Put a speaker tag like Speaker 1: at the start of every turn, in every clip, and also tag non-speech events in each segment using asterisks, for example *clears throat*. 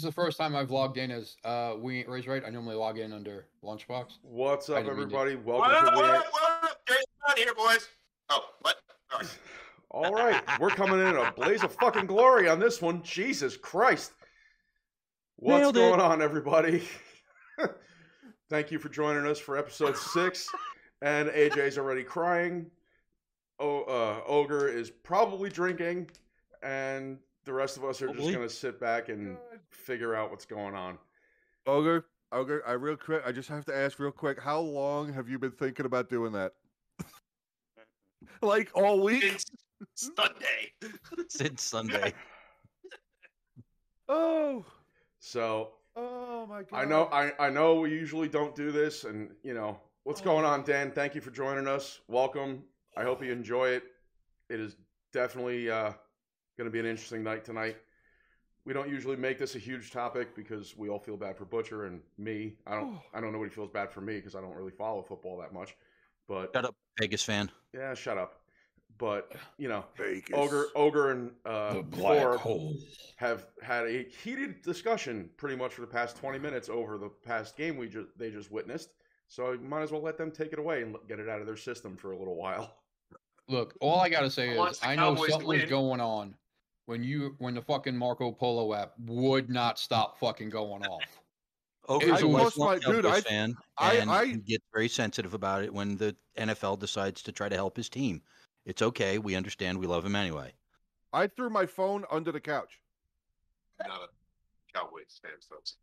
Speaker 1: the first time I've logged in as uh, we ain't raised right. I normally log in under lunchbox.
Speaker 2: What's
Speaker 1: I
Speaker 2: up,
Speaker 1: didn't mean to-
Speaker 2: everybody? Welcome
Speaker 3: What
Speaker 2: to
Speaker 3: up,
Speaker 2: We
Speaker 3: what
Speaker 2: Ain't-
Speaker 3: up, what up? Jason Dunn here, boys. Oh, what? All right.
Speaker 2: All right, we're coming in at a blaze of fucking glory on this one. Jesus Christ. What's
Speaker 4: Nailed it.
Speaker 2: going on, everybody? *laughs* Thank you for joining us for episode six. And AJ's already crying. O- uh, Ogre is probably drinking. And the rest of us are just
Speaker 4: Probably.
Speaker 2: going to sit back and figure out what's going on.
Speaker 5: Ogre, Ogre, I real quick, I just have to ask real quick, how long have you been thinking about doing that? *laughs* like all week?
Speaker 1: *laughs*
Speaker 3: It's Sunday. *laughs*
Speaker 4: Since Sunday.
Speaker 5: Oh,
Speaker 2: So
Speaker 5: oh my god!
Speaker 2: I know I, I know we usually don't do this and you know what's going
Speaker 5: Oh.
Speaker 2: on Dan thank you for joining us welcome I hope you enjoy it it is definitely uh, gonna be an interesting night tonight we don't usually make this a huge topic because we all feel bad for Butcher and me I
Speaker 5: Oh.
Speaker 2: don't I don't know what he feels bad for me because I don't really follow football that much but
Speaker 4: Shut up, Vegas fan.
Speaker 2: yeah shut up but you know
Speaker 5: Vegas.
Speaker 2: ogre ogre and uh,
Speaker 1: the black
Speaker 2: Thor
Speaker 1: hole.
Speaker 2: have had a heated discussion pretty much for the past 20 minutes over the past game we just they just witnessed. So I might as well let them take it away and get it out of their system for a little while.
Speaker 1: Look, all I gotta say
Speaker 3: Unless
Speaker 1: is
Speaker 3: the
Speaker 1: I know
Speaker 3: Cowboys
Speaker 1: something was
Speaker 3: win.
Speaker 1: going on when you when the fucking Marco Polo app would not stop fucking going off.
Speaker 4: Ogre's
Speaker 1: I
Speaker 4: a
Speaker 1: lost
Speaker 4: lifelong
Speaker 5: my- dude,
Speaker 4: Cowboys
Speaker 5: I-
Speaker 4: fan,
Speaker 5: I-
Speaker 4: and
Speaker 5: I-
Speaker 4: he gets very sensitive about it when the NFL decides to try to help his team. It's okay. We understand. We love him anyway.
Speaker 5: I threw my phone under the couch.
Speaker 3: Not a Cowboys fan, folks.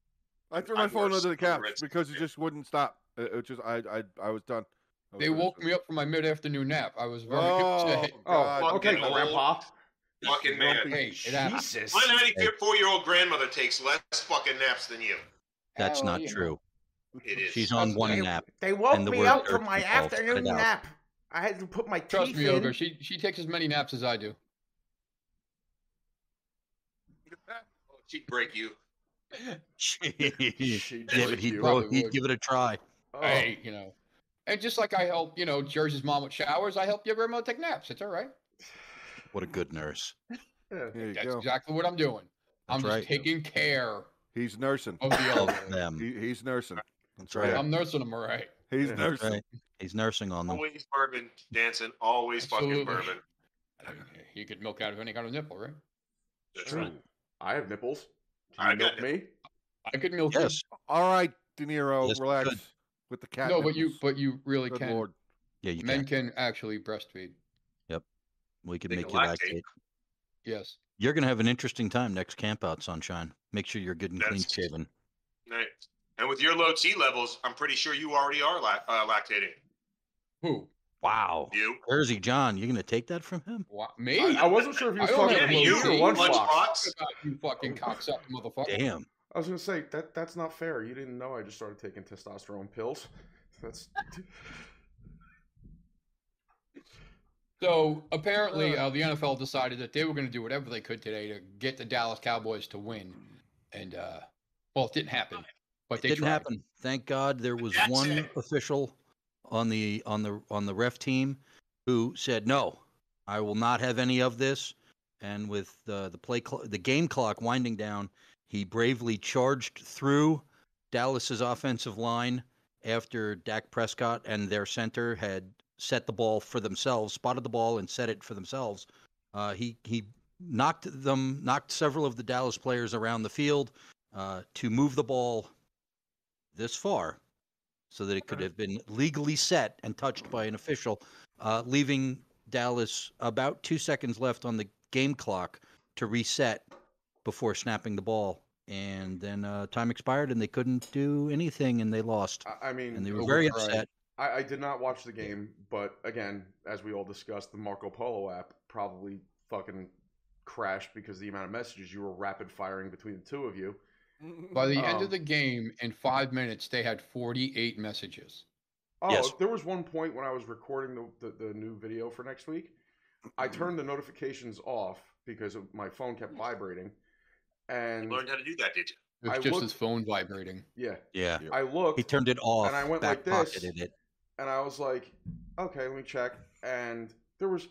Speaker 5: I threw
Speaker 3: I'm
Speaker 5: my phone
Speaker 3: worse.
Speaker 5: under the
Speaker 3: I'm
Speaker 5: couch
Speaker 3: worse.
Speaker 5: because it just wouldn't stop. It, it just, I, I, I was done. I was
Speaker 1: They
Speaker 5: finished
Speaker 1: woke
Speaker 5: with
Speaker 1: me
Speaker 5: it.
Speaker 1: up from my mid afternoon nap. I was *laughs* very
Speaker 5: Oh,
Speaker 1: upset.
Speaker 2: Oh,
Speaker 5: God.
Speaker 2: okay,
Speaker 3: fucking hell.
Speaker 2: Grandpa.
Speaker 3: Fucking man.
Speaker 5: Grumpy.
Speaker 1: Hey, it happened.
Speaker 2: Jesus.
Speaker 3: My 94 year old grandmother takes less fucking naps than you.
Speaker 4: That's
Speaker 2: Hell
Speaker 4: not
Speaker 2: yeah.
Speaker 4: true.
Speaker 3: It is.
Speaker 4: She's on one nap.
Speaker 2: They woke
Speaker 4: And the me word up from my irks involved. Cut it afternoon out. nap.
Speaker 2: I had to put my
Speaker 1: Trust me, Ogre. She she takes as many naps as I do.
Speaker 3: Oh, She'd break you.
Speaker 4: *laughs* yeah,
Speaker 2: She
Speaker 4: but
Speaker 2: did.
Speaker 4: he'd,
Speaker 1: you.
Speaker 4: go,
Speaker 1: Probably
Speaker 4: he'd
Speaker 1: would.
Speaker 4: give it a try.
Speaker 2: Oh,
Speaker 1: Hey, you know. And just like I help, you know, Jersey's mom with showers, I help your grandma take naps. It's all right.
Speaker 4: What a good nurse.
Speaker 2: yeah.
Speaker 5: There you
Speaker 1: That's
Speaker 5: go.
Speaker 1: exactly what I'm doing. I'm
Speaker 4: That's
Speaker 1: just
Speaker 4: right.
Speaker 1: taking care
Speaker 5: He's nursing.
Speaker 1: of the elderly.
Speaker 4: Love them.
Speaker 5: He, he's
Speaker 1: *laughs*
Speaker 5: nursing.
Speaker 4: That's right.
Speaker 1: I'm nursing them all right.
Speaker 5: He's
Speaker 2: Yeah.
Speaker 4: That's
Speaker 5: nursing.
Speaker 4: right. He's nursing on them.
Speaker 3: Always bourbon dancing. Always
Speaker 1: Absolutely.
Speaker 3: fucking bourbon.
Speaker 1: You could milk out of any kind of nipple, right?
Speaker 3: That's right.
Speaker 2: Ooh, I have nipples. Can
Speaker 3: I
Speaker 2: you milk
Speaker 3: got
Speaker 2: me?
Speaker 1: I could milk. you.
Speaker 4: Yes.
Speaker 5: All right, De Niro,
Speaker 4: Yes, we
Speaker 5: relax
Speaker 4: could.
Speaker 5: with the cat.
Speaker 1: No, but you
Speaker 5: nipples.
Speaker 1: but you really
Speaker 5: Good
Speaker 1: can.
Speaker 5: lord.
Speaker 4: Yeah, you
Speaker 1: Men
Speaker 4: can.
Speaker 1: can actually breastfeed.
Speaker 4: We can
Speaker 3: They
Speaker 4: make
Speaker 3: can
Speaker 4: you
Speaker 3: lactate.
Speaker 4: lactate.
Speaker 1: Yes.
Speaker 4: You're going to have an interesting time next camp out, Sunshine. Make sure you're good and clean
Speaker 3: That's-
Speaker 4: shaven.
Speaker 3: Right. And with your low T levels, I'm pretty sure you already are lac- uh, lactating.
Speaker 1: Who?
Speaker 4: Wow.
Speaker 3: You.
Speaker 4: Jersey John, you're going to take that from him?
Speaker 1: Wha- me?
Speaker 2: I, I wasn't sure if he was
Speaker 1: I don't
Speaker 2: talking
Speaker 1: have
Speaker 2: about
Speaker 3: Yeah,
Speaker 1: low
Speaker 2: me
Speaker 3: you.
Speaker 2: or
Speaker 1: T.
Speaker 2: Lunchbox.
Speaker 3: Lunchbox.
Speaker 1: About you fucking cocksucking motherfucker.
Speaker 4: Damn.
Speaker 2: I was gonna say that that's not fair. You didn't know I just started taking testosterone pills. That's
Speaker 1: So apparently,
Speaker 5: Uh.
Speaker 1: uh, the NFL decided that they were going to do whatever they could today to get the Dallas Cowboys to win, and uh, well, it didn't happen. But they
Speaker 4: it didn't
Speaker 1: tried.
Speaker 4: happen. Thank God there was
Speaker 3: That's
Speaker 4: one
Speaker 3: it.
Speaker 4: official on the on the on the ref team who said no, I will not have any of this. And with the the play cl- the game clock winding down, he bravely charged through Dallas's offensive line after Dak Prescott and their center had set the ball for themselves, spotted the ball and set it for themselves. Uh, he he knocked them knocked several of the Dallas players around the field uh, to move the ball this far so that it could have been legally set and touched by an official, uh, leaving Dallas about two seconds left on the game clock to reset before snapping the ball. And then uh, time expired and they couldn't do anything and they lost.
Speaker 2: I, I mean,
Speaker 4: And they were
Speaker 1: Oh,
Speaker 4: very
Speaker 1: right.
Speaker 4: upset.
Speaker 2: I, I did not watch the game, but again, as we all discussed, the Marco Polo app probably fucking crashed because the amount of messages you were rapid firing between the two of you.
Speaker 1: *laughs* By the end
Speaker 4: Oh.
Speaker 2: Um,
Speaker 1: of the game, in five minutes, they had 48 messages.
Speaker 2: Oh,
Speaker 4: Yes.
Speaker 2: there was one point when I was recording the, the, the new video for next week. I
Speaker 4: Mm-hmm.
Speaker 2: turned the notifications off because of, my phone kept vibrating.
Speaker 3: You
Speaker 2: And
Speaker 3: learned how to do that, did you?
Speaker 1: It was
Speaker 2: I
Speaker 1: just
Speaker 2: looked-
Speaker 1: his phone vibrating.
Speaker 2: yeah,
Speaker 4: Yeah.
Speaker 2: I looked.
Speaker 4: He turned it off.
Speaker 2: I went like
Speaker 4: back
Speaker 2: this.
Speaker 4: pocketed it.
Speaker 2: and I was like, okay, let me check. And there was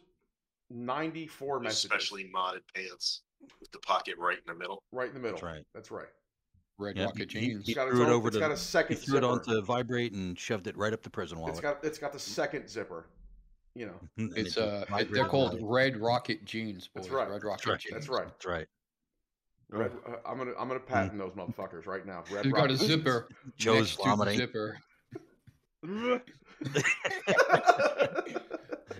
Speaker 2: 94 messages
Speaker 3: Especially modded pants with the pocket right in the middle.
Speaker 2: right in the middle.
Speaker 4: That's right.
Speaker 2: That's right.
Speaker 1: Red
Speaker 4: Yep,
Speaker 1: Rocket
Speaker 4: he- he-
Speaker 1: jeans.
Speaker 2: It's got its
Speaker 4: threw it
Speaker 2: own-
Speaker 4: over
Speaker 2: it's
Speaker 4: to
Speaker 2: got
Speaker 4: the-
Speaker 2: a
Speaker 4: He
Speaker 2: second
Speaker 4: threw it
Speaker 2: zipper.
Speaker 4: onto vibrate and shoved it right up the prison
Speaker 2: It's
Speaker 4: wallet.
Speaker 2: got it's got the second zipper. You know,
Speaker 4: And it
Speaker 1: It's
Speaker 4: just
Speaker 1: uh, it-
Speaker 4: vibrated
Speaker 1: they're called
Speaker 4: right.
Speaker 1: Red Rocket jeans, boys.
Speaker 2: That's right.
Speaker 1: Red Rocket
Speaker 4: right.
Speaker 1: jeans.
Speaker 2: that's right.
Speaker 4: That's right.
Speaker 2: Red, uh, I'm gonna I'm gonna
Speaker 4: Hmm.
Speaker 2: patent those motherfuckers right now. Red
Speaker 1: They've got a
Speaker 2: Rocket.
Speaker 1: zipper.
Speaker 4: Joe's
Speaker 1: next to the
Speaker 4: vomiting.
Speaker 1: Zipper.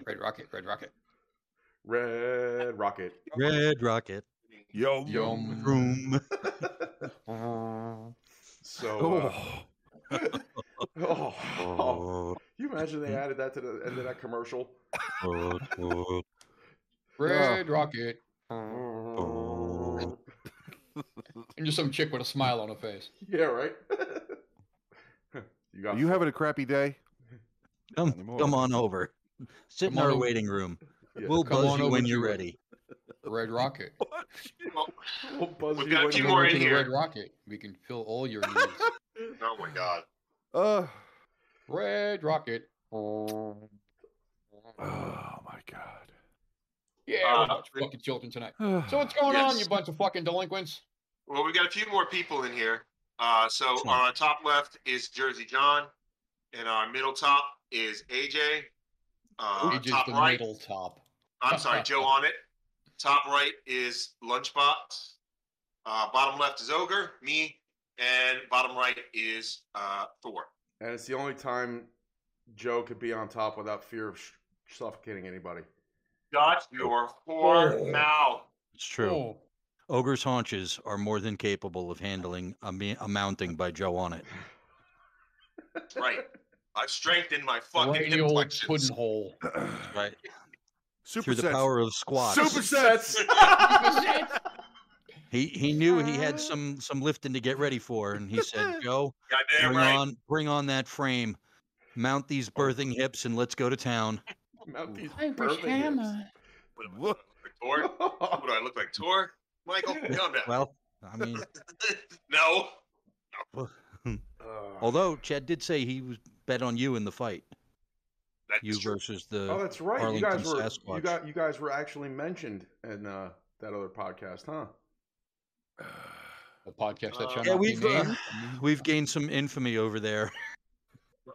Speaker 1: Red Rocket. Red Rocket.
Speaker 2: *laughs* Red Rocket.
Speaker 4: Red rocket.
Speaker 5: Yo,
Speaker 1: Yum.
Speaker 4: Vroom.
Speaker 2: So, uh,
Speaker 5: Oh.
Speaker 4: *laughs*
Speaker 2: oh,
Speaker 1: Mm.
Speaker 2: oh. *laughs*
Speaker 4: Oh,
Speaker 2: you imagine they added that to the end of that commercial?
Speaker 4: oh, oh.
Speaker 1: Red Rocket. Uh-huh.
Speaker 4: Oh.
Speaker 1: And just some chick with a smile on her face.
Speaker 2: *laughs* yeah, right. *laughs* you
Speaker 5: Are
Speaker 2: got
Speaker 5: you having a crappy day?
Speaker 4: Come,
Speaker 5: anymore.
Speaker 4: come on over. Sit
Speaker 1: Come
Speaker 4: in
Speaker 1: on
Speaker 4: our
Speaker 1: over.
Speaker 4: waiting room.
Speaker 2: Yeah.
Speaker 4: We'll
Speaker 1: Come
Speaker 4: buzz
Speaker 1: on
Speaker 4: you
Speaker 1: over
Speaker 4: when
Speaker 1: to
Speaker 4: you're
Speaker 1: it.
Speaker 4: ready.
Speaker 1: Red Rocket.
Speaker 5: *laughs*
Speaker 3: Well,
Speaker 2: We'll buzz
Speaker 3: We've
Speaker 2: you
Speaker 3: got a
Speaker 2: when
Speaker 3: few
Speaker 2: you-
Speaker 1: Come
Speaker 3: more
Speaker 1: over
Speaker 3: in
Speaker 1: to the
Speaker 3: here.
Speaker 1: Red Rocket. We can fill all your needs.
Speaker 3: *laughs* oh my God.
Speaker 5: Uh,
Speaker 1: Red Rocket.
Speaker 5: oh my god. *sighs*
Speaker 1: Yeah,
Speaker 3: Uh,
Speaker 1: we're a bunch of fucking children tonight. So what's going on, you
Speaker 3: Yes.
Speaker 1: bunch of fucking delinquents?
Speaker 3: Well, we got a few more people in here. Uh, so on our top left is Jersey John, and our middle top is AJ. Uh,
Speaker 1: He just
Speaker 3: top
Speaker 1: the
Speaker 3: right,
Speaker 1: middle top.
Speaker 3: I'm sorry, Joe on it. Top right is Lunchbox. Uh, bottom left is Ogre, me, and bottom right is uh, Thor.
Speaker 2: and it's the only time Joe could be on top without fear of sh- suffocating anybody.
Speaker 3: Shut your whore mouth.
Speaker 4: It's true.
Speaker 1: Oh,
Speaker 4: Ogre's haunches are more than capable of handling a, me- a mounting by Joe on it.
Speaker 3: Right. I've strengthened my
Speaker 1: right
Speaker 3: fucking
Speaker 1: in the old
Speaker 3: complexions.
Speaker 1: pudding hole.
Speaker 4: Right.
Speaker 5: Super
Speaker 4: Through the power of squats.
Speaker 5: Super sets.
Speaker 4: *laughs* He he knew he had some some lifting to get ready for, and he
Speaker 1: *laughs*
Speaker 4: said, "Joe,
Speaker 3: Goddamn
Speaker 4: bring
Speaker 3: right.
Speaker 4: on bring on that frame, mount these
Speaker 1: Oh.
Speaker 4: birthing hips, and let's go to town."
Speaker 2: Mount these
Speaker 1: I'm
Speaker 2: Burma hips. *laughs*
Speaker 3: What do I look like, Tor? What do I look like, Tor? Michael, calm down.
Speaker 4: Well, I mean,
Speaker 3: *laughs* no. *laughs*
Speaker 2: Uh,
Speaker 4: although Chad did say he was bet on you in the fight,
Speaker 3: That's
Speaker 4: you
Speaker 3: true.
Speaker 4: versus the
Speaker 2: oh, that's right. You guys
Speaker 4: Arlington
Speaker 2: were you
Speaker 4: Sasquatch.
Speaker 2: got you guys were actually mentioned in uh, that other podcast, huh?
Speaker 1: The podcast that
Speaker 3: Uh,
Speaker 1: shall
Speaker 4: yeah,
Speaker 1: not be
Speaker 4: we've uh, *laughs*
Speaker 1: named.
Speaker 4: we've gained some infamy over there.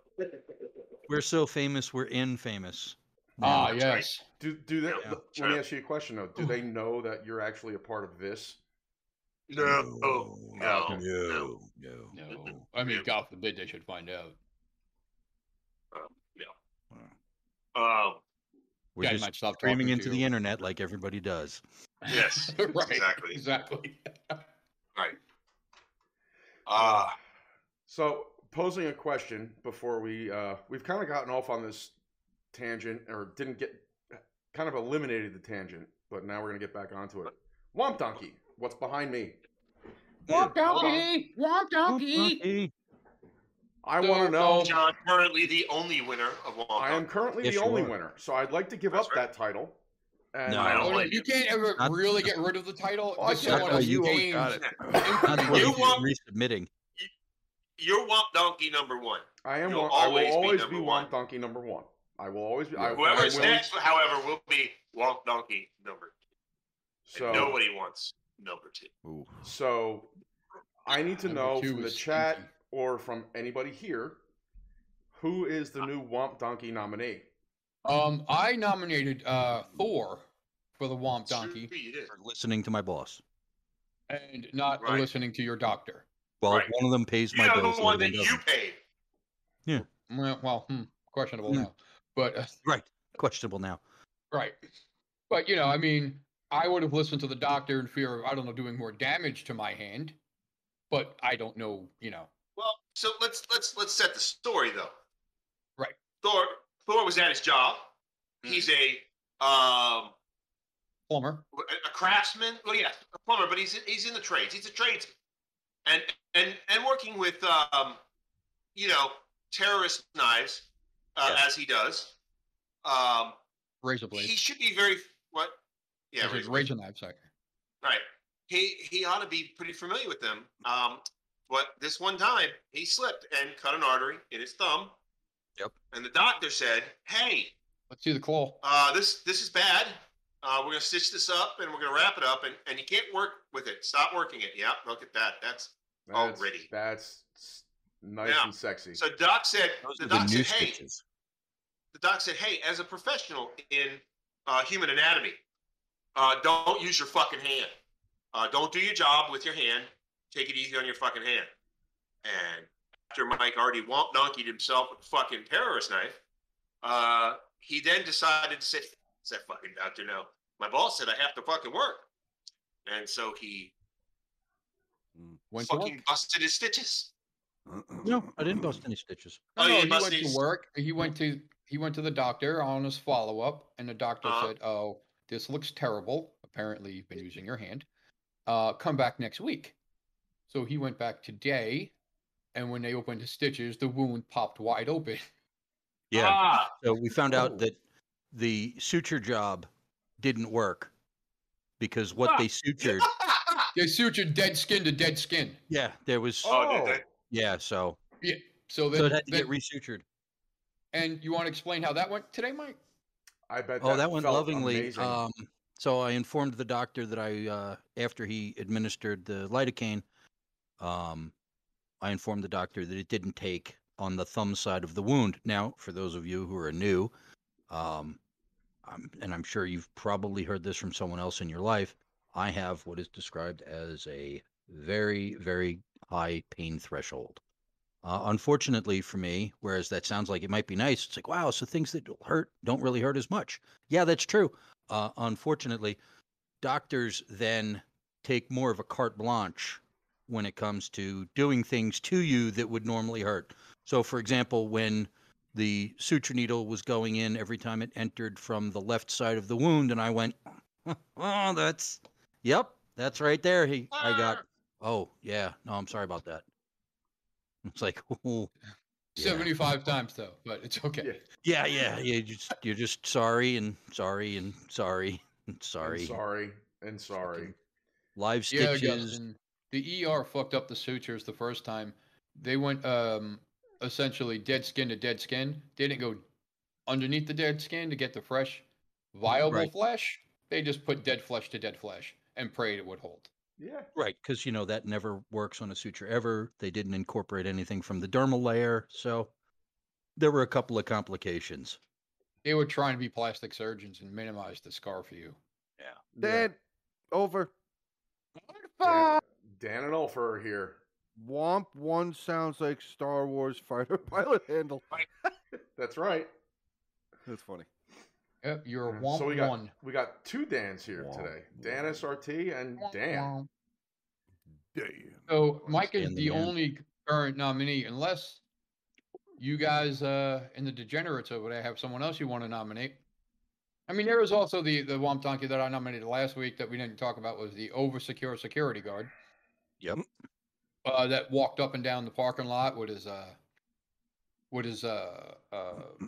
Speaker 4: *laughs* we're so famous, we're infamous. now.
Speaker 1: Ah,
Speaker 3: that's right.
Speaker 1: yes.
Speaker 2: Do do they?
Speaker 3: Yeah.
Speaker 2: Let me ask you a question though. Do they know that you're actually a part of this?
Speaker 3: No. oh, No.
Speaker 4: no,
Speaker 3: no.
Speaker 4: no.
Speaker 1: No, I mean, God forbid they should find out.
Speaker 3: Um,
Speaker 4: We're
Speaker 1: Guy
Speaker 4: just
Speaker 1: might stop
Speaker 4: screaming
Speaker 1: talking
Speaker 4: into
Speaker 1: to
Speaker 4: the
Speaker 1: you.
Speaker 4: internet like everybody does.
Speaker 3: yes.
Speaker 1: *laughs* right.
Speaker 3: Exactly.
Speaker 1: Exactly.
Speaker 3: Uh,
Speaker 2: Ah. So posing a question before we uh, we've kind of gotten off on this tangent or didn't get kind of eliminated the tangent, but now we're gonna get back onto it. Womp donkey, what's behind me?
Speaker 1: Womp
Speaker 2: Hold on.
Speaker 1: donkey! Womp donkey!
Speaker 2: I want to know.
Speaker 3: John, currently the only winner of all.
Speaker 2: I am currently
Speaker 4: Yes,
Speaker 2: the
Speaker 4: you
Speaker 2: only
Speaker 4: are.
Speaker 2: winner, so I'd like to give
Speaker 3: That's
Speaker 2: up
Speaker 3: right.
Speaker 2: that title. And
Speaker 4: No.
Speaker 2: I
Speaker 3: No.
Speaker 2: don't-
Speaker 1: Oh,
Speaker 3: like
Speaker 1: you can't ever
Speaker 4: Not-
Speaker 1: really get rid of the title.
Speaker 5: Oh, I
Speaker 1: This
Speaker 5: can't
Speaker 1: one
Speaker 5: tell
Speaker 1: is
Speaker 5: you always
Speaker 1: gained
Speaker 5: got it.
Speaker 3: *laughs*
Speaker 1: infinitely.
Speaker 4: *laughs* Not
Speaker 3: You
Speaker 4: even
Speaker 3: want-
Speaker 4: resubmitting.
Speaker 3: You're Womp Donkey number one.
Speaker 2: I am.
Speaker 3: You'll
Speaker 2: One, I will
Speaker 3: always be
Speaker 2: always be
Speaker 3: number
Speaker 2: one
Speaker 3: one.
Speaker 2: donkey number one. I will always be. I, I
Speaker 3: Whoever's
Speaker 2: will-
Speaker 3: next, however, will be Womp Donkey number. two.
Speaker 2: So,
Speaker 3: And nobody wants number two.
Speaker 5: Ooh.
Speaker 2: so I need to
Speaker 1: Number
Speaker 2: know
Speaker 1: two
Speaker 2: from the
Speaker 1: is
Speaker 2: chat
Speaker 1: stinky.
Speaker 2: or from anybody here who is
Speaker 3: Uh,
Speaker 2: the new Womp Donkey nominee.
Speaker 1: Um, I nominated uh Thor for the Womp Donkey,
Speaker 3: Sure you did.
Speaker 4: For listening to my boss.
Speaker 1: and not
Speaker 3: Right.
Speaker 1: listening to your doctor.
Speaker 4: Well,
Speaker 3: Right.
Speaker 4: one of them pays my
Speaker 3: You're
Speaker 4: bills.
Speaker 3: the
Speaker 4: the
Speaker 3: one
Speaker 4: other
Speaker 3: that you
Speaker 4: doesn't.
Speaker 3: paid.
Speaker 1: Well, well, hmm, questionable
Speaker 4: Hmm.
Speaker 1: now, but uh,
Speaker 4: Right. Questionable now.
Speaker 1: right. But you know, I mean, I would have listened to the doctor in fear of I don't know doing more damage to my hand, but I don't know, you know.
Speaker 3: Well, so let's let's let's set the story though.
Speaker 1: Right.
Speaker 3: Thor Thor was at his job. He's a
Speaker 1: Mm-hmm.
Speaker 3: um
Speaker 1: Plumber.
Speaker 3: a a craftsman. Well, yeah, a plumber, but he's he's in the trades. He's a tradesman, and and and working with um, you know, terrorist knives, uh,
Speaker 4: Yes.
Speaker 3: as he does. Um,
Speaker 1: Razor
Speaker 3: he
Speaker 1: blade.
Speaker 3: should be very what? Yeah,
Speaker 1: Razor,
Speaker 3: razor-
Speaker 1: razor knife, sorry.
Speaker 3: right. He he ought to be pretty familiar with them. Um, but this one time he slipped and cut an artery in his thumb.
Speaker 4: Yep.
Speaker 3: And the doctor said, "Hey,
Speaker 1: Let's see the claw.
Speaker 3: uh, this this is bad. Uh, we're gonna stitch this up and we're gonna wrap it up and, and you can't work with it. Stop working it. Yeah, look at that. That's
Speaker 2: That's-
Speaker 3: Already.
Speaker 2: That's s- nice
Speaker 3: Yeah.
Speaker 2: and sexy.
Speaker 3: So Doc said,
Speaker 4: Those
Speaker 3: the
Speaker 4: are the
Speaker 3: doc
Speaker 4: new
Speaker 3: said, hey,
Speaker 4: stitches.
Speaker 3: the doc said, "Hey, as a professional in uh, human anatomy, uh, don't use your fucking hand. Uh, don't do your job with your hand. Take it easy on your fucking hand." And after Mike already womp donkied himself with a fucking terrorist knife, uh, he then decided to say, "Is that fucking doctor? No, my boss said I have to fucking work." And so he
Speaker 1: Mm, Went to work.
Speaker 3: fucking busted his stitches.
Speaker 4: No, I didn't bust any stitches.
Speaker 1: No,
Speaker 3: Oh,
Speaker 1: no,
Speaker 3: yeah,
Speaker 1: he
Speaker 3: must
Speaker 1: went
Speaker 3: be-
Speaker 1: to work. He went to he went to the doctor on his follow up, and the doctor
Speaker 3: Uh-huh.
Speaker 1: said, "Oh, this looks terrible. Apparently, you've been using your hand. Uh, come back next week." So he went back today, and when they opened his stitches, the wound popped wide open. *laughs*
Speaker 4: Yeah.
Speaker 3: Ah,
Speaker 4: So we found
Speaker 1: Oh.
Speaker 4: out that the suture job didn't work because what they sutured,
Speaker 1: They sutured dead skin to dead skin.
Speaker 4: yeah, there was,
Speaker 3: Oh, did they?
Speaker 4: yeah, so
Speaker 1: So,
Speaker 4: so
Speaker 1: then,
Speaker 4: it had to
Speaker 1: then-
Speaker 4: get resutured.
Speaker 1: and you want to explain how that went today, Mike?
Speaker 2: I bet.
Speaker 4: Oh, that went
Speaker 2: felt
Speaker 4: lovingly.
Speaker 2: amazing.
Speaker 4: Um, so I informed the doctor that I, uh, after he administered the lidocaine, um, I informed the doctor that it didn't take on the thumb side of the wound. Now, for those of you who are new, um, I'm, and I'm sure you've probably heard this from someone else in your life, I have what is described as a very, very high pain threshold. Uh, unfortunately for me, whereas that sounds like it might be nice, it's like, wow, so things that hurt don't really hurt as much. Yeah, that's true. Uh, unfortunately, doctors then take more of a carte blanche when it comes to doing things to you that would normally hurt. So, for example, when the suture needle was going in every time it entered from the left side of the wound, and I went, *laughs* oh, that's, yep, that's right there. He, I got, oh, yeah, no, I'm sorry about that. *laughs* It's like, oh, yeah.
Speaker 1: Seventy-five times though, but it's okay.
Speaker 2: Yeah.
Speaker 4: Yeah, yeah, yeah. You're just, you're just sorry and sorry and sorry *laughs* and
Speaker 2: I'm
Speaker 4: sorry.
Speaker 2: sorry. And sorry.
Speaker 4: Live
Speaker 1: Yeah,
Speaker 4: stitches.
Speaker 1: Justin, the ER fucked up the sutures the first time. They went um essentially dead skin to dead skin. They didn't go underneath the dead skin to get the fresh, viable
Speaker 4: Right.
Speaker 1: flesh. They just put dead flesh to dead flesh and prayed it would hold.
Speaker 2: Yeah.
Speaker 4: right, because you know that never works on a suture ever. They didn't incorporate anything from the dermal layer, so there were a couple of complications.
Speaker 1: They were trying to be plastic surgeons and minimize the scar for you.
Speaker 5: Dan, over.
Speaker 2: Dan, Dan and Ulfer are here.
Speaker 5: Womp one sounds like Star Wars fighter *laughs* pilot handle.
Speaker 2: That's right.
Speaker 5: That's funny.
Speaker 1: Yep, you're a
Speaker 2: Yeah,
Speaker 1: womp
Speaker 2: so we got
Speaker 1: one.
Speaker 2: we got two Dans here
Speaker 5: Womp
Speaker 2: today. Dan
Speaker 5: one.
Speaker 2: SRT and
Speaker 1: Womp
Speaker 2: Dan.
Speaker 1: womp.
Speaker 5: Damn.
Speaker 1: So Mike is
Speaker 4: Stand the
Speaker 1: the
Speaker 4: man.
Speaker 1: only current nominee, unless you guys uh in the degenerates over there have someone else you want to nominate. I mean, there was also the the Womp Donkey that I nominated last week that we didn't talk about was the over secure security guard.
Speaker 4: Yep.
Speaker 1: Uh, that walked up and down the parking lot with his uh, with his uh, uh,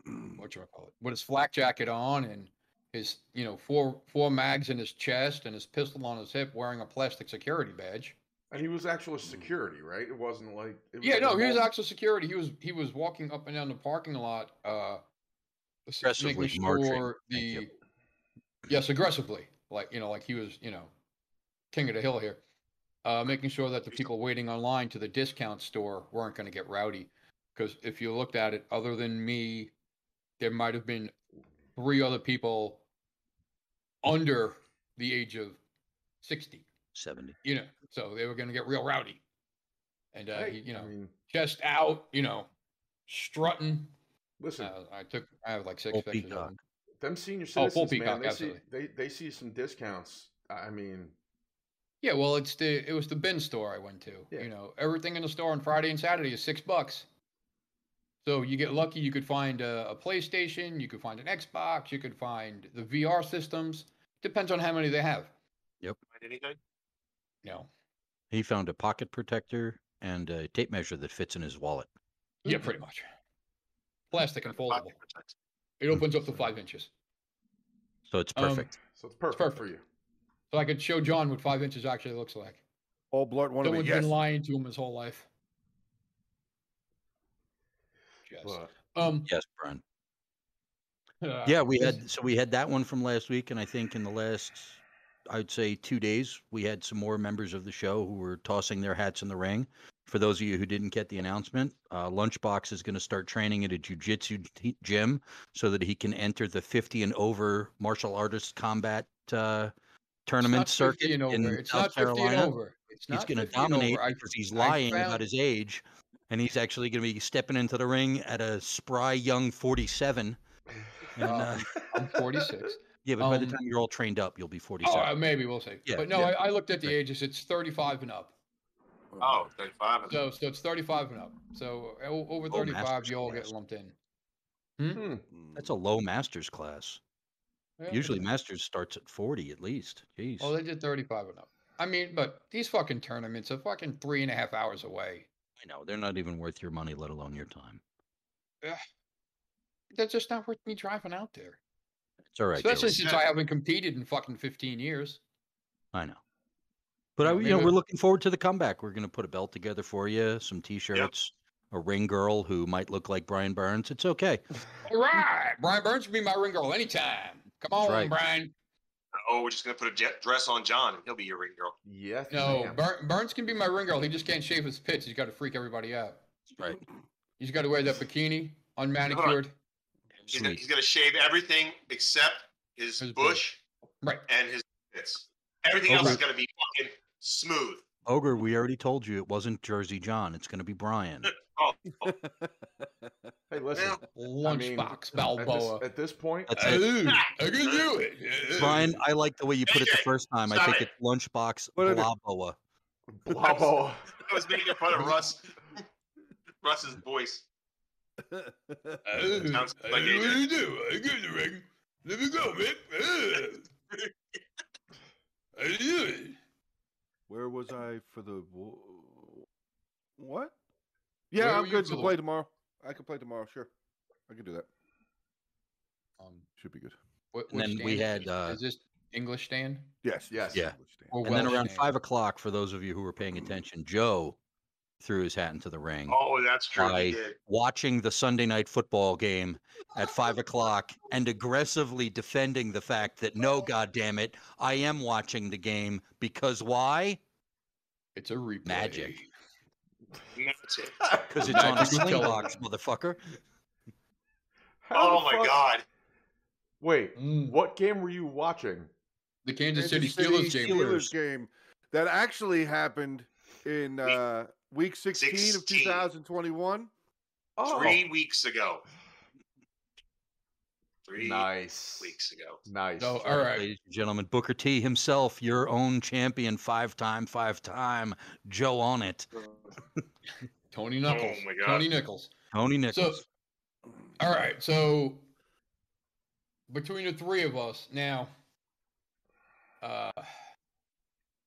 Speaker 4: *clears throat*
Speaker 1: what you call it, with his flak jacket on and his you know four four mags in his chest and his pistol on his hip, wearing a plastic security badge.
Speaker 2: And he was actually security, right? It wasn't like it was
Speaker 1: Yeah,
Speaker 2: like a
Speaker 1: no, he was
Speaker 2: mall-
Speaker 1: actual security. He was he was walking up and down the parking lot, uh, s- making
Speaker 4: Aggressively marching.
Speaker 1: sure
Speaker 4: Thank you.
Speaker 1: the yes, aggressively, like you know, like he was you know, king of the hill here, uh, making sure that the people waiting online to the discount store weren't going to get rowdy, because if you looked at it, other than me, there might have been three other people under the age of sixty,
Speaker 4: Seventy.
Speaker 1: you know, so they were going to get real rowdy, and uh,
Speaker 2: Hey,
Speaker 1: he, you know
Speaker 2: I mean,
Speaker 1: chest out, you know, strutting.
Speaker 2: listen,
Speaker 1: Uh, I took, I have like six
Speaker 4: Full
Speaker 1: pictures.
Speaker 4: peacock.
Speaker 1: Of him.
Speaker 2: them senior
Speaker 1: Oh, full
Speaker 2: citizens, man,
Speaker 1: peacock,
Speaker 2: they see,
Speaker 1: absolutely.
Speaker 2: they they see some discounts. I mean,
Speaker 1: Yeah, well, it's the it was the bin store I went to.
Speaker 2: Yeah.
Speaker 1: You know, everything in the store on Friday and Saturday is six bucks. So you get lucky, you could find a, a PlayStation, you could find an Xbox, you could find the VR systems. Depends on how many they have.
Speaker 3: Find *laughs* anything?
Speaker 1: You know.
Speaker 4: He found a pocket protector and a tape measure that fits in his wallet.
Speaker 1: Yeah, pretty much. Mm-hmm. Plastic and
Speaker 3: Pocket
Speaker 1: foldable.
Speaker 3: protector.
Speaker 1: It opens up to five inches.
Speaker 4: So it's
Speaker 1: Um,
Speaker 4: perfect.
Speaker 2: so it's perfect, for you.
Speaker 1: So I could show John what five inches actually looks like.
Speaker 5: All blurt one of
Speaker 1: Someone's
Speaker 5: it. Yes.
Speaker 1: been lying to him his whole life. Yes.
Speaker 2: But
Speaker 1: Um,
Speaker 4: yes, Brian.
Speaker 1: uh,
Speaker 4: Yeah, we
Speaker 1: this-
Speaker 4: had so we had that one from last week, and I think in the last I'd say two days, we had some more members of the show who were tossing their hats in the ring. For those of you who didn't get the announcement, uh, Lunchbox is going to start training at a jujitsu t- gym so that he can enter the 50 and over martial artist combat uh, tournament
Speaker 1: It's not 50
Speaker 4: circuit
Speaker 1: and over.
Speaker 4: in
Speaker 1: It's
Speaker 4: South
Speaker 1: not 50 and
Speaker 4: Carolina.
Speaker 1: over. It's
Speaker 4: He's
Speaker 1: not
Speaker 4: going to
Speaker 1: 50 and
Speaker 4: dominate
Speaker 1: over. I-
Speaker 4: because he's
Speaker 1: I
Speaker 4: lying about
Speaker 1: found-
Speaker 4: his age, and he's actually going to be stepping into the ring at a spry
Speaker 1: *sighs*
Speaker 4: young 47. And,
Speaker 1: Oh,
Speaker 4: uh,
Speaker 1: I'm
Speaker 4: *laughs*
Speaker 1: 46.
Speaker 4: yeah, but by the
Speaker 1: um,
Speaker 4: time you're all trained up, you'll be 47.
Speaker 1: oh, uh, maybe we'll see.
Speaker 4: Yeah,
Speaker 1: but no,
Speaker 4: yeah.
Speaker 1: I, I looked at the
Speaker 4: Okay.
Speaker 1: ages. It's 35 and up.
Speaker 3: Oh, 35.
Speaker 1: So, so it's 35 and up. So o- over
Speaker 4: Oh,
Speaker 1: 35,
Speaker 4: master's
Speaker 1: you all get
Speaker 4: class.
Speaker 1: lumped in.
Speaker 2: Hmm.
Speaker 1: Mm.
Speaker 4: That's a low master's class.
Speaker 1: Yeah,
Speaker 4: Usually,
Speaker 1: yeah.
Speaker 4: masters starts at 40 at least. Jeez.
Speaker 1: Well, they did 35 and up. I mean, but these fucking tournaments are fucking three and a half hours away.
Speaker 4: I know they're not even worth your money, let alone your time.
Speaker 1: They're just not worth me driving out there.
Speaker 4: It's all right. Joey.
Speaker 1: Especially since I
Speaker 3: Yeah.
Speaker 1: haven't competed in fucking 15 years.
Speaker 4: I know. But
Speaker 1: Yeah,
Speaker 4: I, you know,
Speaker 1: maybe-
Speaker 4: we're looking forward to the comeback. We're going to put a belt together for you, some t-shirts, a ring girl who might look like Brian Burns. It's okay.
Speaker 1: All right. Brian Burns can be my ring girl anytime. Come on,
Speaker 4: right.
Speaker 1: Brian.
Speaker 3: Oh, we're just gonna put a jet dress on John, and he'll be your ring girl.
Speaker 2: Yes.
Speaker 1: No,
Speaker 2: ma'am.
Speaker 1: Bur- Burns can be my ring girl. He just can't shave his pits. He's got to freak everybody out.
Speaker 4: Right.
Speaker 1: He's got to wear that bikini, unmanicured.
Speaker 3: He's gonna,
Speaker 4: Sweet.
Speaker 3: he's gonna shave everything except his,
Speaker 1: His
Speaker 3: bush
Speaker 1: Right.
Speaker 3: and his bits. Everything else
Speaker 4: Okay.
Speaker 3: is gonna be fucking smooth.
Speaker 4: Ogre, we already told you it wasn't Jersey John. It's going to
Speaker 3: *laughs*
Speaker 4: be Brian.
Speaker 2: Hey, listen.
Speaker 3: Well,
Speaker 2: mean,
Speaker 1: Lunchbox
Speaker 2: at, this,
Speaker 1: Balboa.
Speaker 2: at this point, *laughs*
Speaker 4: That's it.
Speaker 1: Ooh, I can do it. Ooh.
Speaker 4: Brian, I like the way you put it the
Speaker 3: AJ,
Speaker 4: first time. I
Speaker 3: stop
Speaker 4: think
Speaker 3: it.
Speaker 4: it's lunchbox
Speaker 5: What did I
Speaker 4: blaboa.
Speaker 2: Blabo.
Speaker 3: I was making fun
Speaker 1: *laughs*
Speaker 3: of Russ. Russ's voice.
Speaker 5: *laughs*
Speaker 1: Ooh,
Speaker 3: Sounds
Speaker 1: I
Speaker 3: like
Speaker 1: know what
Speaker 3: AJ.
Speaker 1: to do. I got the ring. Let me go,
Speaker 3: *laughs*
Speaker 1: man. Ooh. I do it.
Speaker 5: Where was I for the wo- what? Yeah,
Speaker 1: Where
Speaker 5: I'm
Speaker 1: were you
Speaker 5: good
Speaker 1: for
Speaker 5: to
Speaker 1: the-
Speaker 5: play tomorrow. I can play tomorrow. Sure, I can do that.
Speaker 1: Um,
Speaker 5: Should be good.
Speaker 1: what,
Speaker 4: And
Speaker 1: Um, what
Speaker 4: then we
Speaker 1: stand
Speaker 4: had,
Speaker 1: is,
Speaker 4: uh,
Speaker 1: this? is this English stand?
Speaker 5: Yes.
Speaker 2: Yes.
Speaker 4: Yeah.
Speaker 5: English stand.
Speaker 1: Or
Speaker 4: And then
Speaker 1: Welsh
Speaker 4: around
Speaker 1: stand?
Speaker 4: five o'clock, for those of you who were paying
Speaker 1: Mm.
Speaker 4: attention, Joe threw his hat into the ring.
Speaker 3: Oh, that's true. he
Speaker 4: I-
Speaker 3: did.
Speaker 4: watching the Sunday night football game
Speaker 3: *laughs*
Speaker 4: at five o'clock and aggressively defending the fact that
Speaker 3: *laughs*
Speaker 4: no, goddamn it, I am watching the game because why?
Speaker 1: It's a replay.
Speaker 4: Magic.
Speaker 1: *laughs*
Speaker 3: That's it.
Speaker 4: Because it's on a
Speaker 1: Magic
Speaker 4: sling
Speaker 1: television.
Speaker 4: box, motherfucker.
Speaker 2: How
Speaker 3: Oh
Speaker 2: the
Speaker 3: my
Speaker 2: fuck-
Speaker 3: god.
Speaker 2: Wait,
Speaker 1: Mm.
Speaker 2: what game were you watching?
Speaker 1: The Kansas City Steelers game.
Speaker 5: Steelers game that actually happened in uh, week 16, of
Speaker 3: 16.
Speaker 5: 2021.
Speaker 2: Oh,
Speaker 3: Three weeks ago. Three
Speaker 2: nice.
Speaker 3: weeks ago.
Speaker 2: Nice.
Speaker 1: No, all right.
Speaker 4: Ladies and gentlemen, Booker T himself, your own champion, five time, five time, Joe on it.
Speaker 1: Tony Knuckles.
Speaker 3: Oh my God.
Speaker 1: Tony Nichols.
Speaker 4: Tony Nichols.
Speaker 1: All right. So between the three of us now, uh,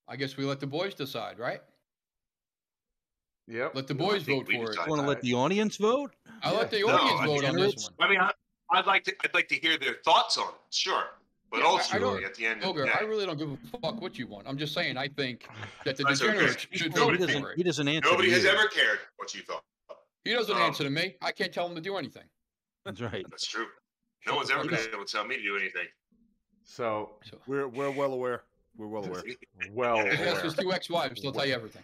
Speaker 1: I guess we let the boys decide, right?
Speaker 2: Yep.
Speaker 1: Let the
Speaker 3: No, I
Speaker 1: boys
Speaker 3: think
Speaker 1: vote
Speaker 3: we
Speaker 1: for it.
Speaker 3: decide.
Speaker 4: you want to let the audience vote?
Speaker 1: I let the
Speaker 3: No,
Speaker 1: audience
Speaker 3: I
Speaker 1: vote
Speaker 3: think
Speaker 1: on
Speaker 4: it's-
Speaker 1: this one.
Speaker 3: I mean, I, I'd like to. I'd like to hear their thoughts on it. Sure, but
Speaker 1: Yeah, I- I
Speaker 3: ultimately,
Speaker 1: don't-
Speaker 3: at the end of the
Speaker 1: Ogre,
Speaker 3: day,
Speaker 1: I really don't give a fuck what you want. I'm just saying, I think that the
Speaker 3: That's okay.
Speaker 1: degenerates should
Speaker 4: Well, he,
Speaker 1: vote
Speaker 4: doesn't,
Speaker 1: for
Speaker 4: he
Speaker 1: it.
Speaker 4: doesn't *laughs* answer.
Speaker 3: nobody
Speaker 4: to
Speaker 3: has
Speaker 4: you.
Speaker 3: ever cared what you thought.
Speaker 1: He doesn't
Speaker 3: um,
Speaker 1: answer to me. I can't tell him to do anything.
Speaker 4: That's right.
Speaker 3: That's true. No one's ever been able to tell me to do anything.
Speaker 2: So
Speaker 1: So,
Speaker 5: We're, we're well aware. We're
Speaker 3: *laughs*
Speaker 5: well aware.
Speaker 1: *laughs*
Speaker 2: well.
Speaker 1: if you ask
Speaker 2: aware.
Speaker 1: his two ex-wives, they'll tell you everything.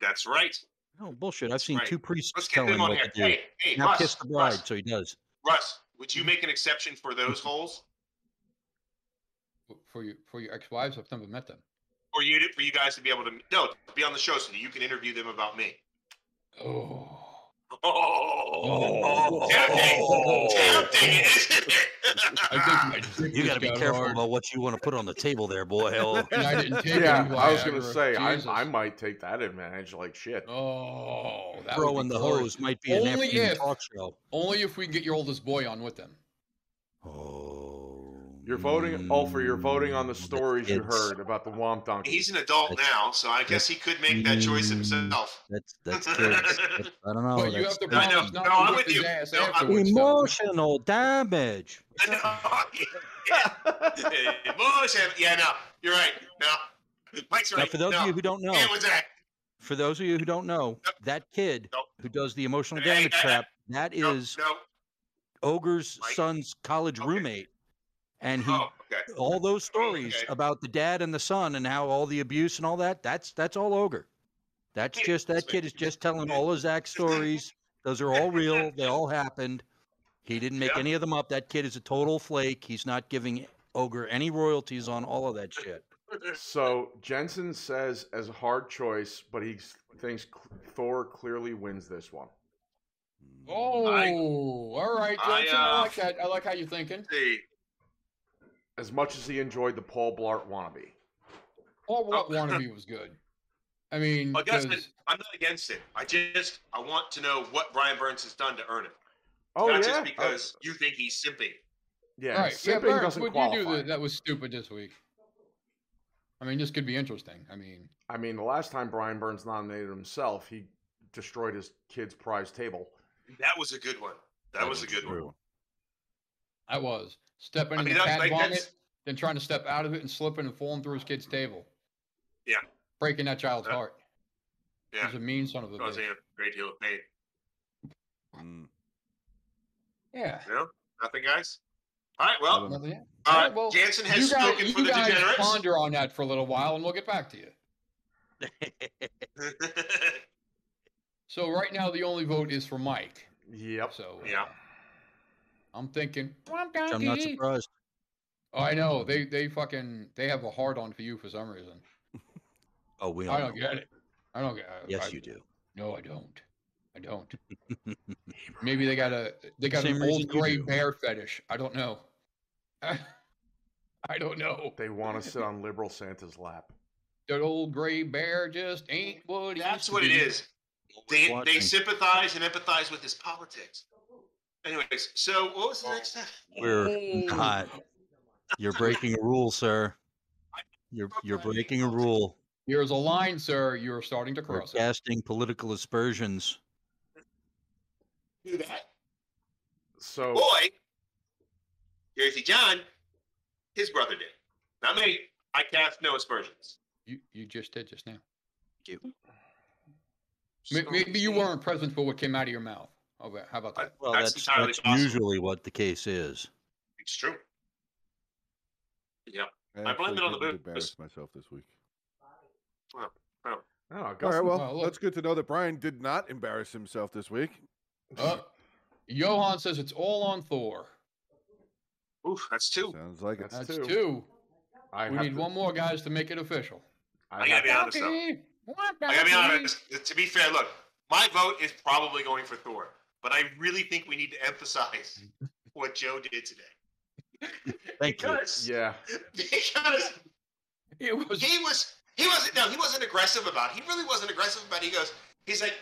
Speaker 3: That's right.
Speaker 4: No, bullshit. I've
Speaker 3: That's
Speaker 4: seen
Speaker 3: right.
Speaker 4: two priests
Speaker 3: Let's get
Speaker 4: tell him
Speaker 3: them on
Speaker 4: what
Speaker 3: here.
Speaker 4: to do.
Speaker 3: Hey, hey,
Speaker 4: now
Speaker 3: Russ,
Speaker 4: kiss the bride,
Speaker 3: Russ,
Speaker 4: so he does.
Speaker 3: Russ, would you make an exception for
Speaker 4: *laughs*
Speaker 3: those holes,
Speaker 1: W- For your for your ex-wives, I've never met them.
Speaker 3: or you for you guys to be able to no to be on the show so that you can interview them about me?
Speaker 1: Oh,
Speaker 3: Oh, tempting, tempting, *laughs*
Speaker 4: *laughs*
Speaker 3: isn't it?
Speaker 1: I think my dick
Speaker 4: You
Speaker 1: just
Speaker 4: got to be
Speaker 1: got
Speaker 4: careful
Speaker 1: hard.
Speaker 4: about what you want to put on the table there, boy. Oh,
Speaker 1: And I
Speaker 3: *laughs*
Speaker 1: didn't take
Speaker 2: Yeah,
Speaker 1: any
Speaker 2: I was
Speaker 1: Viagra.
Speaker 2: gonna say I,
Speaker 1: Jesus.
Speaker 2: I might take that advantage like shit.
Speaker 1: Oh, that would
Speaker 4: bro
Speaker 1: be
Speaker 4: and the
Speaker 1: glorious.
Speaker 4: hose might be an
Speaker 1: Only
Speaker 4: afternoon
Speaker 1: if-
Speaker 4: talk show.
Speaker 1: Only if we can get your oldest boy on with them.
Speaker 4: Oh,
Speaker 2: You're voting. Oh, for you're voting on the
Speaker 4: mm,
Speaker 2: stories you
Speaker 4: kids.
Speaker 2: heard about the Womp Donkey.
Speaker 3: He's an adult
Speaker 4: That's-
Speaker 3: now, so I guess he could make that choice himself. *laughs*
Speaker 4: That's that's kids. That's- I don't know.
Speaker 1: but you
Speaker 4: that's-
Speaker 1: have to
Speaker 3: Oh, I know.
Speaker 1: promise not
Speaker 3: No,
Speaker 1: to
Speaker 3: I'm
Speaker 1: whip
Speaker 3: with
Speaker 1: his
Speaker 3: you.
Speaker 1: ass
Speaker 3: No, I'm-
Speaker 1: afterwards. though.
Speaker 4: emotional damage. Mm.
Speaker 3: Emotion. Yeah, no, you're right. No, Mike's
Speaker 4: Now,
Speaker 3: right.
Speaker 4: for those
Speaker 3: no.
Speaker 4: of you who don't know,
Speaker 3: Yeah, what's that?
Speaker 4: for those of you who don't know,
Speaker 3: Nope.
Speaker 4: that kid
Speaker 3: Nope.
Speaker 4: who does the emotional
Speaker 3: Hey,
Speaker 4: damage
Speaker 3: hey, hey.
Speaker 4: trap, that
Speaker 3: No,
Speaker 4: is
Speaker 3: no.
Speaker 4: Ogre's
Speaker 3: Mike.
Speaker 4: son's college
Speaker 3: Okay.
Speaker 4: roommate, and he
Speaker 3: Oh, okay.
Speaker 4: all those stories
Speaker 3: Okay.
Speaker 4: about the dad and the son and how all the abuse and all that that's that's all ogre that's
Speaker 3: Yeah,
Speaker 4: just that
Speaker 3: that's
Speaker 4: kid
Speaker 3: right.
Speaker 4: is just telling all his Zach stories those are all real they all happened he didn't make
Speaker 3: Yeah.
Speaker 4: any of them up that kid is a total flake he's not giving ogre any royalties on all of that shit *laughs*
Speaker 2: So Jensen says as a hard choice, but he s- thinks cl- Thor clearly wins this one.
Speaker 1: Oh, all right,
Speaker 3: I,
Speaker 1: Johnson. I,
Speaker 3: uh,
Speaker 1: like that. I like how you're thinking.
Speaker 3: See,
Speaker 2: As much as he enjoyed the Paul Blart wannabe.
Speaker 1: All what
Speaker 3: Oh.
Speaker 1: wannabe was good. I mean,
Speaker 3: Well, Justin,
Speaker 1: 'cause-
Speaker 3: I'm not against it. I just I want to know what Brian Burns has done to earn it.
Speaker 2: Oh
Speaker 3: not
Speaker 2: yeah,
Speaker 3: just
Speaker 2: Oh,
Speaker 3: because you think he's simping.
Speaker 2: yeah,
Speaker 1: all right, yeah,
Speaker 2: simping
Speaker 1: Burns,
Speaker 2: doesn't
Speaker 1: what
Speaker 2: qualify.
Speaker 1: you do that, that was stupid this week? I mean, this could be interesting. I mean,
Speaker 2: I mean, the last time Brian Burns nominated himself, he destroyed his kid's prize table.
Speaker 3: That was a good one. That, was, a good one.
Speaker 1: I was stepping
Speaker 3: I
Speaker 1: in
Speaker 3: mean,
Speaker 1: the
Speaker 3: that's
Speaker 1: cat
Speaker 3: like-
Speaker 1: vomit,
Speaker 3: that's-
Speaker 1: then trying to step out of it and slipping and falling through his kid's table.
Speaker 3: Yeah.
Speaker 1: breaking that child's
Speaker 3: Yeah.
Speaker 1: heart.
Speaker 3: Yeah.
Speaker 1: He's a mean son of a
Speaker 3: Causing
Speaker 1: bitch.
Speaker 3: a great deal of pain.
Speaker 5: Mm.
Speaker 1: Yeah.
Speaker 3: You know? Nothing, guys? All right, well,
Speaker 5: Well,
Speaker 1: Nothing yet?
Speaker 3: all
Speaker 1: all
Speaker 3: right,
Speaker 1: right, well,
Speaker 3: Jansen has
Speaker 1: you guys,
Speaker 3: spoken
Speaker 1: you
Speaker 3: for the
Speaker 1: guys
Speaker 3: degenerates.
Speaker 1: ponder on that for a little while, and we'll get back to you. So right now, the only vote is for Mike.
Speaker 2: Yep.
Speaker 1: So uh,
Speaker 3: Yeah.
Speaker 1: I'm thinking.
Speaker 4: Which i'm not surprised
Speaker 1: Oh, I know they they fucking they have a hard on for you for some reason.
Speaker 4: oh we all
Speaker 1: I
Speaker 4: know.
Speaker 1: don't get it. I don't get. I,
Speaker 4: yes you do
Speaker 1: No, I don't. I
Speaker 3: *laughs*
Speaker 1: don't. Maybe they got a they got
Speaker 4: Same
Speaker 1: an
Speaker 4: reason
Speaker 1: old
Speaker 4: you
Speaker 1: gray
Speaker 4: do.
Speaker 1: bear fetish. I don't know. *laughs* I don't know.
Speaker 2: They want to sit
Speaker 1: *laughs*
Speaker 2: on liberal Santa's lap.
Speaker 1: That old gray bear just ain't what. he used
Speaker 3: *laughs* That's
Speaker 1: to
Speaker 3: what it
Speaker 1: be.
Speaker 3: is. They, they
Speaker 4: Watching.
Speaker 3: sympathize and empathize with his politics. Anyways, so what was the next step?
Speaker 4: we're not you're breaking a rule sir you're you're
Speaker 3: fucking
Speaker 4: breaking a rule
Speaker 1: Here's a line, sir. *laughs* You're starting to
Speaker 4: We're
Speaker 1: cross. it.
Speaker 4: casting political aspersions
Speaker 3: Do that.
Speaker 2: So
Speaker 3: Boy, Jersey John, his brother did. Not me. I cast no aspersions.
Speaker 1: You you just did just now.
Speaker 3: So-
Speaker 1: M- Maybe you weren't present for what came out of your mouth. Oh, well, how about
Speaker 3: I-
Speaker 1: that?
Speaker 4: Well,
Speaker 3: That's
Speaker 4: that's,
Speaker 3: entirely
Speaker 4: that's
Speaker 3: possible.
Speaker 4: usually what the case is.
Speaker 3: It's true. Yeah.
Speaker 5: I
Speaker 3: blame
Speaker 5: actually
Speaker 3: it on the
Speaker 5: didn't
Speaker 3: booze.
Speaker 5: Embarrass myself this week.
Speaker 2: Oh,
Speaker 5: All right.
Speaker 2: Gus,
Speaker 5: Well,
Speaker 1: Well, look-
Speaker 5: that's good to know that Brian did not embarrass himself this week.
Speaker 1: Uh, Johan says it's all on Thor.
Speaker 3: Oof, that's two.
Speaker 5: Sounds like it.
Speaker 2: That's
Speaker 1: That's
Speaker 2: two.
Speaker 1: two.
Speaker 2: I
Speaker 1: We
Speaker 2: have
Speaker 1: need
Speaker 2: to-
Speaker 1: one more, guys, to make it official.
Speaker 2: I have
Speaker 3: I gotta be
Speaker 2: to-
Speaker 3: honest, though.
Speaker 1: Donkey, what
Speaker 3: I gotta be
Speaker 1: donkey?
Speaker 3: honest. To be fair, look, my vote is probably going for Thor, but I really think we need to emphasize
Speaker 1: *laughs*
Speaker 3: what Joe did today.
Speaker 4: Thank you.
Speaker 3: because,
Speaker 2: Yeah.
Speaker 3: *laughs* because
Speaker 1: It was
Speaker 3: he was he wasn't no he wasn't aggressive about it. he really wasn't aggressive about it. he goes he's like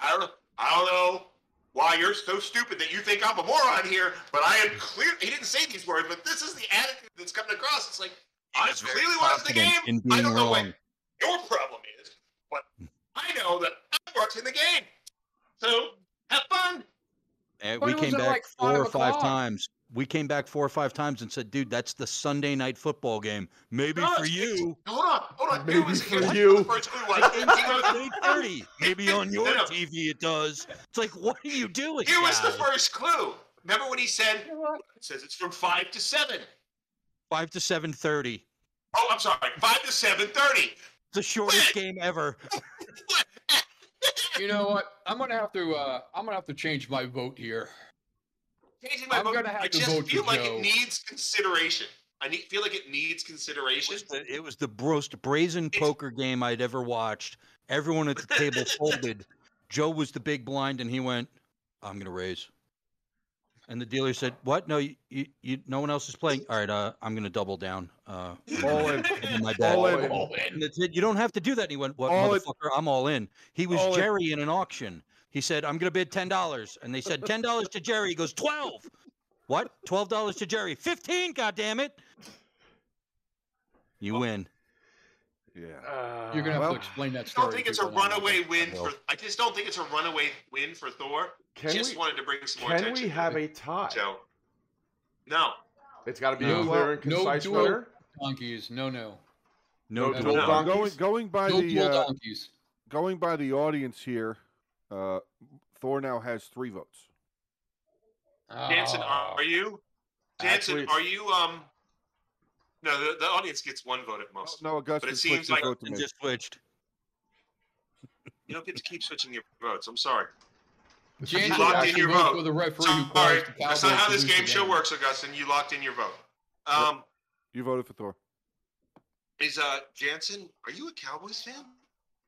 Speaker 3: I don't know I don't know why you're so stupid that you think I'm a moron here but I am clear he didn't say these words but this is the attitude that's coming across it's like I
Speaker 4: was very
Speaker 3: clearly watched the game
Speaker 4: confident in
Speaker 3: I
Speaker 4: being
Speaker 3: don't know what
Speaker 4: wrong.
Speaker 3: your problem is but I know that I'm watching the game so have fun
Speaker 4: And
Speaker 1: But
Speaker 4: Eh, we
Speaker 1: it
Speaker 4: came
Speaker 1: was at,
Speaker 4: back
Speaker 1: like,
Speaker 4: four
Speaker 1: five
Speaker 4: or five
Speaker 1: o'clock.
Speaker 4: times. We came back four or five times and said, "Dude, that's the Sunday night football game. Maybe
Speaker 3: No,
Speaker 4: for
Speaker 3: it's-
Speaker 4: you,
Speaker 3: hold on hold on
Speaker 2: Maybe
Speaker 3: it was,
Speaker 2: for
Speaker 3: it was
Speaker 2: you.
Speaker 3: the first one.
Speaker 4: it
Speaker 2: *laughs*
Speaker 4: ends at eight thirty. Maybe on
Speaker 3: *laughs*
Speaker 4: your
Speaker 3: No, no.
Speaker 4: TV it does." It's like, what are you doing?
Speaker 3: here was the
Speaker 4: guys?
Speaker 3: first clue remember when he said It says it's from five to seven.
Speaker 4: five to seven thirty.
Speaker 3: Oh, I'm sorry, five to seven thirty.
Speaker 4: The *laughs* shortest game ever.
Speaker 1: You know what? I'm gonna have to. Uh, I'm gonna have to change my vote here.
Speaker 3: Changing my
Speaker 1: I'm
Speaker 3: vote.
Speaker 1: gonna have
Speaker 3: I
Speaker 1: to
Speaker 3: just
Speaker 1: vote for
Speaker 3: feel like
Speaker 1: Joe.
Speaker 3: it needs consideration. I need, feel like it needs
Speaker 4: It
Speaker 3: consideration.
Speaker 4: was the, it was the most brazen
Speaker 3: It's-
Speaker 4: poker game I'd ever watched. Everyone at the *laughs* table folded. Joe was the big blind, and he went, "I'm gonna raise." And the dealer said, "What? No, you, you, you no one else is playing. All right, uh, I'm gonna double down. Uh, *laughs*
Speaker 5: All in.
Speaker 4: double my bet."
Speaker 5: All in.
Speaker 3: Oh,
Speaker 1: All in.
Speaker 4: And they said, "You don't have to do that." And he went, "What,
Speaker 5: All in.
Speaker 4: motherfucker? I'm all in." He was
Speaker 5: All in.
Speaker 4: Jerry in an auction. He said, "I'm gonna bid ten dollars," and they said, 10 dollars to Jerry." He goes, 12 What? Twelve dollars to Jerry? Fifteen? God damn it! You win.
Speaker 5: Yeah.
Speaker 2: Uh,
Speaker 1: You're gonna have
Speaker 5: well,
Speaker 1: to explain that
Speaker 3: I
Speaker 1: story.
Speaker 3: don't think it's a
Speaker 1: people online.
Speaker 3: runaway win
Speaker 4: will.
Speaker 3: for. I just don't think it's a runaway win for Thor.
Speaker 2: Can
Speaker 3: just
Speaker 2: we,
Speaker 3: wanted to bring some more
Speaker 2: can
Speaker 3: attention.
Speaker 2: we have a tie?
Speaker 3: Joe? No,
Speaker 2: It's got to be
Speaker 1: No.
Speaker 2: a clear and
Speaker 1: No
Speaker 2: concise
Speaker 1: duel.
Speaker 2: winner.
Speaker 1: Donkeys. No, no.
Speaker 4: No,
Speaker 2: No
Speaker 4: no,
Speaker 2: dual
Speaker 1: no.
Speaker 2: donkeys.
Speaker 5: Going going by
Speaker 1: No
Speaker 5: the
Speaker 1: dual
Speaker 5: uh,
Speaker 1: donkeys.
Speaker 5: going by the audience here, uh, Thor now has three votes.
Speaker 3: Jansen,
Speaker 1: Ah.
Speaker 3: are you? Jansen, uh,
Speaker 2: Actually,
Speaker 3: are you? Um, No, the, the audience gets one vote at most.
Speaker 5: No, Augustin
Speaker 3: seems
Speaker 5: switched his
Speaker 3: like-
Speaker 5: vote to
Speaker 4: And
Speaker 5: me.
Speaker 4: just switched.
Speaker 3: You don't get to keep switching your votes. I'm sorry.
Speaker 1: Jansen
Speaker 3: You locked in
Speaker 1: actually
Speaker 3: your
Speaker 1: votes
Speaker 3: vote.
Speaker 1: with a referee who calls
Speaker 3: Sorry,
Speaker 1: the
Speaker 3: that's not
Speaker 1: Cowboys
Speaker 3: how
Speaker 1: to
Speaker 3: this
Speaker 1: lose the
Speaker 3: game show works, Augustine. You locked in your vote. Um,
Speaker 5: You voted for Thor.
Speaker 3: is uh Jansen? Are you a Cowboys fan?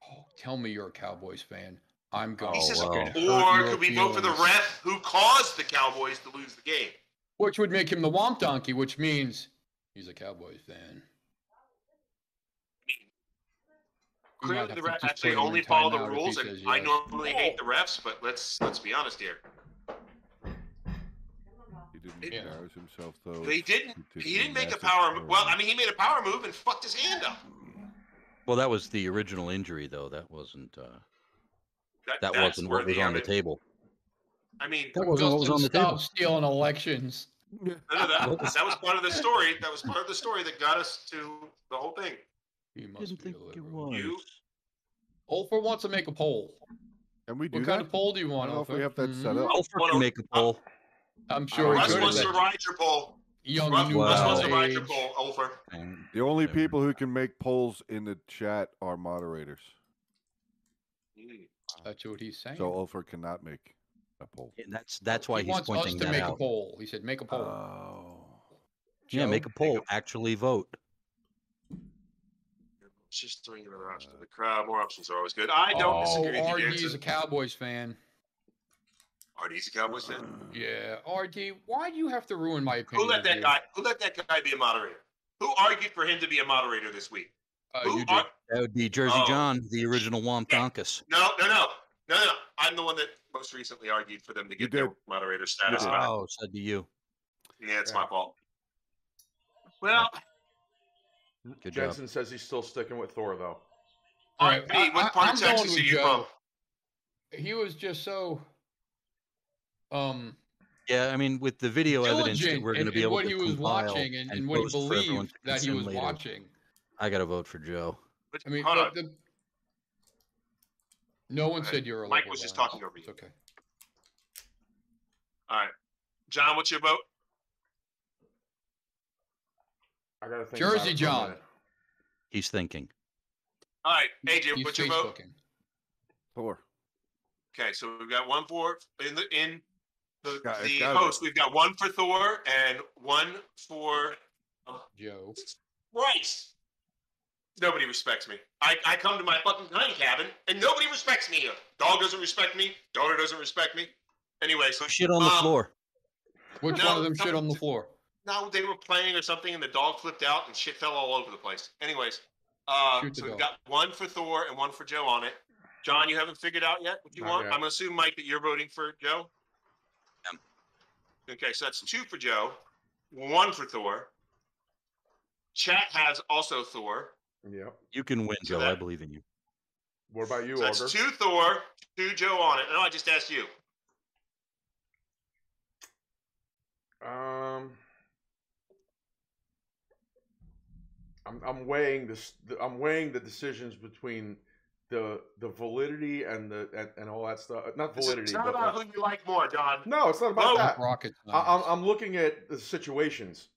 Speaker 1: Oh, tell me you're a Cowboys fan. I'm going.
Speaker 4: Oh,
Speaker 3: He says,
Speaker 4: wow.
Speaker 1: fucking hurt
Speaker 3: or
Speaker 1: your
Speaker 3: could we vote for the
Speaker 1: feelings."
Speaker 3: ref who caused the Cowboys to lose the game?
Speaker 1: Which would make him the Womp Donkey, which means he's a Cowboys fan. We might
Speaker 3: Clearly,
Speaker 1: have to
Speaker 3: the ref
Speaker 1: just
Speaker 3: actually
Speaker 1: put him in
Speaker 3: only follow the
Speaker 1: timeout if he
Speaker 3: rules, and
Speaker 1: says
Speaker 3: I
Speaker 1: yes.
Speaker 3: normally hate the refs, but let's let's be honest here.
Speaker 5: He didn't
Speaker 3: Yeah.
Speaker 5: embarrass himself though.
Speaker 3: He didn't.
Speaker 5: He did
Speaker 3: He
Speaker 5: a
Speaker 3: didn't make a
Speaker 5: massive
Speaker 3: power.
Speaker 5: power
Speaker 3: move. Well, I
Speaker 5: move.
Speaker 3: mean, he made a power move and fucked his hand up.
Speaker 4: Well, that was the original injury, though. That wasn't. Uh, that
Speaker 3: that's
Speaker 4: wasn't what was
Speaker 3: worthy
Speaker 4: on
Speaker 3: of
Speaker 4: the
Speaker 3: it.
Speaker 4: table.
Speaker 3: I mean,
Speaker 4: That wasn't what was on the
Speaker 1: stop
Speaker 4: table.
Speaker 1: stealing elections.
Speaker 3: No, no, that,
Speaker 1: *laughs*
Speaker 3: that was part of the story. That was part of the story that got us to the whole thing.
Speaker 1: He must
Speaker 4: Didn't
Speaker 1: be a
Speaker 4: think it
Speaker 1: liberal.
Speaker 4: was.
Speaker 3: You-
Speaker 1: Olfer wants to make a poll.
Speaker 5: And we do
Speaker 1: What
Speaker 5: that.
Speaker 1: kind of poll do you
Speaker 5: I
Speaker 1: want,
Speaker 5: don't know if we
Speaker 1: Olfer?
Speaker 5: have that set
Speaker 1: Mhm.
Speaker 5: up.
Speaker 4: Alfred
Speaker 3: Well,
Speaker 4: can make a poll.
Speaker 1: I'm sure
Speaker 5: Russ
Speaker 1: he's
Speaker 3: Russ
Speaker 1: good
Speaker 3: wants
Speaker 1: at
Speaker 3: to
Speaker 1: that.
Speaker 3: ride your pole.
Speaker 1: Young
Speaker 3: Russ,
Speaker 1: new
Speaker 3: Russ
Speaker 4: Wow.
Speaker 3: wants to ride your
Speaker 1: age.
Speaker 3: pole. Over.
Speaker 4: and-
Speaker 5: The only
Speaker 4: Never.
Speaker 5: people who can make polls in the chat are moderators.
Speaker 1: That's what he's saying.
Speaker 5: So Ulfer cannot make a poll.
Speaker 4: and That's that's why
Speaker 1: he
Speaker 4: he's
Speaker 1: wants us
Speaker 4: pointing
Speaker 1: to
Speaker 4: that
Speaker 1: make
Speaker 4: out.
Speaker 1: a poll. He said, "Make a poll."
Speaker 5: Oh.
Speaker 4: Yeah,
Speaker 1: Joe?
Speaker 4: make a poll. Actually vote.
Speaker 3: It's just throwing another option to the crowd. More options are always good. I don't disagree
Speaker 1: Oh,
Speaker 3: with you,
Speaker 1: RD is a
Speaker 3: Jansen.
Speaker 1: Cowboys fan.
Speaker 3: Are these a Cowboys
Speaker 5: Oh,
Speaker 3: fan?
Speaker 1: Yeah, RD, why do you have to ruin my opinion?
Speaker 3: Who let
Speaker 1: of
Speaker 3: that
Speaker 1: you?
Speaker 3: guy? Who let that guy be a moderator? Who argued for him to be a moderator this week?
Speaker 1: Uh,
Speaker 3: who
Speaker 1: you did.
Speaker 3: ar-
Speaker 4: That would be Jersey
Speaker 3: Oh.
Speaker 4: John, the original Womp Donkus.
Speaker 3: no, no, no, no, no. I'm the one that most recently argued for them to
Speaker 5: You
Speaker 3: get their
Speaker 5: did.
Speaker 3: moderator status.
Speaker 5: did.
Speaker 3: back.
Speaker 4: Oh, said to you.
Speaker 3: Yeah, it's
Speaker 1: Yeah.
Speaker 3: my fault. Well,
Speaker 4: Good job.
Speaker 2: Jensen says he's still sticking with Thor though.
Speaker 1: All right,
Speaker 3: RP,
Speaker 1: I- I-
Speaker 3: what part
Speaker 1: I'm
Speaker 3: of
Speaker 1: going
Speaker 3: Texas
Speaker 1: with
Speaker 3: are you
Speaker 1: Joe.
Speaker 3: from?
Speaker 1: He was just so um
Speaker 4: Yeah, I mean, with the video evidence that
Speaker 1: diligent
Speaker 4: we're going
Speaker 1: in,
Speaker 4: to be
Speaker 1: in
Speaker 4: able
Speaker 1: what
Speaker 4: to
Speaker 1: he was
Speaker 4: compile
Speaker 1: watching and, and what he
Speaker 4: post for everyone
Speaker 1: believed
Speaker 4: to
Speaker 1: that he
Speaker 4: consume
Speaker 1: was
Speaker 4: later,
Speaker 1: watching.
Speaker 4: I got to vote for Joe.
Speaker 3: But-
Speaker 1: I mean,
Speaker 3: hold on.
Speaker 1: the, the- no one
Speaker 3: Go
Speaker 1: said you're a
Speaker 3: Mike
Speaker 1: liberal,
Speaker 3: was just
Speaker 1: Lawrence.
Speaker 3: talking over you.
Speaker 1: It's okay.
Speaker 3: John, what's your vote?
Speaker 2: I gotta think.
Speaker 1: Jersey
Speaker 2: about it for a
Speaker 1: John.
Speaker 2: minute.
Speaker 4: He's thinking.
Speaker 3: All right, AJ,
Speaker 1: He's
Speaker 3: what's your vote?
Speaker 1: Facebooking.
Speaker 5: Thor.
Speaker 3: Okay, so we've got one for in the in the,
Speaker 5: Got- it's
Speaker 3: the
Speaker 5: gotta be.
Speaker 3: host. We've got one for Thor and one for
Speaker 1: Joe.
Speaker 3: Rice. Nobody respects me. I, I come to my fucking hunting cabin and nobody respects me here. Dog doesn't respect me. Daughter doesn't respect me. Anyway, so
Speaker 4: Shit on the
Speaker 3: Um,
Speaker 4: floor.
Speaker 1: Which
Speaker 3: No,
Speaker 1: one of them shit
Speaker 3: no.
Speaker 1: on the floor?
Speaker 3: now they were playing or something and the dog flipped out and shit fell all over the place. Anyways, uh,
Speaker 1: Shoot the
Speaker 3: so we've
Speaker 1: dog.
Speaker 3: got one for Thor and one for Joe on it. John, you haven't figured out yet what you
Speaker 2: Not
Speaker 3: want?
Speaker 2: yet.
Speaker 3: I'm going to assume, Mike, that you're voting for Joe?
Speaker 4: Am.
Speaker 3: Okay, so that's two for Joe, one for Thor. Chat has also Thor.
Speaker 2: Yep.
Speaker 4: You can win,
Speaker 3: So
Speaker 4: Joe. I
Speaker 3: that-
Speaker 4: believe in you.
Speaker 2: What about you,
Speaker 3: So
Speaker 2: Auger?
Speaker 3: that's two Thor, two Joe on it. No, I just asked you.
Speaker 2: Um, I'm I'm weighing this. the- I'm weighing the decisions between the the validity and the and, and all that stuff. Not
Speaker 3: It's,
Speaker 2: validity.
Speaker 3: it's not
Speaker 2: but
Speaker 3: about
Speaker 2: like-
Speaker 3: who you like more, John.
Speaker 2: no, it's not about
Speaker 3: Vote.
Speaker 2: that.
Speaker 1: Rocket
Speaker 2: I, I'm
Speaker 1: science.
Speaker 2: I'm looking at the situations.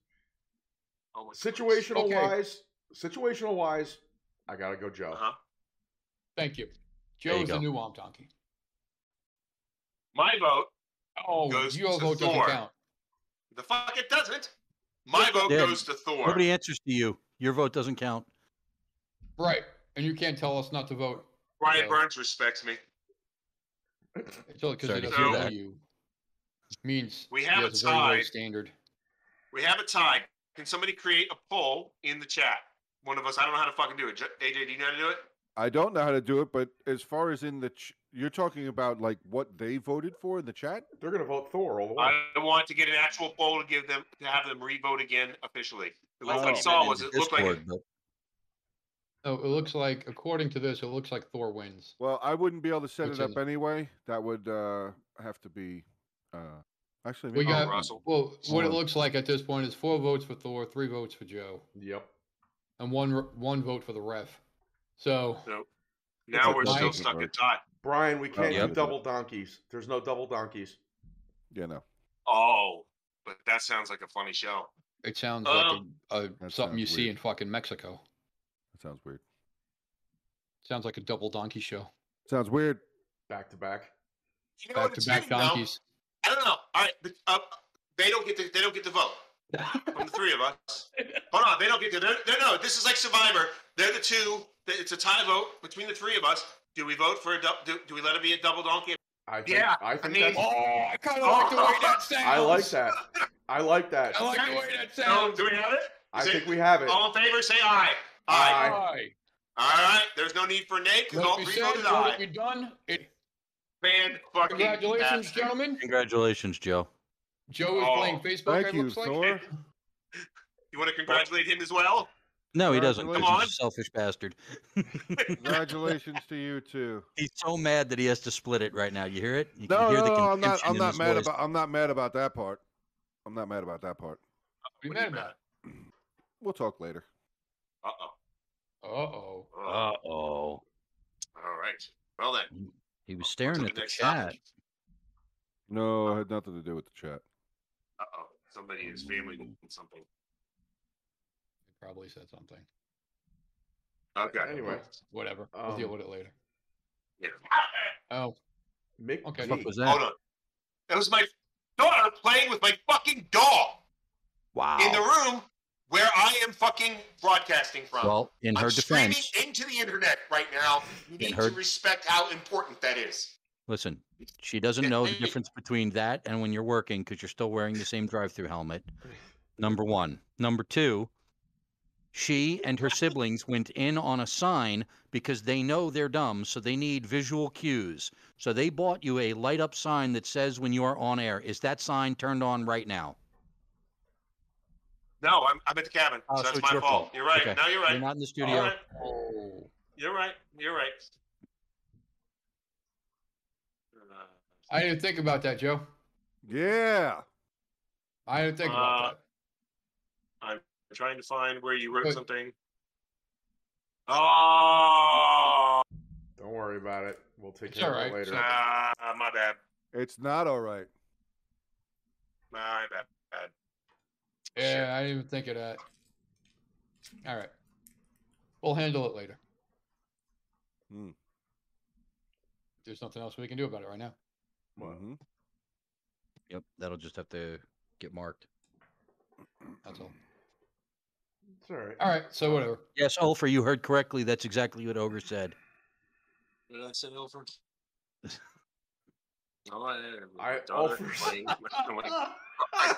Speaker 3: Oh, my goodness.
Speaker 2: Situational
Speaker 1: Okay.
Speaker 2: wise, situational wise, I gotta go Joe.
Speaker 3: Uh-huh.
Speaker 1: Thank you.
Speaker 4: There you
Speaker 1: Joe's the
Speaker 4: go.
Speaker 1: new Womp Donkey.
Speaker 3: My vote,
Speaker 1: Oh,
Speaker 3: Goes
Speaker 1: your
Speaker 3: to
Speaker 1: vote doesn't
Speaker 3: Thor.
Speaker 1: count.
Speaker 3: the fuck it doesn't. My vote
Speaker 4: Yeah,
Speaker 3: goes to Thor.
Speaker 4: Nobody answers to you. Your vote doesn't count.
Speaker 1: Right. And you can't tell us not to vote
Speaker 3: Brian
Speaker 1: No.
Speaker 3: Burns respects me.
Speaker 1: until because
Speaker 4: Sorry
Speaker 1: it
Speaker 4: to
Speaker 1: doesn't
Speaker 3: hear
Speaker 1: know
Speaker 4: that.
Speaker 1: you. Means
Speaker 3: We
Speaker 1: he
Speaker 3: have
Speaker 1: has
Speaker 3: a
Speaker 1: very low
Speaker 3: tie.
Speaker 1: standard.
Speaker 3: We have a tie. Can somebody create a poll in the chat? One of us. I don't know how to fucking do it. J- AJ, do you know how to do it?
Speaker 5: I don't know how to do it, but as far as in the, ch- you're talking about like what they voted for in the chat.
Speaker 2: They're gonna vote Thor all the way.
Speaker 3: I want to get an actual poll to give them to have them re-vote again officially. 'Cause
Speaker 4: I
Speaker 3: What I
Speaker 4: thought
Speaker 3: saw
Speaker 4: you
Speaker 3: was
Speaker 4: meant
Speaker 3: it
Speaker 4: in
Speaker 3: looked like
Speaker 4: Discord, but
Speaker 1: Oh, it looks like according to this, it looks like Thor wins.
Speaker 5: Well, I wouldn't be able to set
Speaker 1: What's
Speaker 5: it
Speaker 1: in
Speaker 5: up anyway. That would uh, have to be. Uh, actually,
Speaker 1: We
Speaker 5: maybe-
Speaker 1: got-
Speaker 3: Russell.
Speaker 1: Well, what it
Speaker 5: Thor.
Speaker 1: looks like at this point is four votes for Thor, three votes for Joe,
Speaker 2: Yep.
Speaker 1: and one re- one vote for the ref. So
Speaker 3: so now
Speaker 5: like
Speaker 3: we're still
Speaker 1: Mike-
Speaker 3: stuck in tie.
Speaker 2: Brian, we can't
Speaker 5: yeah.
Speaker 2: do double donkeys. There's no double donkeys.
Speaker 5: yeah, no.
Speaker 3: Oh, but that sounds like a funny show.
Speaker 1: It sounds
Speaker 3: Um,
Speaker 1: like a, a,
Speaker 5: That
Speaker 1: something you
Speaker 5: sounds
Speaker 1: see
Speaker 5: weird.
Speaker 1: in fucking Mexico.
Speaker 5: That sounds weird.
Speaker 1: Sounds like a double donkey show.
Speaker 5: Sounds weird.
Speaker 2: Back to back.
Speaker 3: You know
Speaker 1: Back
Speaker 3: what
Speaker 1: to
Speaker 3: it's
Speaker 1: back
Speaker 3: hitting, though?
Speaker 1: donkeys.
Speaker 3: I don't know. All right, but, uh, they don't get the they don't get the vote
Speaker 6: *laughs*
Speaker 3: from the three of us. Hold on, they don't get the. They're, they're, no, this is like Survivor. They're the two. that- It's a tie vote between the three of us. Do we vote for a dou- do, do we let it be a double donkey?
Speaker 2: I think,
Speaker 3: Yeah,
Speaker 2: I think
Speaker 3: mean-
Speaker 2: that's,
Speaker 1: Oh, I kind of like the way that sounds.
Speaker 2: I like that.
Speaker 3: *laughs*
Speaker 2: I like that.
Speaker 1: I like the way that
Speaker 3: No,
Speaker 1: sounds.
Speaker 3: do we have it?
Speaker 2: I
Speaker 3: Is it-
Speaker 2: think we have it.
Speaker 3: All in favor, say aye. Aye.
Speaker 2: Aye.
Speaker 1: Aye.
Speaker 3: All right. There's no need for nay because all
Speaker 1: What you
Speaker 3: three
Speaker 1: said,
Speaker 3: voted
Speaker 1: what
Speaker 3: aye.
Speaker 1: you done. It,
Speaker 3: Fan fucking
Speaker 1: congratulations,
Speaker 3: bastard.
Speaker 1: gentlemen.
Speaker 4: Congratulations, Joe.
Speaker 1: Joe is
Speaker 3: Oh.
Speaker 1: playing Facebook.
Speaker 5: Thank
Speaker 1: it *laughs*
Speaker 5: you,
Speaker 1: looks like.
Speaker 5: Thor.
Speaker 3: You want to congratulate him as well?
Speaker 4: No, he doesn't. 'cause
Speaker 5: Come
Speaker 4: He's
Speaker 3: on.
Speaker 4: a selfish bastard. *laughs*
Speaker 5: Congratulations to you too.
Speaker 4: He's so mad that he has to split it right now. You hear it? You
Speaker 5: No,
Speaker 4: hear
Speaker 5: no, no, I'm not.
Speaker 4: contention
Speaker 5: I'm
Speaker 4: in
Speaker 5: not
Speaker 4: his
Speaker 5: mad
Speaker 4: voice.
Speaker 5: about. I'm not mad about that part. I'm not mad about that part.
Speaker 1: We met about.
Speaker 5: We'll talk later.
Speaker 3: Uh
Speaker 1: Uh oh.
Speaker 3: oh. All
Speaker 4: Uh-oh.
Speaker 3: right. Well then.
Speaker 4: Uh, He was
Speaker 3: on to
Speaker 4: staring at the
Speaker 3: next
Speaker 4: chat.
Speaker 3: topic.
Speaker 5: No, it had nothing to do with the chat.
Speaker 3: Uh oh. Somebody in his family did something.
Speaker 1: Probably said something.
Speaker 3: Okay.
Speaker 2: Anyway.
Speaker 1: Whatever. we'll deal
Speaker 2: Um,
Speaker 1: with it later.
Speaker 3: Yeah. *laughs*
Speaker 1: Oh,
Speaker 2: Mick
Speaker 1: Okay.
Speaker 2: D.
Speaker 4: What was that?
Speaker 3: Hold on. That was my daughter playing with my fucking dog *laughs*
Speaker 4: Wow.
Speaker 3: in the room where I am fucking broadcasting from.
Speaker 4: well, in her
Speaker 3: I'm streaming
Speaker 4: defense,
Speaker 3: into the internet right now. You
Speaker 4: In
Speaker 3: need
Speaker 4: her-
Speaker 3: to respect how important that is.
Speaker 4: listen, she doesn't
Speaker 3: Yeah,
Speaker 4: know the
Speaker 3: maybe-
Speaker 4: difference between that and when you're working because you're still wearing the same drive-through helmet. Number one. Number two. She and her siblings went in on a sign because they know they're dumb, so they need visual cues. So they bought you a light up sign that says when you are on air. Is that sign turned on right now?
Speaker 3: No, I'm, I'm at the cabin,
Speaker 4: Oh,
Speaker 3: so
Speaker 4: so
Speaker 3: that's
Speaker 4: it's
Speaker 3: my
Speaker 4: your
Speaker 3: fault.
Speaker 4: fault.
Speaker 3: You're right.
Speaker 4: Okay.
Speaker 3: Now you're right.
Speaker 4: You're not in
Speaker 3: All
Speaker 4: the studio.
Speaker 3: right.
Speaker 1: oh.
Speaker 3: You're right. You're right. Uh,
Speaker 1: I didn't think about that, Joe.
Speaker 5: Yeah.
Speaker 1: I didn't think about
Speaker 3: Uh,
Speaker 1: that.
Speaker 3: I'm trying to find where you wrote
Speaker 1: Good.
Speaker 3: something. Oh,
Speaker 2: Don't worry about it. We'll take
Speaker 1: It's
Speaker 2: care
Speaker 1: all
Speaker 2: of it
Speaker 1: right.
Speaker 3: uh,
Speaker 2: later.
Speaker 3: my bad.
Speaker 5: It's not all right.
Speaker 3: My bad. bad.
Speaker 1: Yeah, I didn't even think of that. All right. We'll handle it later.
Speaker 5: Hmm.
Speaker 1: There's nothing else we can do about it right now.
Speaker 5: Mhm.
Speaker 4: Yep, that'll just have to get marked.
Speaker 1: That's all.
Speaker 2: It's all right.
Speaker 1: All right. So whatever.
Speaker 4: Yes, Ulfer, you heard correctly. That's exactly what Ogre said.
Speaker 3: Did I send *laughs* over? Oh, I,
Speaker 2: I-
Speaker 3: daughter,
Speaker 2: Ulf-
Speaker 3: my- my- my-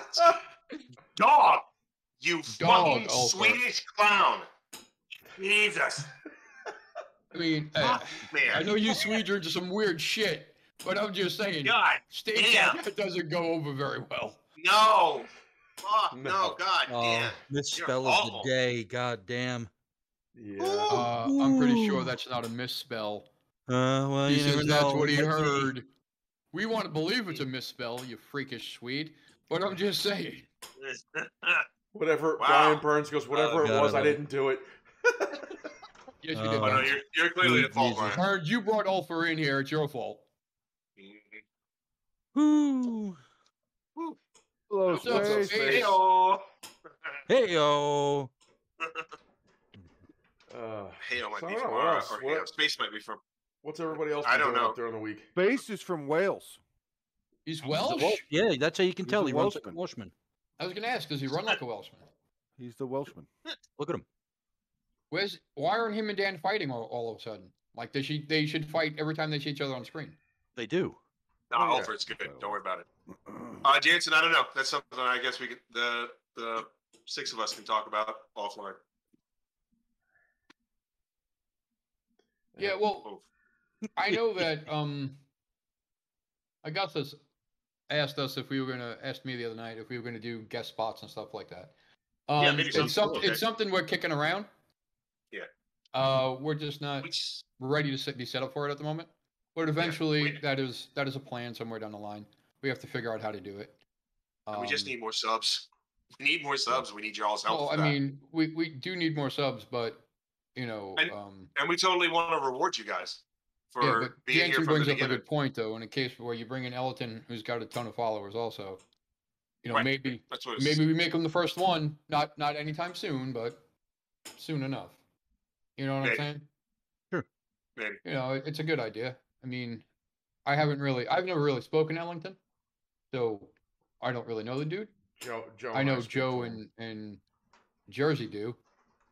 Speaker 1: *laughs*
Speaker 3: dog, you
Speaker 1: Dog,
Speaker 3: fucking
Speaker 1: Ulf.
Speaker 3: Swedish clown! Jesus,
Speaker 1: I mean, uh, I
Speaker 3: man,
Speaker 1: know you Swedes are into some weird shit, but I'm just saying,
Speaker 3: God,
Speaker 1: stage
Speaker 3: Yeah.
Speaker 1: that *laughs* doesn't go over very well.
Speaker 3: no, fuck, no,
Speaker 2: No.
Speaker 3: God,
Speaker 1: Oh.
Speaker 3: damn. *laughs*
Speaker 4: misspell
Speaker 3: awful.
Speaker 4: Oh, of the day. God damn.
Speaker 2: Yeah.
Speaker 1: Uh, I'm pretty sure
Speaker 4: Ooh.
Speaker 1: that's not a misspell.
Speaker 4: Uh, well,
Speaker 1: He
Speaker 4: you never
Speaker 1: says that's
Speaker 4: know,
Speaker 1: what he
Speaker 4: might be.
Speaker 1: heard. We want to believe it's a misspell, you freakish Swede. But I'm just saying,
Speaker 3: Oh,
Speaker 2: Whatever.
Speaker 3: Wow.
Speaker 2: Brian Burns goes, whatever it
Speaker 4: God,
Speaker 2: was, I
Speaker 4: I love it.
Speaker 2: didn't do it.
Speaker 1: yes, you
Speaker 4: Oh,
Speaker 1: did.
Speaker 3: Oh, no,
Speaker 1: Brian.
Speaker 3: you're, you're clearly at fault,
Speaker 4: Jesus.
Speaker 3: Brian.
Speaker 1: Heard you brought Ulfer in here. It's your fault.
Speaker 4: Woo.
Speaker 5: Hello,
Speaker 1: So,
Speaker 2: up,
Speaker 5: space.
Speaker 1: hey,
Speaker 2: Space?
Speaker 3: Heyo.
Speaker 4: Hey yo.
Speaker 2: Uh,
Speaker 3: Heyo might
Speaker 2: So I don't
Speaker 3: be
Speaker 2: know,
Speaker 3: from
Speaker 2: what
Speaker 3: our,
Speaker 2: else?
Speaker 3: or
Speaker 2: What-
Speaker 3: Heyo. Space might be from.
Speaker 2: what's everybody else?
Speaker 3: I
Speaker 2: been
Speaker 3: don't
Speaker 2: doing
Speaker 3: know.
Speaker 2: up during the week?
Speaker 5: Space is from Wales.
Speaker 1: He's
Speaker 4: He's a
Speaker 1: Welsh.
Speaker 4: Wel- Yeah, that's how you can
Speaker 5: He's
Speaker 4: tell
Speaker 5: a
Speaker 4: he runs like a
Speaker 5: Welshman.
Speaker 4: Welshman.
Speaker 1: I was going to ask, does he run like a Welshman?
Speaker 5: He's the Welshman.
Speaker 4: Look at him.
Speaker 1: Where's why aren't him and Dan fighting all, all of a sudden? Like they should they should fight every time they see each other on screen.
Speaker 4: They do.
Speaker 3: No,
Speaker 5: Oh, yeah.
Speaker 3: Alfred's good. Don't worry about it.
Speaker 5: *clears throat*
Speaker 3: Uh, Jansen, I don't know. That's something I guess we could, the the six of us can talk about offline.
Speaker 1: Yeah, well,
Speaker 3: Oh,
Speaker 1: I know that um Augustus asked us if we were gonna asked me the other night if we were gonna do guest spots and stuff like that. Um
Speaker 3: Yeah, maybe something
Speaker 1: it's, some,
Speaker 3: cool, okay.
Speaker 1: it's something we're kicking around.
Speaker 3: Yeah.
Speaker 1: Uh we're just not
Speaker 3: which,
Speaker 1: ready to sit, be set up for it at the moment. But eventually
Speaker 3: we-
Speaker 1: that is that is a plan somewhere down the line. We have to figure out how to do it.
Speaker 3: we just
Speaker 1: Um,
Speaker 3: need more subs. We need more subs. We need y'all's help.
Speaker 1: Well, I
Speaker 3: with that.
Speaker 1: mean, we, we do need more subs, but you know,
Speaker 3: And-
Speaker 1: um,
Speaker 3: and we totally want to reward you guys for
Speaker 1: yeah. But
Speaker 3: being here
Speaker 1: Jansen
Speaker 3: from the
Speaker 1: brings up a
Speaker 3: beginning.
Speaker 1: good point, though, in a case where you bring in Elton, who's got a ton of followers, also, You know,
Speaker 3: Right.
Speaker 1: maybe
Speaker 3: That's what. It's,
Speaker 1: maybe we make them the first one. Not not anytime soon, but soon enough. You know what
Speaker 3: Maybe.
Speaker 1: I'm saying?
Speaker 3: Maybe.
Speaker 1: You know, it- it's a good idea. I mean, I haven't really, I've never really spoken to Ellington, so I don't really know the dude.
Speaker 2: Joe,
Speaker 3: Oh,
Speaker 2: Joe
Speaker 1: I
Speaker 2: and
Speaker 1: know
Speaker 2: speak
Speaker 1: Joe
Speaker 2: to him.
Speaker 1: and and Jersey do.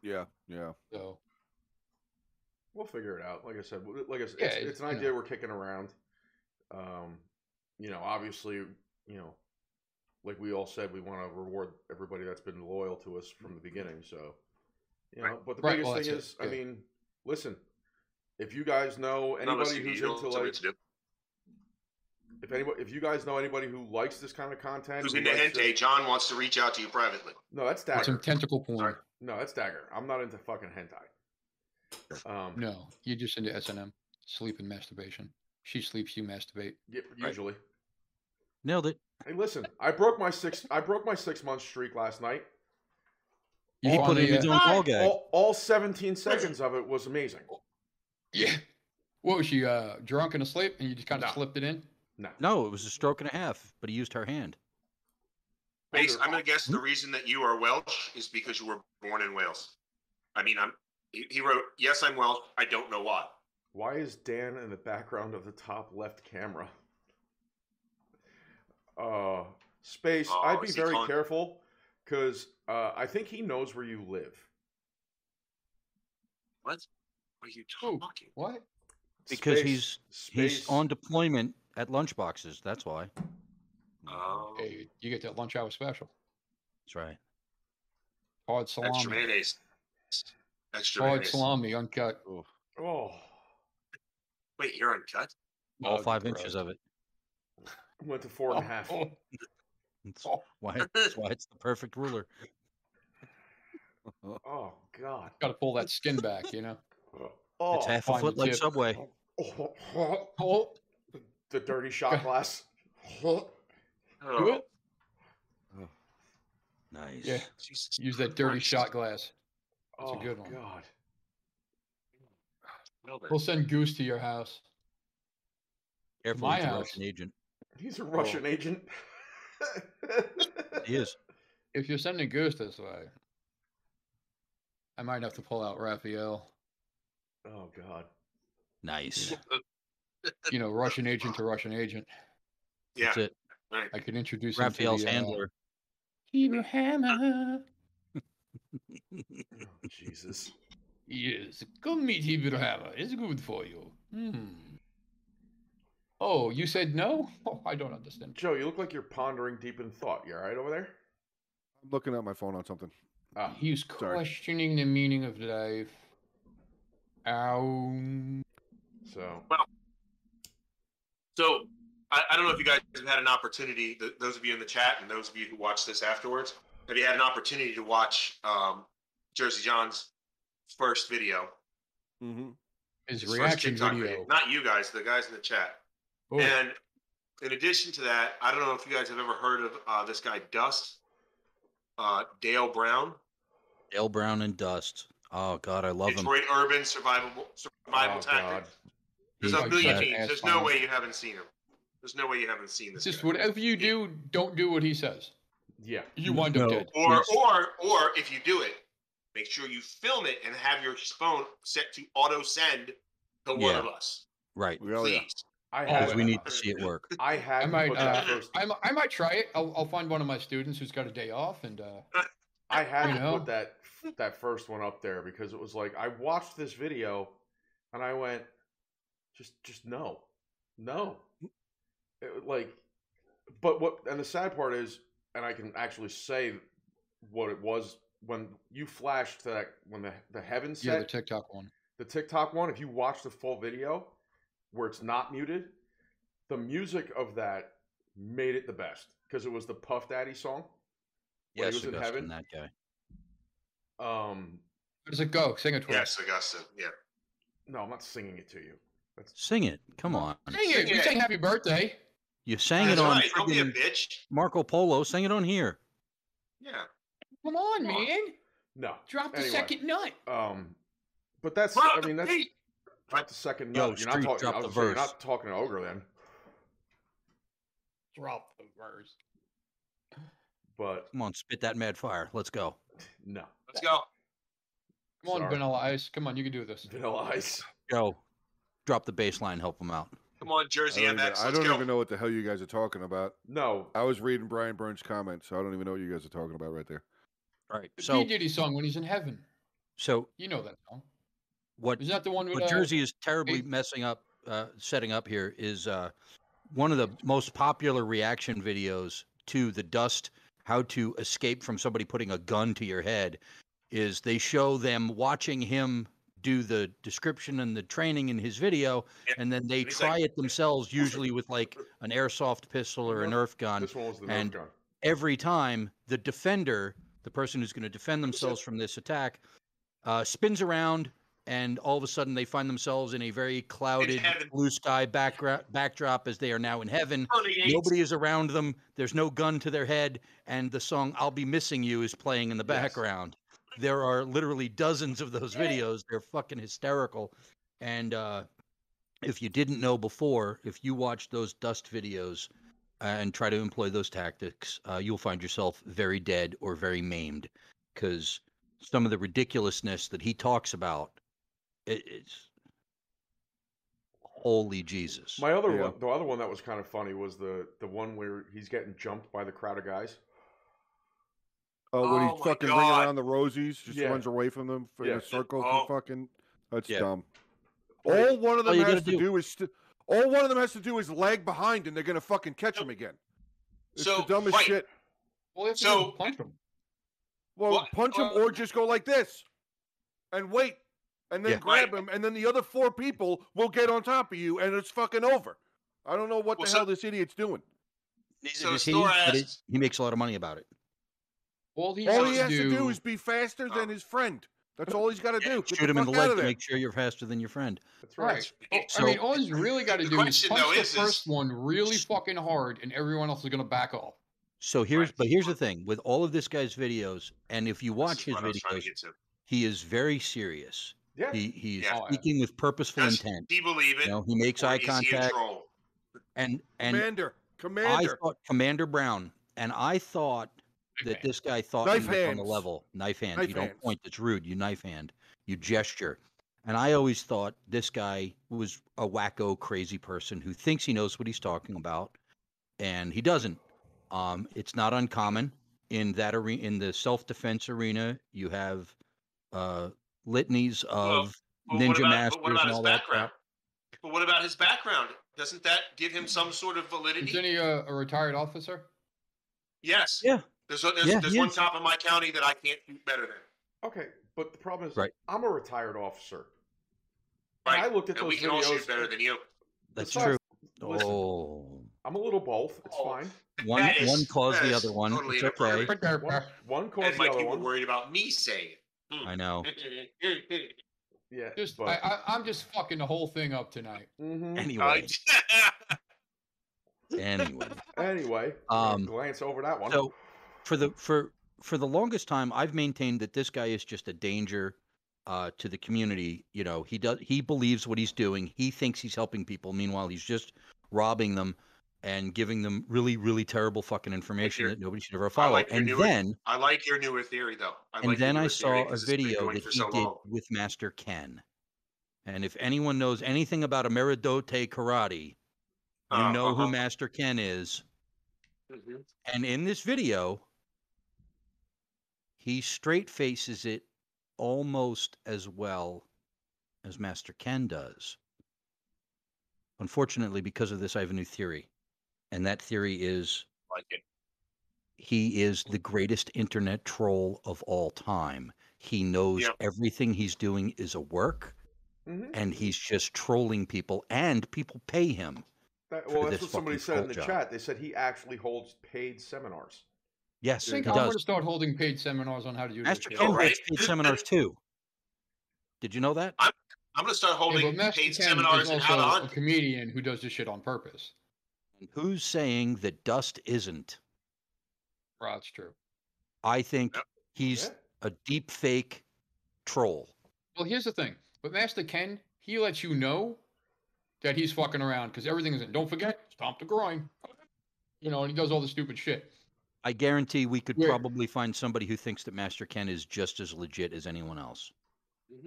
Speaker 5: Yeah, yeah.
Speaker 1: So
Speaker 2: We'll figure it out. Like I said, w- like I said,
Speaker 1: Yeah,
Speaker 2: it's,
Speaker 1: it-
Speaker 2: it's an
Speaker 1: you know.
Speaker 2: idea we're kicking around. Um, you know, obviously, you know, like we all said, we want to reward everybody that's been loyal to us from the beginning. So, you know, but the
Speaker 1: Right,
Speaker 2: biggest
Speaker 1: well,
Speaker 2: thing
Speaker 1: that's
Speaker 2: is,
Speaker 1: it,
Speaker 2: I
Speaker 1: yeah.
Speaker 2: mean, listen, if you guys know
Speaker 3: none of us
Speaker 2: anybody who's
Speaker 3: need it,
Speaker 2: into
Speaker 3: something
Speaker 2: like,
Speaker 3: to do.
Speaker 2: if anybody, if you guys know anybody who likes this kind of content,
Speaker 3: Who's
Speaker 2: who
Speaker 3: into
Speaker 2: likes
Speaker 3: hente?
Speaker 2: this-
Speaker 3: John wants to reach out to you privately.
Speaker 2: no, that's
Speaker 1: with some
Speaker 2: dagger.
Speaker 1: tentacle porn.
Speaker 2: no, that's dagger. I'm not into fucking hentai. Um,
Speaker 1: No, you're just into S and M, sleep and masturbation. She sleeps, you masturbate.
Speaker 2: y- usually.
Speaker 4: Nailed it.
Speaker 2: Hey, listen, I broke my six. I broke my six month streak last night.
Speaker 1: You
Speaker 4: he put
Speaker 1: finally,
Speaker 4: in his
Speaker 1: uh,
Speaker 4: own call
Speaker 3: All-
Speaker 4: gag.
Speaker 2: All, all 17 seconds of it was amazing.
Speaker 1: Yeah. What was she uh, drunk and asleep, and you just kind of
Speaker 2: No.
Speaker 1: slipped it in?
Speaker 2: No,
Speaker 4: No, it was a stroke and a half, but he used her hand.
Speaker 3: Bas I'm going to guess the reason that you are Welsh is because you were born in Wales. I mean, I'm. He, he wrote, "Yes, I'm Welsh. I don't know why."
Speaker 2: Why is Dan in the background of the top left camera? Uh, space.
Speaker 3: Oh,
Speaker 2: I'd be
Speaker 3: is he
Speaker 2: very
Speaker 3: calling-
Speaker 2: careful because uh, I think he knows where you live.
Speaker 3: What are you
Speaker 1: Who?
Speaker 3: talking?
Speaker 1: What?
Speaker 4: Because
Speaker 2: Space-
Speaker 4: he's-
Speaker 2: space,
Speaker 4: He's on deployment at lunchboxes. That's why.
Speaker 3: Oh,
Speaker 1: Hey, you get that lunch hour special.
Speaker 4: That's right.
Speaker 1: Hard
Speaker 3: extra
Speaker 1: salami.
Speaker 3: mayonnaise. Extra
Speaker 1: Hard
Speaker 3: mayonnaise.
Speaker 1: Oh, salami, uncut.
Speaker 2: Oh,
Speaker 3: Wait, you're uncut.
Speaker 4: All
Speaker 1: Oh,
Speaker 4: five
Speaker 1: gross.
Speaker 4: inches of it.
Speaker 2: went to four
Speaker 1: *laughs*
Speaker 2: and a half.
Speaker 1: Oh,
Speaker 4: That's
Speaker 1: Oh.
Speaker 4: why,
Speaker 3: *laughs*
Speaker 4: that's why it's the perfect ruler.
Speaker 2: Oh God.
Speaker 1: Got to pull that skin back,
Speaker 2: *laughs*
Speaker 1: you know.
Speaker 2: Oh,
Speaker 4: It's half a
Speaker 1: find the
Speaker 4: foot like
Speaker 1: tip.
Speaker 4: Subway.
Speaker 1: Oh,
Speaker 2: *laughs* the dirty shot glass.
Speaker 1: do
Speaker 3: Oh,
Speaker 1: it.
Speaker 4: Nice.
Speaker 1: Yeah.
Speaker 3: Jesus
Speaker 1: Use that dirty
Speaker 3: Christ.
Speaker 1: shot glass. That's a
Speaker 2: oh
Speaker 1: good one.
Speaker 2: God.
Speaker 3: Well then.
Speaker 1: We'll send Goose to your house.
Speaker 4: Air Force
Speaker 1: My
Speaker 4: Russian
Speaker 1: house.
Speaker 4: agent.
Speaker 2: He's a Russian agent. *laughs*
Speaker 4: He is.
Speaker 1: If you're sending Goose this way, I might have to pull out Raphael.
Speaker 2: oh God.
Speaker 4: Nice.
Speaker 1: *laughs* You know, Russian agent to Russian agent.
Speaker 3: Yeah.
Speaker 4: That's it.
Speaker 1: I could introduce him to
Speaker 4: Raphael's
Speaker 1: the, uh,
Speaker 4: handler.
Speaker 1: Hebrew hammer.
Speaker 2: Oh, Jesus.
Speaker 1: Yes, come meet Hebrew hammer. It's good for you. Hmm. Oh, you said no? *laughs* Oh, I don't understand.
Speaker 2: Joe, you look like you're pondering deep in thought. You all right over there?
Speaker 5: I'm looking at my phone on something.
Speaker 2: Ah,
Speaker 1: He's
Speaker 5: sorry.
Speaker 1: questioning the meaning of life. Um,
Speaker 2: so
Speaker 3: So I, I don't know if you guys have had an opportunity. Th- those of you in the chat and those of you who watch this afterwards, have you had an opportunity to watch um, Jersey John's first video?
Speaker 5: Mm-hmm.
Speaker 1: his
Speaker 3: His first
Speaker 1: reaction
Speaker 3: TikTok
Speaker 1: video.
Speaker 3: Not you guys, the guys in the chat.
Speaker 1: Oh,
Speaker 3: And in addition to that, I don't know if you guys have ever heard of uh, this guy Dust, uh, Dale Brown,
Speaker 4: Dale Brown and Dust. Oh God, I love him.
Speaker 3: Detroit Urban Survivable Survival
Speaker 2: Oh,
Speaker 3: Tactic. There's
Speaker 1: He's
Speaker 3: a
Speaker 1: like
Speaker 3: million
Speaker 1: that
Speaker 3: memes. There's
Speaker 1: ass
Speaker 3: no
Speaker 1: on.
Speaker 3: way you haven't seen him. There's no way you haven't seen
Speaker 1: it's
Speaker 3: this.
Speaker 1: just
Speaker 3: guy.
Speaker 1: whatever you do, don't do what he says.
Speaker 2: yeah.
Speaker 1: You wind up
Speaker 4: No.
Speaker 1: dead.
Speaker 3: Or
Speaker 4: Yes.
Speaker 3: or or if you do it, make sure you film it and have your phone set to auto send to one
Speaker 4: Yeah.
Speaker 3: of us. *laughs*
Speaker 4: Right.
Speaker 5: Oh
Speaker 3: Please.
Speaker 5: yeah.
Speaker 2: I
Speaker 1: Always
Speaker 2: had
Speaker 4: Because
Speaker 1: yeah.
Speaker 4: we need to see
Speaker 3: *laughs*
Speaker 4: it work.
Speaker 2: I had
Speaker 1: I
Speaker 2: to
Speaker 1: might,
Speaker 2: put that
Speaker 1: uh,
Speaker 2: first.
Speaker 1: I'm, I might try it. I'll, I'll find one of my students who's got a day off, and uh,
Speaker 2: I had
Speaker 1: you
Speaker 2: to
Speaker 1: know.
Speaker 2: put that that first one up there because it was like I watched this video and I went, just just no, no, It was like. But what and the sad part is, and I can actually say what it was when you flashed to that when the the heaven set
Speaker 1: yeah, the TikTok one.
Speaker 2: the TikTok one, if you watch the full video where it's not muted, the music of that made it the best because it was the Puff Daddy song. When he
Speaker 4: Yes,
Speaker 2: was in
Speaker 4: Augustine,
Speaker 2: heaven?
Speaker 4: that guy.
Speaker 2: Um,
Speaker 1: How does it go? Sing it to us.
Speaker 3: Yes, Augustin. Yeah.
Speaker 2: no, I'm not singing it to you. That's
Speaker 4: Sing it. Come on.
Speaker 1: Sing it. We
Speaker 3: Yeah.
Speaker 1: sang happy birthday.
Speaker 4: You sang
Speaker 3: That's
Speaker 4: it on
Speaker 3: right. Don't be a
Speaker 4: friggin'
Speaker 3: bitch.
Speaker 4: Marco Polo. Sing it on here.
Speaker 3: Yeah.
Speaker 1: Come on,
Speaker 3: Come on.
Speaker 1: man.
Speaker 2: no.
Speaker 1: Drop the
Speaker 2: Anyway.
Speaker 1: second nut.
Speaker 2: Um, but that's I mean that's not the second
Speaker 4: Yo,
Speaker 2: note. You're not
Speaker 4: Street,
Speaker 2: talking.
Speaker 4: drop
Speaker 2: I was
Speaker 4: the
Speaker 2: gonna say, you're
Speaker 4: verse.
Speaker 2: not talking to ogre then.
Speaker 1: Drop the verse.
Speaker 2: But
Speaker 4: Come on, spit that mad fire. Let's go.
Speaker 2: no, *laughs*
Speaker 3: Let's go.
Speaker 1: Come on,
Speaker 2: Sorry.
Speaker 1: Vanilla Ice. Come on, you can do this.
Speaker 2: Vanilla Ice.
Speaker 4: Joe, drop the baseline. Help him out.
Speaker 3: Come on, Jersey
Speaker 5: I don't, even,
Speaker 3: MX.
Speaker 5: I
Speaker 3: Let's
Speaker 5: don't
Speaker 3: go.
Speaker 5: even know what the hell you guys are talking about.
Speaker 2: No,
Speaker 5: I was reading Brian Burns' comment, so I don't even know what you guys are talking about right there.
Speaker 4: All right.
Speaker 1: The
Speaker 4: So,
Speaker 1: P Diddy song when he's in heaven.
Speaker 4: so
Speaker 1: You know that song.
Speaker 4: what?
Speaker 1: Isn't that the one with
Speaker 4: What
Speaker 1: uh,
Speaker 4: Jersey is terribly
Speaker 1: eight-
Speaker 4: messing up, uh, setting up here is uh, one of the most popular reaction videos to the dust. How to escape from somebody putting a gun to your head is they show them watching him do the description and the training in his video,
Speaker 3: Yeah.
Speaker 4: and then they
Speaker 3: And he's like-
Speaker 4: try
Speaker 3: *laughs*
Speaker 4: it themselves, usually with like an airsoft pistol or an
Speaker 2: Nerf-
Speaker 4: Nerf gun.
Speaker 2: this one was the Nerf
Speaker 4: and-
Speaker 2: gun.
Speaker 4: every time the defender, the person who's going to defend themselves from this attack, uh, spins around, and all of a sudden they find themselves in a very clouded
Speaker 3: heaven.
Speaker 4: blue sky background backdrop as they are now in heaven.
Speaker 3: 38.
Speaker 4: Nobody is around them. There's no gun to their head, and the song "I'll Be Missing You" is playing in the
Speaker 2: Yes.
Speaker 4: background. There are literally dozens of those videos. They're fucking hysterical, and uh, if you didn't know before, if you watch those dust videos uh, and try to employ those tactics, uh, you'll find yourself very dead or very maimed, because some of the ridiculousness that he talks about, it, it's holy Jesus.
Speaker 2: My other
Speaker 5: Yeah.
Speaker 2: one, the other one that was kind of funny was the the one where he's getting jumped by the crowd of guys.
Speaker 5: Oh, when
Speaker 3: Oh
Speaker 5: he
Speaker 3: my
Speaker 5: fucking ring
Speaker 3: God.
Speaker 5: around the rosies, just
Speaker 2: Yeah.
Speaker 5: runs away from them for
Speaker 2: Yeah.
Speaker 5: in a circle.
Speaker 3: Oh.
Speaker 5: And fucking, that's
Speaker 4: Yeah.
Speaker 5: dumb.
Speaker 2: Like,
Speaker 5: All one of
Speaker 4: all
Speaker 5: them
Speaker 4: you
Speaker 5: has
Speaker 4: gotta
Speaker 5: to
Speaker 4: do-
Speaker 5: do, is st- all one of them has to do is lag behind, and they're gonna fucking catch him again. It's
Speaker 3: So,
Speaker 5: the dumbest
Speaker 3: right.
Speaker 5: shit.
Speaker 1: Well, if
Speaker 3: So-
Speaker 1: you punch him,
Speaker 5: Well,
Speaker 3: What-
Speaker 5: punch him
Speaker 3: well-
Speaker 5: or just go like this, and wait, and then
Speaker 4: Yeah.
Speaker 5: grab
Speaker 3: Right.
Speaker 5: him, and then the other four people will get on top of you, and it's fucking over. I don't know what
Speaker 3: Well,
Speaker 5: the
Speaker 3: so-
Speaker 5: hell this idiot's doing.
Speaker 4: Neither
Speaker 3: So
Speaker 4: does
Speaker 3: the
Speaker 4: he,
Speaker 3: store
Speaker 4: but it-
Speaker 3: asked-
Speaker 4: he makes a lot of money about it.
Speaker 1: all he
Speaker 5: All
Speaker 1: has,
Speaker 5: he
Speaker 1: to,
Speaker 5: has
Speaker 1: do,
Speaker 5: to do is be faster than his friend. That's all he's got to
Speaker 3: Yeah,
Speaker 5: do. Get
Speaker 4: Shoot him in the
Speaker 5: fuck outta
Speaker 4: leg to
Speaker 5: there.
Speaker 4: make sure you're faster than your friend.
Speaker 2: That's right.
Speaker 1: right. Oh,
Speaker 4: So-
Speaker 1: I mean, all he's really got to
Speaker 3: The
Speaker 1: do is
Speaker 3: question,
Speaker 1: punch
Speaker 3: though,
Speaker 1: the
Speaker 3: is- is-
Speaker 1: first one really fucking hard, and everyone else is gonna back off.
Speaker 4: So here's,
Speaker 3: Right.
Speaker 4: but here's the thing with all of this guy's videos, and if you watch
Speaker 3: Oh, This is
Speaker 4: his
Speaker 3: what I was trying to
Speaker 4: videos,
Speaker 3: get to.
Speaker 4: he is very serious.
Speaker 2: Yeah.
Speaker 4: He he is
Speaker 3: Yeah.
Speaker 1: Oh, yeah.
Speaker 4: speaking with purposeful
Speaker 3: Does
Speaker 4: intent.
Speaker 3: he believe it?
Speaker 4: You know, he makes
Speaker 3: or
Speaker 4: eye
Speaker 3: is he a
Speaker 4: contact,
Speaker 3: troll?
Speaker 4: and and
Speaker 5: Commander,
Speaker 4: I
Speaker 5: commander.
Speaker 4: thought Commander Brown, and I thought that
Speaker 1: Okay.
Speaker 4: this guy thought
Speaker 5: Knife
Speaker 4: he was on the
Speaker 5: hands.
Speaker 4: level. Knife hand.
Speaker 5: Knife
Speaker 4: you don't
Speaker 5: hands.
Speaker 4: point. It's rude. You knife hand. You gesture. And I always thought this guy was a wacko, crazy person who thinks he knows what he's talking about, and he doesn't. Um, it's not uncommon in that arena, in the self-defense arena. You have uh, litanies
Speaker 3: Well,
Speaker 4: of
Speaker 3: But
Speaker 4: ninja
Speaker 3: what about,
Speaker 4: masters
Speaker 3: but what about
Speaker 4: and
Speaker 3: his
Speaker 4: all that. crap.
Speaker 3: background? But what about his background? Doesn't that give him some sort of validity?
Speaker 1: Isn't he uh, a, a retired officer?
Speaker 3: Yes.
Speaker 4: Yeah.
Speaker 3: There's a- there's,
Speaker 4: Yeah,
Speaker 3: there's
Speaker 4: he
Speaker 3: one
Speaker 4: is.
Speaker 3: top in my county that I can't do better than.
Speaker 2: Okay, but the problem is,
Speaker 4: Right.
Speaker 2: I'm a retired officer.
Speaker 3: Right.
Speaker 2: I looked at
Speaker 3: And
Speaker 2: those
Speaker 3: we can
Speaker 2: videos.
Speaker 3: all shoot better than you.
Speaker 4: That's
Speaker 2: Besides-
Speaker 4: true.
Speaker 2: listen.
Speaker 4: Oh,
Speaker 2: I'm a little both. It's
Speaker 3: Oh.
Speaker 2: fine.
Speaker 4: one
Speaker 3: That
Speaker 4: one
Speaker 3: is-
Speaker 4: caused
Speaker 3: that
Speaker 4: the
Speaker 3: is
Speaker 4: other one.
Speaker 3: totally
Speaker 4: it's okay.
Speaker 3: inappropriate.
Speaker 4: *laughs*
Speaker 2: One, one caused
Speaker 3: And
Speaker 2: the
Speaker 3: like
Speaker 2: other
Speaker 3: you were
Speaker 2: one.
Speaker 3: worried about me saying. Hmm. *laughs*
Speaker 4: I know.
Speaker 2: Yeah,
Speaker 1: Just,
Speaker 2: but,
Speaker 1: I, I, I'm just fucking the whole thing up tonight.
Speaker 2: Mhm.
Speaker 4: Anyway,
Speaker 3: I-
Speaker 4: anyway.
Speaker 2: Anyway,
Speaker 4: Um,
Speaker 2: glance over that one.
Speaker 4: So for the for for the longest time, I've maintained that this guy is just a danger uh, to the community. You know, he does he believes what he's doing. He thinks he's helping people. Meanwhile, he's just robbing them and giving them really really terrible fucking information
Speaker 3: your-
Speaker 4: that nobody should ever follow.
Speaker 3: like your
Speaker 4: and
Speaker 3: newer-
Speaker 4: then
Speaker 3: *laughs* I like your newer theory though. I
Speaker 4: and
Speaker 3: like your
Speaker 4: then I
Speaker 3: newer theory
Speaker 4: saw a
Speaker 3: 'cause it's been
Speaker 4: video
Speaker 3: going
Speaker 4: that
Speaker 3: for
Speaker 4: he
Speaker 3: so
Speaker 4: did
Speaker 3: long.
Speaker 4: with Master Ken. And if anyone knows anything about Ameridote karate, you
Speaker 3: Uh,
Speaker 4: know who
Speaker 3: uh-huh.
Speaker 4: Master Ken is.
Speaker 1: Mm-hmm.
Speaker 3: Mhm.
Speaker 4: And in this video, he straight faces it almost as well as Master Ken does. Unfortunately, because of this, I have a new theory. And that theory is
Speaker 3: Like it.
Speaker 4: he is the greatest internet troll of all time. He knows
Speaker 3: Yep.
Speaker 4: everything he's doing is a work
Speaker 2: Mhm.
Speaker 4: and he's just trolling people, and people pay him.
Speaker 2: That-
Speaker 4: for
Speaker 2: well, that's
Speaker 4: this
Speaker 2: what somebody
Speaker 4: fucking
Speaker 2: said in the
Speaker 4: cult job.
Speaker 2: chat. They said he actually holds paid seminars.
Speaker 1: I
Speaker 4: Yes, he
Speaker 1: think I'm gonna
Speaker 4: does.
Speaker 1: start holding paid seminars on how to do this.
Speaker 4: Master
Speaker 1: yeah.
Speaker 4: Ken holds
Speaker 3: Right.
Speaker 4: paid seminars too. Did you know that?
Speaker 3: I'm gonna start
Speaker 1: Yeah, but
Speaker 3: holding
Speaker 1: Master
Speaker 3: paid
Speaker 1: Ken
Speaker 3: seminars
Speaker 1: is
Speaker 3: and how to
Speaker 1: also a
Speaker 3: hunt.
Speaker 1: comedian who does this shit on purpose.
Speaker 4: Who's saying that Dust isn't?
Speaker 1: Right, it's true.
Speaker 4: I think
Speaker 3: Yep.
Speaker 4: he's
Speaker 2: Yeah.
Speaker 4: a deep fake troll.
Speaker 1: Well, here's the thing. But Master Ken, he lets you know that he's fucking around because everything is in. Don't forget, stomp the groin. You know, and he does all the stupid shit.
Speaker 4: I guarantee we could
Speaker 1: Where-
Speaker 4: probably find somebody who thinks that Master Ken is just as legit as anyone else.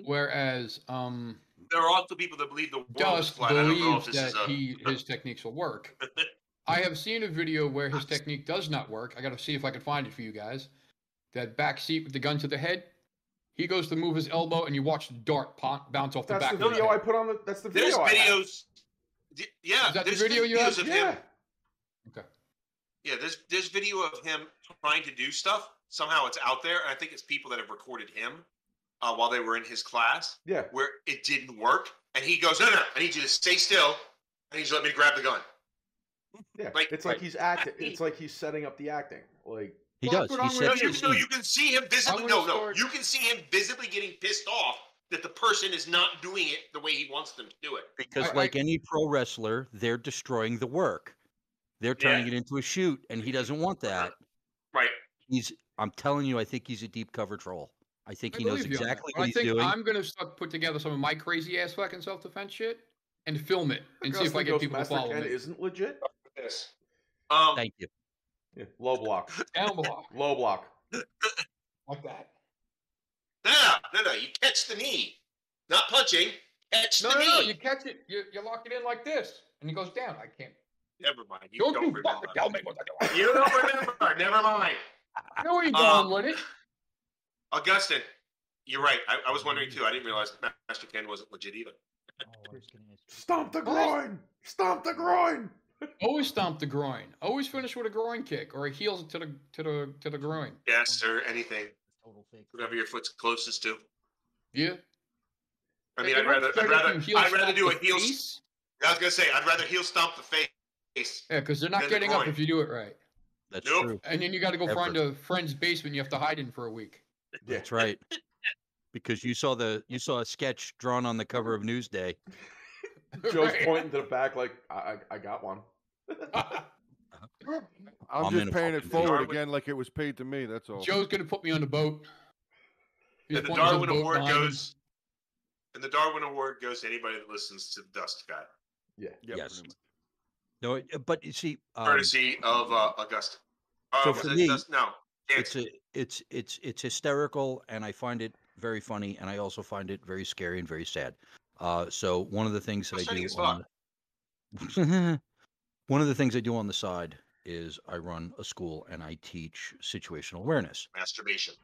Speaker 1: Whereas um,
Speaker 3: There are also people that believe the world is
Speaker 1: Dust
Speaker 3: flat. I don't know if
Speaker 1: believes
Speaker 3: this
Speaker 1: that
Speaker 3: is a.
Speaker 1: he his techniques will
Speaker 3: *laughs*
Speaker 1: work. I have seen a video where his technique does not work. I got to see if I can find it for you guys. That back seat with the gun to the head. He goes to move his elbow, and you watch the dart po- bounce off the
Speaker 2: That's
Speaker 1: back.
Speaker 2: the
Speaker 1: of his
Speaker 2: video
Speaker 1: head.
Speaker 2: I put on the. That's the
Speaker 3: There's
Speaker 2: video. I have.
Speaker 3: videos. d- Yeah,
Speaker 1: Is that the
Speaker 3: there's
Speaker 1: video
Speaker 3: videos
Speaker 1: you have?
Speaker 3: of
Speaker 2: Yeah.
Speaker 3: him.
Speaker 1: Okay.
Speaker 3: Yeah, there's there's video of him trying to do stuff. Somehow it's out there, and I think it's people that have recorded him uh, while they were in his class
Speaker 2: Yeah.
Speaker 3: where it didn't work, and he goes, "No, no, I need you to stay still. I need you to let me grab the gun."
Speaker 2: Yeah.
Speaker 3: Like-
Speaker 2: it's like
Speaker 3: Right.
Speaker 2: he's acting. It's like he's setting up the acting. Like
Speaker 4: He
Speaker 1: Well, that's
Speaker 4: does.
Speaker 1: what
Speaker 4: He
Speaker 1: I'm
Speaker 3: No,
Speaker 1: gonna
Speaker 4: said,
Speaker 1: do.
Speaker 3: you, no, you can see him visibly.
Speaker 1: I'm
Speaker 3: No,
Speaker 1: gonna
Speaker 3: no,
Speaker 1: start-
Speaker 3: you can see him visibly getting pissed off that the person is not doing it the way he wants them to do it.
Speaker 4: because
Speaker 1: I-
Speaker 4: like any pro wrestler, they're destroying the work. They're
Speaker 3: Yeah.
Speaker 4: turning it into a shoot, and he doesn't want that.
Speaker 3: Right.
Speaker 4: He's. I'm telling you, I think he's a deep cover troll. I think
Speaker 1: I
Speaker 4: he knows
Speaker 1: believe you on that,
Speaker 4: exactly
Speaker 1: but
Speaker 4: what
Speaker 1: I
Speaker 4: he's
Speaker 1: think
Speaker 4: doing.
Speaker 1: I'm gonna start put together some of my crazy ass fucking self defense shit and film it and see if
Speaker 2: Augusta
Speaker 1: I get
Speaker 2: goes,
Speaker 1: people to
Speaker 2: Master
Speaker 1: follow
Speaker 2: Ken
Speaker 1: me.
Speaker 2: isn't legit.
Speaker 3: Yes. Um,
Speaker 4: Thank you.
Speaker 2: Yeah. Low block.
Speaker 1: Down below,
Speaker 2: Low block.
Speaker 1: *laughs* like that.
Speaker 3: no, no, no, you catch the knee, not punching. Catch
Speaker 1: No,
Speaker 3: the
Speaker 1: no,
Speaker 3: knee.
Speaker 1: no, you catch it. You, you lock it in like this, and it goes down. I can't.
Speaker 3: Never mind. You
Speaker 1: don't
Speaker 3: don't,
Speaker 1: you
Speaker 3: remember.
Speaker 1: fucking tell me what to do.
Speaker 3: You don't remember. Never mind.
Speaker 1: No, you
Speaker 3: Um,
Speaker 1: don't, Lenny.
Speaker 3: Augustin, you're right. I, I was wondering too. I didn't realize Ma- Master Ken wasn't legit either.
Speaker 2: Stomp the groin. Stomp the
Speaker 1: *laughs*
Speaker 2: groin.
Speaker 1: Always stomp the groin. Always finish with a groin kick or a heel to the to the to the groin.
Speaker 3: Yes, or anything. Whatever your foot's closest to.
Speaker 1: Yeah.
Speaker 3: I mean, I'd rather, I'd rather, I'd rather do a heel. s- I was gonna say, I'd rather heel stomp the face.
Speaker 1: Yeah, because they're
Speaker 3: than
Speaker 1: not
Speaker 3: the
Speaker 1: getting up
Speaker 3: groin.
Speaker 1: if you do it right.
Speaker 4: That's
Speaker 3: Nope.
Speaker 4: true.
Speaker 1: And then you got to go
Speaker 4: Effort.
Speaker 1: find a friend's basement you have to hide in for a week. *laughs*
Speaker 2: Yeah.
Speaker 4: That's right. Because you saw the you saw a sketch drawn on the cover of Newsday.
Speaker 2: Joe's
Speaker 1: Right.
Speaker 2: pointing to the back like I I, I got one.
Speaker 5: I'm,
Speaker 4: I'm in
Speaker 5: just
Speaker 4: a
Speaker 5: paying it
Speaker 4: fucking video.
Speaker 5: forward
Speaker 3: Darwin-
Speaker 5: again, like it was paid to me. That's all.
Speaker 1: Joe's gonna put me on the boat. He's
Speaker 3: And the
Speaker 1: pointing to
Speaker 3: Darwin
Speaker 1: boat
Speaker 3: Award
Speaker 1: behind him.
Speaker 3: goes. And the Darwin Award goes to anybody that listens to the Dust Guy,
Speaker 2: Yeah.
Speaker 5: Yeah,
Speaker 4: yes.
Speaker 5: pretty much.
Speaker 4: No, it- uh, but you see, um,
Speaker 3: courtesy of uh, Augusta. Uh,
Speaker 4: So
Speaker 3: was
Speaker 4: for
Speaker 3: it
Speaker 4: me,
Speaker 3: Dust? No,
Speaker 4: it's
Speaker 3: it's
Speaker 4: a, it's it's it's hysterical, and I find it very funny, and I also find it very scary and very sad. Uh, so one of the things that
Speaker 3: That's
Speaker 4: I
Speaker 3: funny
Speaker 4: do
Speaker 3: as
Speaker 4: on,
Speaker 3: fuck.
Speaker 4: the- *laughs* one of the things I do on the side is I run a school and I teach situational awareness.
Speaker 3: masturbation.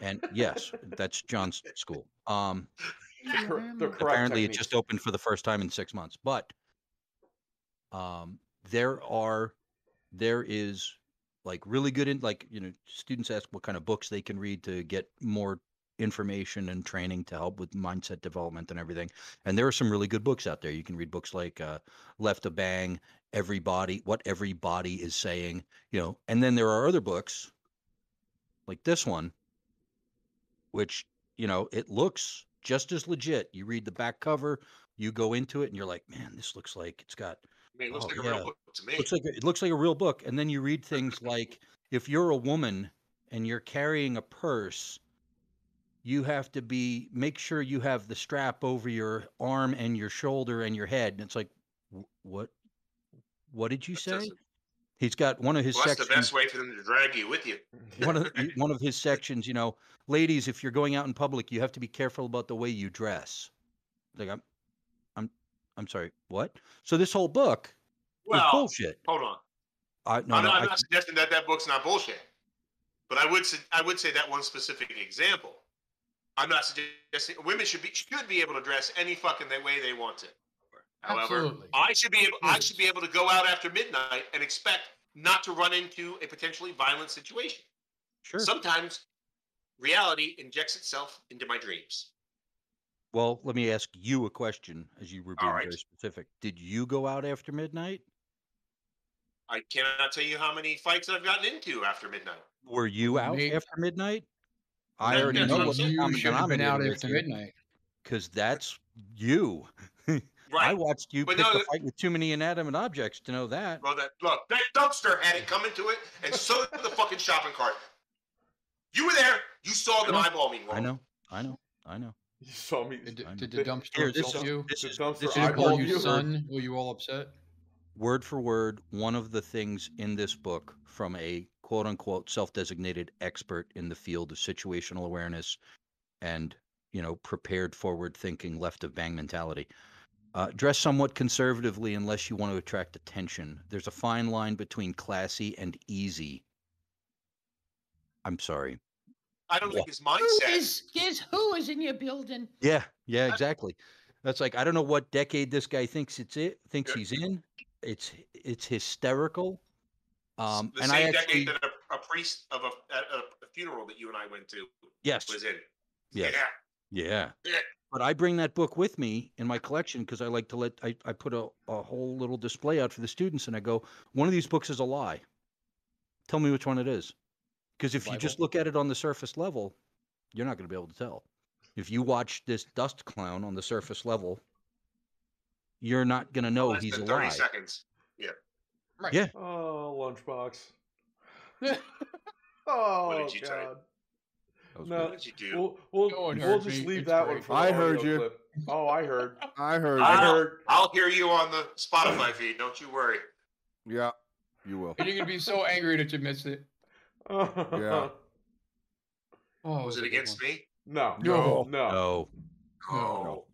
Speaker 4: And yes, that's John's school. Um,
Speaker 2: The, cor- the correct
Speaker 4: apparently
Speaker 2: technique.
Speaker 4: it just opened for the first time in six months but um there are there is like really good in like you know students ask what kind of books they can read to get more information and training to help with mindset development and everything and there are some really good books out there you can read books like uh left a bang everybody what everybody is saying you know and then there are other books like this one which you know it looks just as legit you read the back cover you go into it and you're like man this looks like it's got
Speaker 3: I mean, it looks
Speaker 4: Oh,
Speaker 3: like a
Speaker 4: yeah.
Speaker 3: real book to me.
Speaker 4: looks like a- it looks like a real book and then you read things like if you're a woman and you're carrying a purse you have to be make sure you have the strap over your arm and your shoulder and your head and it's like "Wh- what what did you
Speaker 3: That
Speaker 4: say
Speaker 3: doesn't-
Speaker 4: he's got one of his
Speaker 3: Well, that's the
Speaker 4: sections
Speaker 3: best way for them to drag you with you.
Speaker 2: *laughs*
Speaker 4: one of
Speaker 3: *laughs*
Speaker 4: y- one of his sections, you know, ladies, if you're going out in public, you have to be careful about the way you dress. Like I'm, I'm, I'm sorry. What? So this whole book is
Speaker 3: Well,
Speaker 4: bullshit.
Speaker 3: hold on.
Speaker 4: I, no,
Speaker 3: I'm,
Speaker 4: no,
Speaker 3: not, I'm
Speaker 4: I-
Speaker 3: not suggesting that that book's not bullshit, but I would su- I would say that one specific example. I'm not suggesting women should be should be able to dress any fucking the way they want to. However,
Speaker 1: Absolutely.
Speaker 3: I should be able I
Speaker 1: Yes.
Speaker 3: should be able to go out after midnight and expect not to run into a potentially violent situation.
Speaker 4: sure.
Speaker 3: Sometimes reality injects itself into my dreams.
Speaker 4: well, let me ask you a question, as you were being
Speaker 3: right.
Speaker 4: very specific. Did you go out after midnight?
Speaker 3: I cannot tell you how many fights that I've gotten into after midnight.
Speaker 4: Were you out
Speaker 1: Me-
Speaker 4: after midnight? I
Speaker 3: That-
Speaker 4: already
Speaker 3: that's
Speaker 4: know
Speaker 3: what I'm
Speaker 4: what
Speaker 3: saying.
Speaker 1: You should have been out after midnight.
Speaker 4: because that's you. I
Speaker 3: Right.
Speaker 4: watched you
Speaker 3: But
Speaker 4: pick
Speaker 3: no,
Speaker 4: a
Speaker 3: th-
Speaker 4: fight with too many inanimate objects to know that.
Speaker 3: Well, that look, that dumpster had it coming to it, and so did the fucking shopping cart. You were there. You saw them
Speaker 4: I know.
Speaker 3: eyeball me.
Speaker 4: I know, I know, I know.
Speaker 2: You saw me.
Speaker 1: Did,
Speaker 4: I'm-
Speaker 1: did the
Speaker 2: Here,
Speaker 1: dumpster
Speaker 4: this
Speaker 1: assault
Speaker 4: is-
Speaker 1: you?
Speaker 4: this
Speaker 2: The
Speaker 4: is
Speaker 2: dumpster
Speaker 4: this is
Speaker 1: Did it
Speaker 2: eyeball
Speaker 4: word
Speaker 1: call
Speaker 2: you.
Speaker 1: you
Speaker 4: for word,
Speaker 1: son? Were you all upset?
Speaker 4: word for word one of the things in this book from a quote unquote self designated expert in the field of situational awareness and, you know, prepared forward thinking, left of bang mentality. Uh, dress somewhat conservatively unless you want to attract attention. There's a fine line between classy and easy. I'm sorry.
Speaker 3: I don't think his
Speaker 6: Who
Speaker 3: mindset.
Speaker 6: is, is who is in your building?
Speaker 4: Yeah, yeah,
Speaker 3: I-
Speaker 4: exactly. That's like I don't know what decade this guy thinks it's it thinks
Speaker 3: Yeah.
Speaker 4: he's in. It's it's hysterical. Um,
Speaker 3: the
Speaker 4: and
Speaker 3: same
Speaker 4: I actually
Speaker 3: decade that a, a priest of a, at a funeral that you and I went to
Speaker 4: yes,
Speaker 3: was in.
Speaker 4: yes,
Speaker 3: Yeah.
Speaker 4: Yeah.
Speaker 3: Yeah.
Speaker 4: But I bring that book with me in my collection because I like to let I, I put a, a whole little display out for the students and I go, one of these books is a lie. Tell me which one it is. Because if you
Speaker 1: Bible.
Speaker 4: just look at it on the surface level, you're not gonna be able to tell. If you watch this dust clown on the surface level, you're not gonna know
Speaker 3: Less
Speaker 4: Oh, he's a
Speaker 3: than 30
Speaker 4: lie.
Speaker 3: seconds.
Speaker 1: Right.
Speaker 4: Yeah.
Speaker 2: Oh, lunchbox.
Speaker 1: *laughs* Yeah.
Speaker 2: Oh
Speaker 3: did you type?
Speaker 2: God.
Speaker 5: That was
Speaker 2: No.
Speaker 3: What did you do?
Speaker 2: We'll we'll,
Speaker 1: No one
Speaker 2: we'll
Speaker 1: heard
Speaker 2: just
Speaker 1: me.
Speaker 2: leave
Speaker 1: It's
Speaker 2: that
Speaker 1: great.
Speaker 2: one. For the
Speaker 5: I heard
Speaker 2: audio
Speaker 5: you.
Speaker 2: clip. Oh, I
Speaker 3: *laughs*
Speaker 2: heard.
Speaker 5: good. I heard.
Speaker 3: I
Speaker 2: I
Speaker 5: it.
Speaker 3: don't-
Speaker 2: heard.
Speaker 3: I'll hear you on the
Speaker 4: *clears throat*
Speaker 3: Spotify feed. Don't you worry.
Speaker 5: Yeah, you will.
Speaker 1: And you're gonna be so angry that you missed it.
Speaker 2: *laughs*
Speaker 5: Yeah.
Speaker 1: Oh,
Speaker 3: Was it against me?
Speaker 2: No.
Speaker 5: No.
Speaker 2: No.
Speaker 4: No,
Speaker 3: Oh.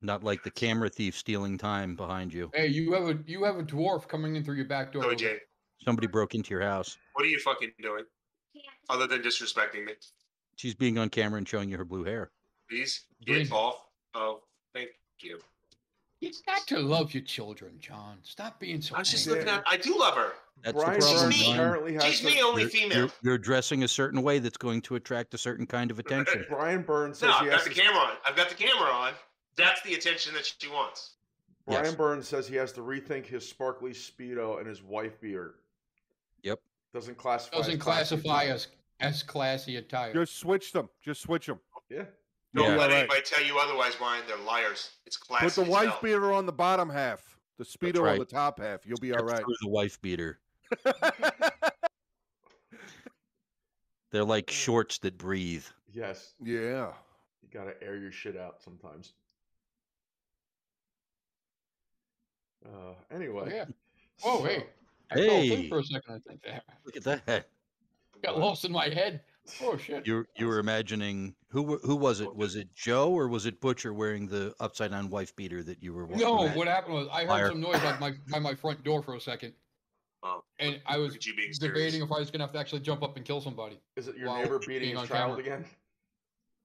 Speaker 4: not like the camera thief stealing time behind you.
Speaker 1: Hey, you have a you have a dwarf coming in through your back door.
Speaker 3: No,
Speaker 1: with a-
Speaker 3: Jay.
Speaker 4: Somebody broke into your house.
Speaker 3: What are you fucking doing? Other than disrespecting me.
Speaker 4: She's being on camera and showing you her blue hair.
Speaker 3: Please
Speaker 1: Green.
Speaker 3: get off. Oh, thank you.
Speaker 1: You got to love your children, John. Stop being so.
Speaker 3: I was just
Speaker 1: angry.
Speaker 3: looking at I do love her.
Speaker 4: That's
Speaker 2: Brian
Speaker 4: the problem.
Speaker 2: Burns
Speaker 3: me.
Speaker 4: John.
Speaker 2: apparently has
Speaker 3: She's
Speaker 2: the,
Speaker 3: the only
Speaker 4: you're,
Speaker 3: female.
Speaker 4: You're, you're dressing a certain way that's going to attract a certain kind of attention.
Speaker 2: Brian Burns says
Speaker 3: no,
Speaker 2: he
Speaker 3: I've
Speaker 2: has
Speaker 3: got the
Speaker 2: to-
Speaker 3: camera on. I've got the camera on. That's the attention that she wants.
Speaker 2: Brian
Speaker 4: Yes.
Speaker 2: Burns says he has to rethink his sparkly speedo and his wife beard.
Speaker 4: Yep.
Speaker 2: Doesn't classify. as
Speaker 1: Doesn't
Speaker 2: classy
Speaker 1: classify
Speaker 2: attire.
Speaker 1: as as classy attire.
Speaker 5: Just switch them. Just switch them.
Speaker 2: Yeah.
Speaker 3: Don't
Speaker 4: Yeah.
Speaker 3: let
Speaker 5: Right.
Speaker 3: anybody tell you otherwise, Ryan. They're liars. It's classic.
Speaker 5: Put the wife beater on the bottom half. The speedo
Speaker 4: right.
Speaker 5: on the top half. You'll be all
Speaker 4: That's
Speaker 5: right.
Speaker 4: through the wife beater. They're like shorts that breathe.
Speaker 2: Yes.
Speaker 5: *laughs* yeah.
Speaker 2: You gotta air your shit out sometimes. Uh, anyway.
Speaker 1: Oh, Yeah. Whoa,
Speaker 2: so-
Speaker 1: hey. I fell asleep
Speaker 4: Hey.
Speaker 1: for a second, I think. *laughs* There.
Speaker 4: Look at *laughs* that.
Speaker 1: Got lost in my head. Oh shit.
Speaker 4: You you were imagining who were- who was it? Was it Joe or was it Butcher wearing the upside down wife beater that you were? wa-
Speaker 1: No,
Speaker 4: imag-
Speaker 1: what happened was I heard
Speaker 4: Liar.
Speaker 1: some noise by my by my front door for a second,
Speaker 3: Oh,
Speaker 1: and I
Speaker 3: look
Speaker 1: was
Speaker 3: at you being serious.
Speaker 1: debating if I was gonna have to actually jump up and kill somebody.
Speaker 2: *laughs* Is it your
Speaker 1: Wow,
Speaker 2: neighbor
Speaker 1: being
Speaker 2: beating his
Speaker 1: on
Speaker 2: child
Speaker 1: camera.
Speaker 2: again?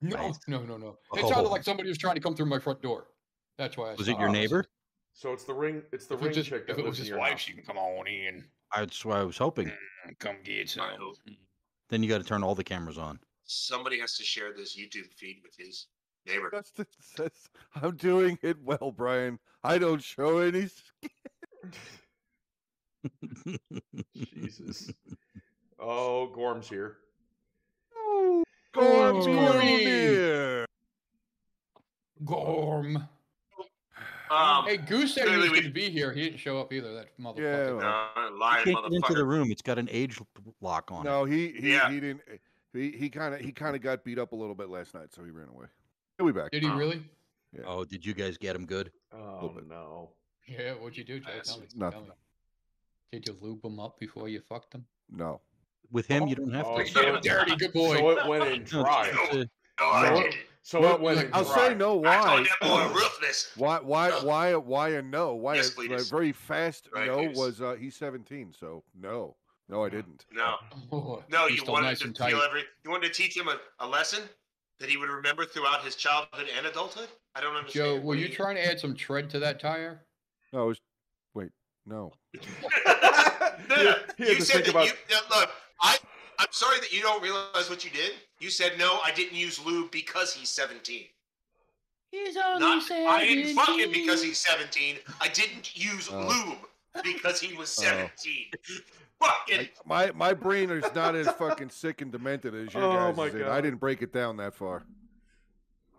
Speaker 1: No,
Speaker 4: Nice.
Speaker 1: no, no, no. It sounded
Speaker 4: Oh.
Speaker 1: like somebody was trying to come through my front door. That's why I
Speaker 4: Was it
Speaker 1: stopped.
Speaker 4: your
Speaker 1: *laughs*
Speaker 2: Oh,
Speaker 4: neighbor?
Speaker 2: So it's the ring. It's the
Speaker 1: If it
Speaker 2: ring
Speaker 1: just-
Speaker 2: chick that
Speaker 1: if it
Speaker 2: lives
Speaker 1: was
Speaker 2: in
Speaker 1: his
Speaker 2: your
Speaker 1: wife,
Speaker 2: house.
Speaker 1: she can come on in
Speaker 4: That's what I was hoping.
Speaker 1: and come get
Speaker 3: I
Speaker 1: some.
Speaker 3: hope
Speaker 4: Then you got to turn all the cameras on.
Speaker 3: somebody has to share this YouTube feed with his neighbor.
Speaker 5: That's the, that's, I'm doing it well, Brian. I don't show any. s-
Speaker 1: *laughs*
Speaker 2: *laughs* Jesus. Oh, Gorm's here.
Speaker 5: Gorm's
Speaker 1: Gormy.
Speaker 5: Gorm here.
Speaker 1: Gorm.
Speaker 3: Um,
Speaker 1: Hey, Goose said he
Speaker 3: clearly
Speaker 1: was
Speaker 3: we-
Speaker 1: going to be here. He didn't show up either. That
Speaker 5: Yeah,
Speaker 1: motherfucker.
Speaker 5: well,
Speaker 3: uh,
Speaker 4: You
Speaker 3: lying
Speaker 4: can't get into the
Speaker 3: motherfucker.
Speaker 4: room. It's got an age l- lock on it.
Speaker 5: No, he he,
Speaker 3: Yeah.
Speaker 5: he didn't. He he kind of he kind of got beat up a little bit last night, so he ran away. He'll be back.
Speaker 1: Did he really?
Speaker 4: Oh, did you guys get him good?
Speaker 2: Oh
Speaker 5: bit.
Speaker 2: no.
Speaker 1: Yeah. What'd you do, Jay? Tell me. Tell
Speaker 5: Nothing.
Speaker 1: me. Did you lube him up before you fucked him?
Speaker 5: No.
Speaker 4: With him, you don't have
Speaker 2: Oh,
Speaker 4: to. *laughs*
Speaker 2: so
Speaker 1: Damn
Speaker 2: it-
Speaker 1: dirty, good boy.
Speaker 2: So it went in
Speaker 4: No,
Speaker 2: dry.
Speaker 4: it's a-
Speaker 3: No, I
Speaker 2: So
Speaker 3: didn't.
Speaker 2: it, so
Speaker 5: Well,
Speaker 2: it went
Speaker 1: look,
Speaker 2: in
Speaker 5: I'll
Speaker 2: dry.
Speaker 3: *laughs*
Speaker 5: say
Speaker 3: I
Speaker 5: no. Why?
Speaker 3: told that boy ruthless.
Speaker 5: Why? Why? Why? Why? A no? Why?
Speaker 3: Yes,
Speaker 5: a, a
Speaker 3: please.
Speaker 5: very fast
Speaker 3: Right,
Speaker 5: no
Speaker 3: please. Mm-hmm.
Speaker 5: was uh, he's 17, so no, no, I didn't.
Speaker 3: No,
Speaker 1: *laughs* Oh,
Speaker 3: no,
Speaker 1: he's
Speaker 3: you
Speaker 1: still
Speaker 3: wanted
Speaker 1: nice
Speaker 3: to
Speaker 1: and
Speaker 3: feel
Speaker 1: tight.
Speaker 3: every. You wanted to teach him a, a lesson that he would remember throughout his childhood and adulthood. I don't
Speaker 1: Joe,
Speaker 3: understand.
Speaker 1: were
Speaker 3: What
Speaker 1: you
Speaker 3: do
Speaker 1: trying to add some tread to that tire?
Speaker 5: No, it was, wait, no.
Speaker 2: *laughs* He-
Speaker 3: No, no,
Speaker 2: he had
Speaker 3: *laughs* you
Speaker 2: to
Speaker 3: said
Speaker 2: think
Speaker 3: that
Speaker 2: about.
Speaker 3: you no, look. I I'm sorry that you don't realize what you did. You said no. I didn't use lube because he's 17.
Speaker 6: He's only
Speaker 3: Not, I didn't fuck him
Speaker 6: 17.
Speaker 3: because he's 17. I didn't use
Speaker 5: Oh.
Speaker 3: lube because he was
Speaker 5: Oh.
Speaker 3: 17. Fucking
Speaker 5: I- my my brain is not as fucking sick and demented as your
Speaker 2: Oh,
Speaker 5: guys.
Speaker 2: my
Speaker 5: is it? I
Speaker 2: God.
Speaker 5: didn't break it down that far.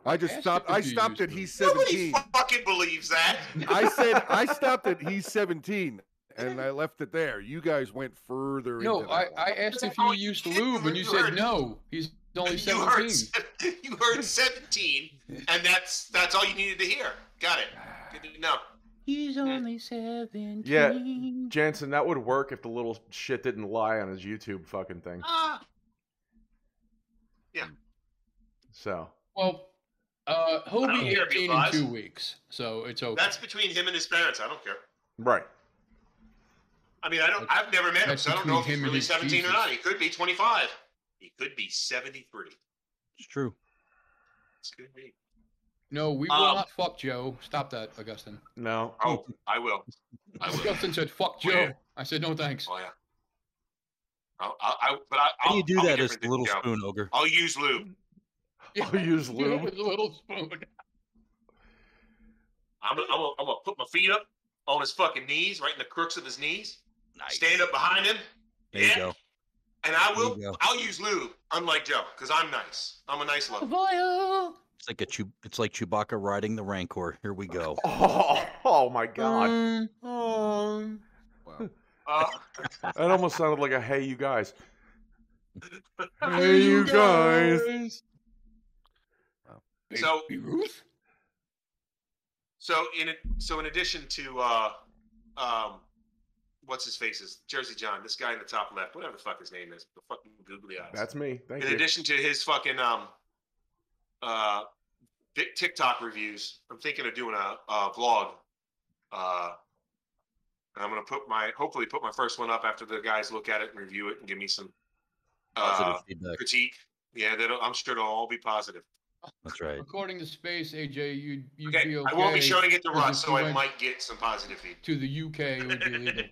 Speaker 5: I just
Speaker 1: Ask him
Speaker 5: stopped.
Speaker 1: if
Speaker 5: I
Speaker 1: he
Speaker 5: stopped
Speaker 1: used
Speaker 5: at
Speaker 1: to.
Speaker 5: he's
Speaker 3: nobody
Speaker 5: 17.
Speaker 3: fucking believes that.
Speaker 5: I said I stopped at he's 17, and I left it there. You guys went further.
Speaker 1: No,
Speaker 5: into
Speaker 1: I,
Speaker 5: that one.
Speaker 1: I asked if
Speaker 3: how
Speaker 1: you
Speaker 3: I
Speaker 1: used
Speaker 3: did
Speaker 1: lube, and you
Speaker 3: you
Speaker 1: said
Speaker 3: heard-
Speaker 1: no. He's only
Speaker 3: *laughs* you heard
Speaker 1: 17.
Speaker 3: se- you heard 17, and that's that's all you needed to hear. Got it. Good to know.
Speaker 6: He's only seventeen.
Speaker 2: Jansen, that would work if the little shit didn't lie on his YouTube fucking thing.
Speaker 3: Ah,
Speaker 2: So
Speaker 1: Well, uh, he'll
Speaker 3: don't
Speaker 1: be
Speaker 3: care if he
Speaker 1: 18 in
Speaker 3: lies.
Speaker 1: two weeks, so it's okay.
Speaker 3: that's between him and his parents. I don't care.
Speaker 2: right,
Speaker 3: I mean, I don't. I've never met him,
Speaker 1: That's
Speaker 3: so I don't know if
Speaker 1: between him
Speaker 3: he's
Speaker 1: and
Speaker 3: really
Speaker 1: his
Speaker 3: seventeen or
Speaker 1: Jesus.
Speaker 3: not. He could be twenty-five. He could be seventy-three.
Speaker 4: It's true.
Speaker 3: It's gonna be.
Speaker 1: no, we will
Speaker 3: Um,
Speaker 1: not fuck Joe. Stop that, Augustine.
Speaker 2: no, *laughs*
Speaker 3: Oh, I will. I will.
Speaker 1: Augustine said, "Fuck Joe."
Speaker 3: Where?
Speaker 1: I said, "No, thanks."
Speaker 3: Oh yeah. I'll, I'll, I, but I,
Speaker 4: How do you
Speaker 3: I'll-
Speaker 4: do
Speaker 3: I'll be
Speaker 4: that as
Speaker 3: different
Speaker 4: the
Speaker 3: than
Speaker 4: little
Speaker 3: Joe.
Speaker 4: spoon ogre?
Speaker 3: I'll use lube.
Speaker 2: I'll use
Speaker 1: Joe
Speaker 2: lube.
Speaker 1: with a little spoon.
Speaker 3: I'm gonna, I'm gonna, I'm gonna put my feet up on his fucking knees, right in the crooks of his knees. Stand up behind him,
Speaker 4: There you
Speaker 3: yeah.
Speaker 4: go.
Speaker 3: and I will.
Speaker 4: There you go.
Speaker 3: I'll use lube, unlike Joe, because I'm nice. I'm a nice
Speaker 6: *laughs*
Speaker 3: lover.
Speaker 6: Voyo.
Speaker 4: It's like a Chew- it's like Chewbacca riding the Rancor.
Speaker 5: *laughs*
Speaker 4: Here we go.
Speaker 2: Oh, oh my god,
Speaker 6: Mm.
Speaker 5: Wow.
Speaker 3: Uh,
Speaker 2: that almost sounded like a "Hey, you guys."
Speaker 5: Hey, you guys.
Speaker 3: So-
Speaker 1: Baby Ruth.
Speaker 3: so in it- so in addition to uh, um, what's his face is Jersey John, this guy in the top left, whatever the fuck his name is, the fucking googly eyes.
Speaker 2: That's me. Thank
Speaker 3: in
Speaker 2: you.
Speaker 3: addition to his fucking um, uh, Tik- TikTok reviews, I'm thinking of doing a, a vlog. Uh, and I'm gonna put my hopefully put my first one up after the guys look at it and review it and give me some uh,
Speaker 4: Positive feedback.
Speaker 3: critique. Yeah, that'll, I'm sure it'll all be positive.
Speaker 4: That's right.
Speaker 1: According to Space, AJ, you'd you'd
Speaker 3: Okay,
Speaker 1: be okay.
Speaker 3: I won't be showing it to
Speaker 1: because
Speaker 3: Russ,
Speaker 1: if
Speaker 3: so
Speaker 1: you
Speaker 3: I
Speaker 1: went-
Speaker 3: might get some positive feedback.
Speaker 1: to the UK. It would be illegal.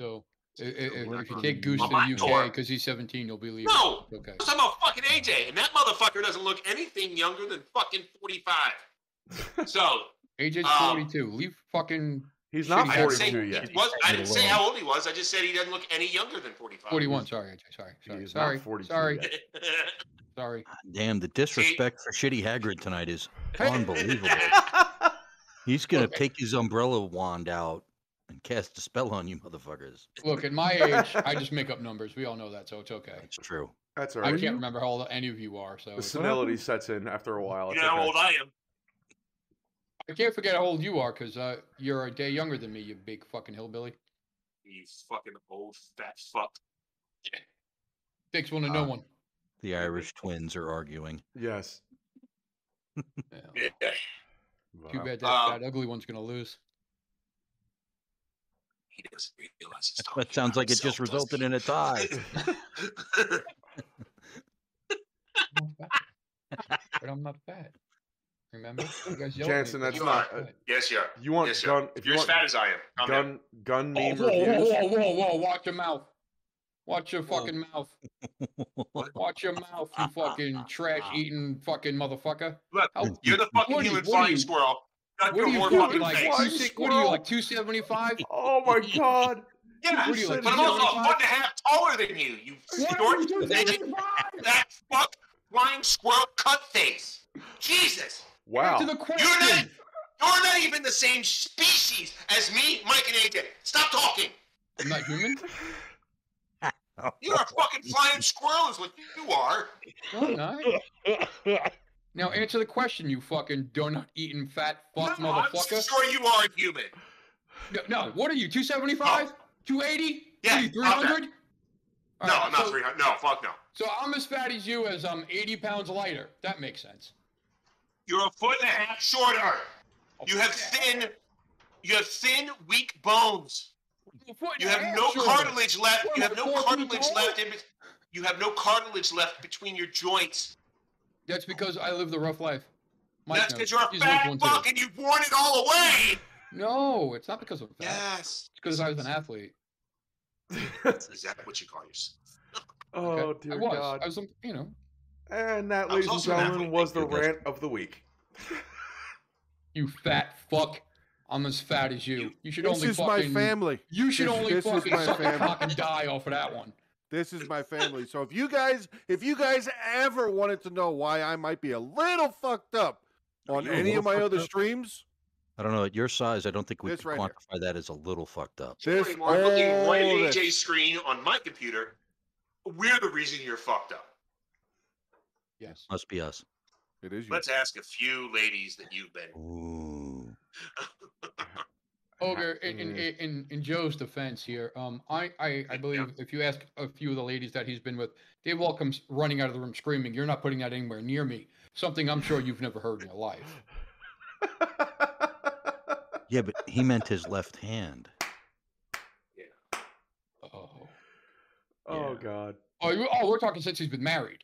Speaker 1: So i- i- if, if you take Goose to
Speaker 3: my
Speaker 1: the UK
Speaker 3: door.
Speaker 1: because he's 17, you'll be legal.
Speaker 3: No!
Speaker 1: It's okay.
Speaker 3: I'm talking about fucking AJ, and that motherfucker doesn't look anything younger than fucking
Speaker 1: *laughs*
Speaker 3: 45. So
Speaker 1: AJ's
Speaker 3: Um,
Speaker 1: 42. Leave fucking
Speaker 2: He's not
Speaker 1: I didn't
Speaker 3: say-
Speaker 2: 42 yet.
Speaker 3: was, I didn't say
Speaker 4: alone.
Speaker 3: how old he was. I just said he doesn't look any younger than 45. *laughs*
Speaker 1: 41. Sorry, AJ. Sorry.
Speaker 2: He
Speaker 1: Sorry.
Speaker 2: is not
Speaker 1: Sorry.
Speaker 2: 42
Speaker 1: Sorry.
Speaker 2: yet.
Speaker 1: Sorry.
Speaker 4: Damn, the disrespect for shitty Hagrid tonight is unbelievable.
Speaker 5: *laughs*
Speaker 4: He's gonna
Speaker 1: Okay.
Speaker 4: take his umbrella wand out and cast a spell on you, motherfuckers.
Speaker 1: Look, at my age, I just make up numbers. We all know that, so it's okay.
Speaker 4: That's true.
Speaker 2: That's all
Speaker 1: I
Speaker 2: right.
Speaker 1: can't remember how old any of you are, so
Speaker 2: Uh, The
Speaker 1: it's-
Speaker 2: senility sets in after a while.
Speaker 1: Oh,
Speaker 3: you
Speaker 2: It's
Speaker 3: know how
Speaker 2: okay.
Speaker 3: old I am.
Speaker 1: I can't forget how old you are because uh, you're a day younger than me, you big fucking hillbilly.
Speaker 3: You fucking old fat fuck.
Speaker 1: Oh. Takes one to know
Speaker 4: Uh,
Speaker 1: one.
Speaker 4: The Irish twins are arguing. *laughs*
Speaker 2: Yes.
Speaker 1: Yeah.
Speaker 3: Yeah.
Speaker 1: Too
Speaker 2: Wow.
Speaker 1: bad that,
Speaker 3: Um,
Speaker 1: that ugly one's gonna lose.
Speaker 3: He doesn't realize he's talking
Speaker 4: That sounds
Speaker 3: about
Speaker 4: like it just
Speaker 3: himself, does
Speaker 4: resulted
Speaker 3: he?
Speaker 5: *laughs*
Speaker 4: in a tie.
Speaker 1: I'm not fat. *laughs* but I'm not fat.
Speaker 3: *laughs*
Speaker 1: Remember? You guys yelled at me
Speaker 2: Jansen,
Speaker 1: because
Speaker 2: that's
Speaker 1: I'm
Speaker 2: not.
Speaker 1: fat.
Speaker 3: yes, you are.
Speaker 2: You want
Speaker 3: Yes, sir.
Speaker 2: gun? If
Speaker 3: You're
Speaker 2: you
Speaker 3: as
Speaker 2: want
Speaker 3: fat as I am. I'm
Speaker 2: gun,
Speaker 3: in.
Speaker 2: gun
Speaker 1: Oh,
Speaker 2: meme
Speaker 1: whoa, whoa,
Speaker 2: reviews.
Speaker 1: whoa, whoa, whoa, watch your mouth. Watch your
Speaker 4: Whoa.
Speaker 1: fucking mouth.
Speaker 3: *laughs*
Speaker 1: Watch your mouth, you fucking trash eating fucking motherfucker.
Speaker 3: Look,
Speaker 1: How,
Speaker 3: You're the fucking
Speaker 1: What do you-
Speaker 3: human
Speaker 1: what do
Speaker 3: flying
Speaker 1: you-
Speaker 3: squirrel. Not
Speaker 1: what
Speaker 3: your
Speaker 1: are you
Speaker 3: more
Speaker 1: doing?
Speaker 3: fucking
Speaker 1: Like,
Speaker 3: face.
Speaker 1: two, six, what are you, like 275?
Speaker 2: *laughs* Oh my god!
Speaker 3: Yeah,
Speaker 1: what are you, like,
Speaker 3: but I'm also a
Speaker 1: 275?
Speaker 3: foot and a half taller than you. You short, midget, that fuck flying squirrel cut face. Jesus,
Speaker 1: Back to
Speaker 2: Wow. *laughs*
Speaker 1: the
Speaker 3: you're not,
Speaker 1: question.
Speaker 3: you're not even the same species as me, Mike, and AJ. Stop talking.
Speaker 1: I'm not human?
Speaker 3: You're a fucking flying squirrel, is what you are.
Speaker 1: No, I'm not.
Speaker 3: *laughs*
Speaker 1: Now answer the question, you fucking donut eating fat fuck
Speaker 3: No, I'm
Speaker 1: motherfucker.
Speaker 3: sure you are human.
Speaker 1: No, no, what are you, 275? 280?
Speaker 3: Oh. Yeah,
Speaker 1: What are you,
Speaker 3: about that.
Speaker 1: 300? All
Speaker 3: no,
Speaker 1: right,
Speaker 3: I'm not
Speaker 1: so-
Speaker 3: 300. No, fuck no.
Speaker 1: So I'm as fat as you as I'm 80 pounds lighter. That makes sense.
Speaker 3: You're a foot and a half shorter. You have thin, you have thin, weak bones. You have no cartilage left.
Speaker 1: What
Speaker 3: You
Speaker 1: am
Speaker 3: have
Speaker 1: I,
Speaker 3: no
Speaker 1: four feet
Speaker 3: cartilage
Speaker 1: tall?
Speaker 3: left in. bet- You have no cartilage left between your joints.
Speaker 1: That's because I live the rough life. Mike
Speaker 3: That's
Speaker 1: knows.
Speaker 3: because you're a
Speaker 1: He's lived
Speaker 3: fat
Speaker 1: one
Speaker 3: fuck
Speaker 1: too.
Speaker 3: and you've worn it all away.
Speaker 1: No, it's not because I'm fat.
Speaker 3: Yes.
Speaker 1: It's because I was an athlete.
Speaker 3: Is that what you call yourself?
Speaker 2: oh
Speaker 1: okay?
Speaker 2: dear
Speaker 1: I was.
Speaker 2: god!
Speaker 1: I was, um, you know,
Speaker 2: And that,
Speaker 3: I
Speaker 2: ladies
Speaker 3: was
Speaker 2: and
Speaker 3: also an athlete,
Speaker 2: gentlemen, was the
Speaker 4: thank you.
Speaker 2: rant of the week. *laughs*
Speaker 1: you fat fuck. I'm as fat as you. You should
Speaker 5: This
Speaker 1: only
Speaker 5: is my
Speaker 1: fucking.
Speaker 5: family.
Speaker 1: You should
Speaker 5: This-
Speaker 1: only
Speaker 5: this is
Speaker 1: fucking
Speaker 5: my
Speaker 1: suck a
Speaker 5: family.
Speaker 1: cock and die off of that one.
Speaker 5: This is my family. So if you guys, if you guys ever wanted to know why I might be a little fucked up on
Speaker 4: you a
Speaker 5: any
Speaker 4: little
Speaker 5: of my
Speaker 4: fucked
Speaker 5: other
Speaker 4: up?
Speaker 5: streams,
Speaker 4: *laughs* I don't know. At your size, I don't think we
Speaker 5: This
Speaker 4: can
Speaker 5: right here.
Speaker 4: quantify that as a little fucked up.
Speaker 5: this
Speaker 3: Pretty much.
Speaker 5: all
Speaker 3: I'm looking right at
Speaker 5: this.
Speaker 3: AJ's screen on my computer. We're the reason you're fucked up.
Speaker 1: Yes.
Speaker 4: Must be us.
Speaker 5: It is you.
Speaker 3: Let's ask a few ladies that you've been.
Speaker 4: Oh,
Speaker 5: *laughs*
Speaker 4: Ooh.
Speaker 1: Ogre, in, in,
Speaker 2: Mm.
Speaker 1: in, in Joe's defense here, um, I, I, I believe if you ask a few of the ladies that he's been with, they all come s- running out of the room screaming, You're not putting that anywhere near me. Something I'm sure you've never heard in your life.
Speaker 4: Yeah, but he meant his left hand.
Speaker 1: Oh,
Speaker 2: oh
Speaker 4: Yeah.
Speaker 2: God. *laughs*
Speaker 1: oh, you, oh we're talking since he's been married.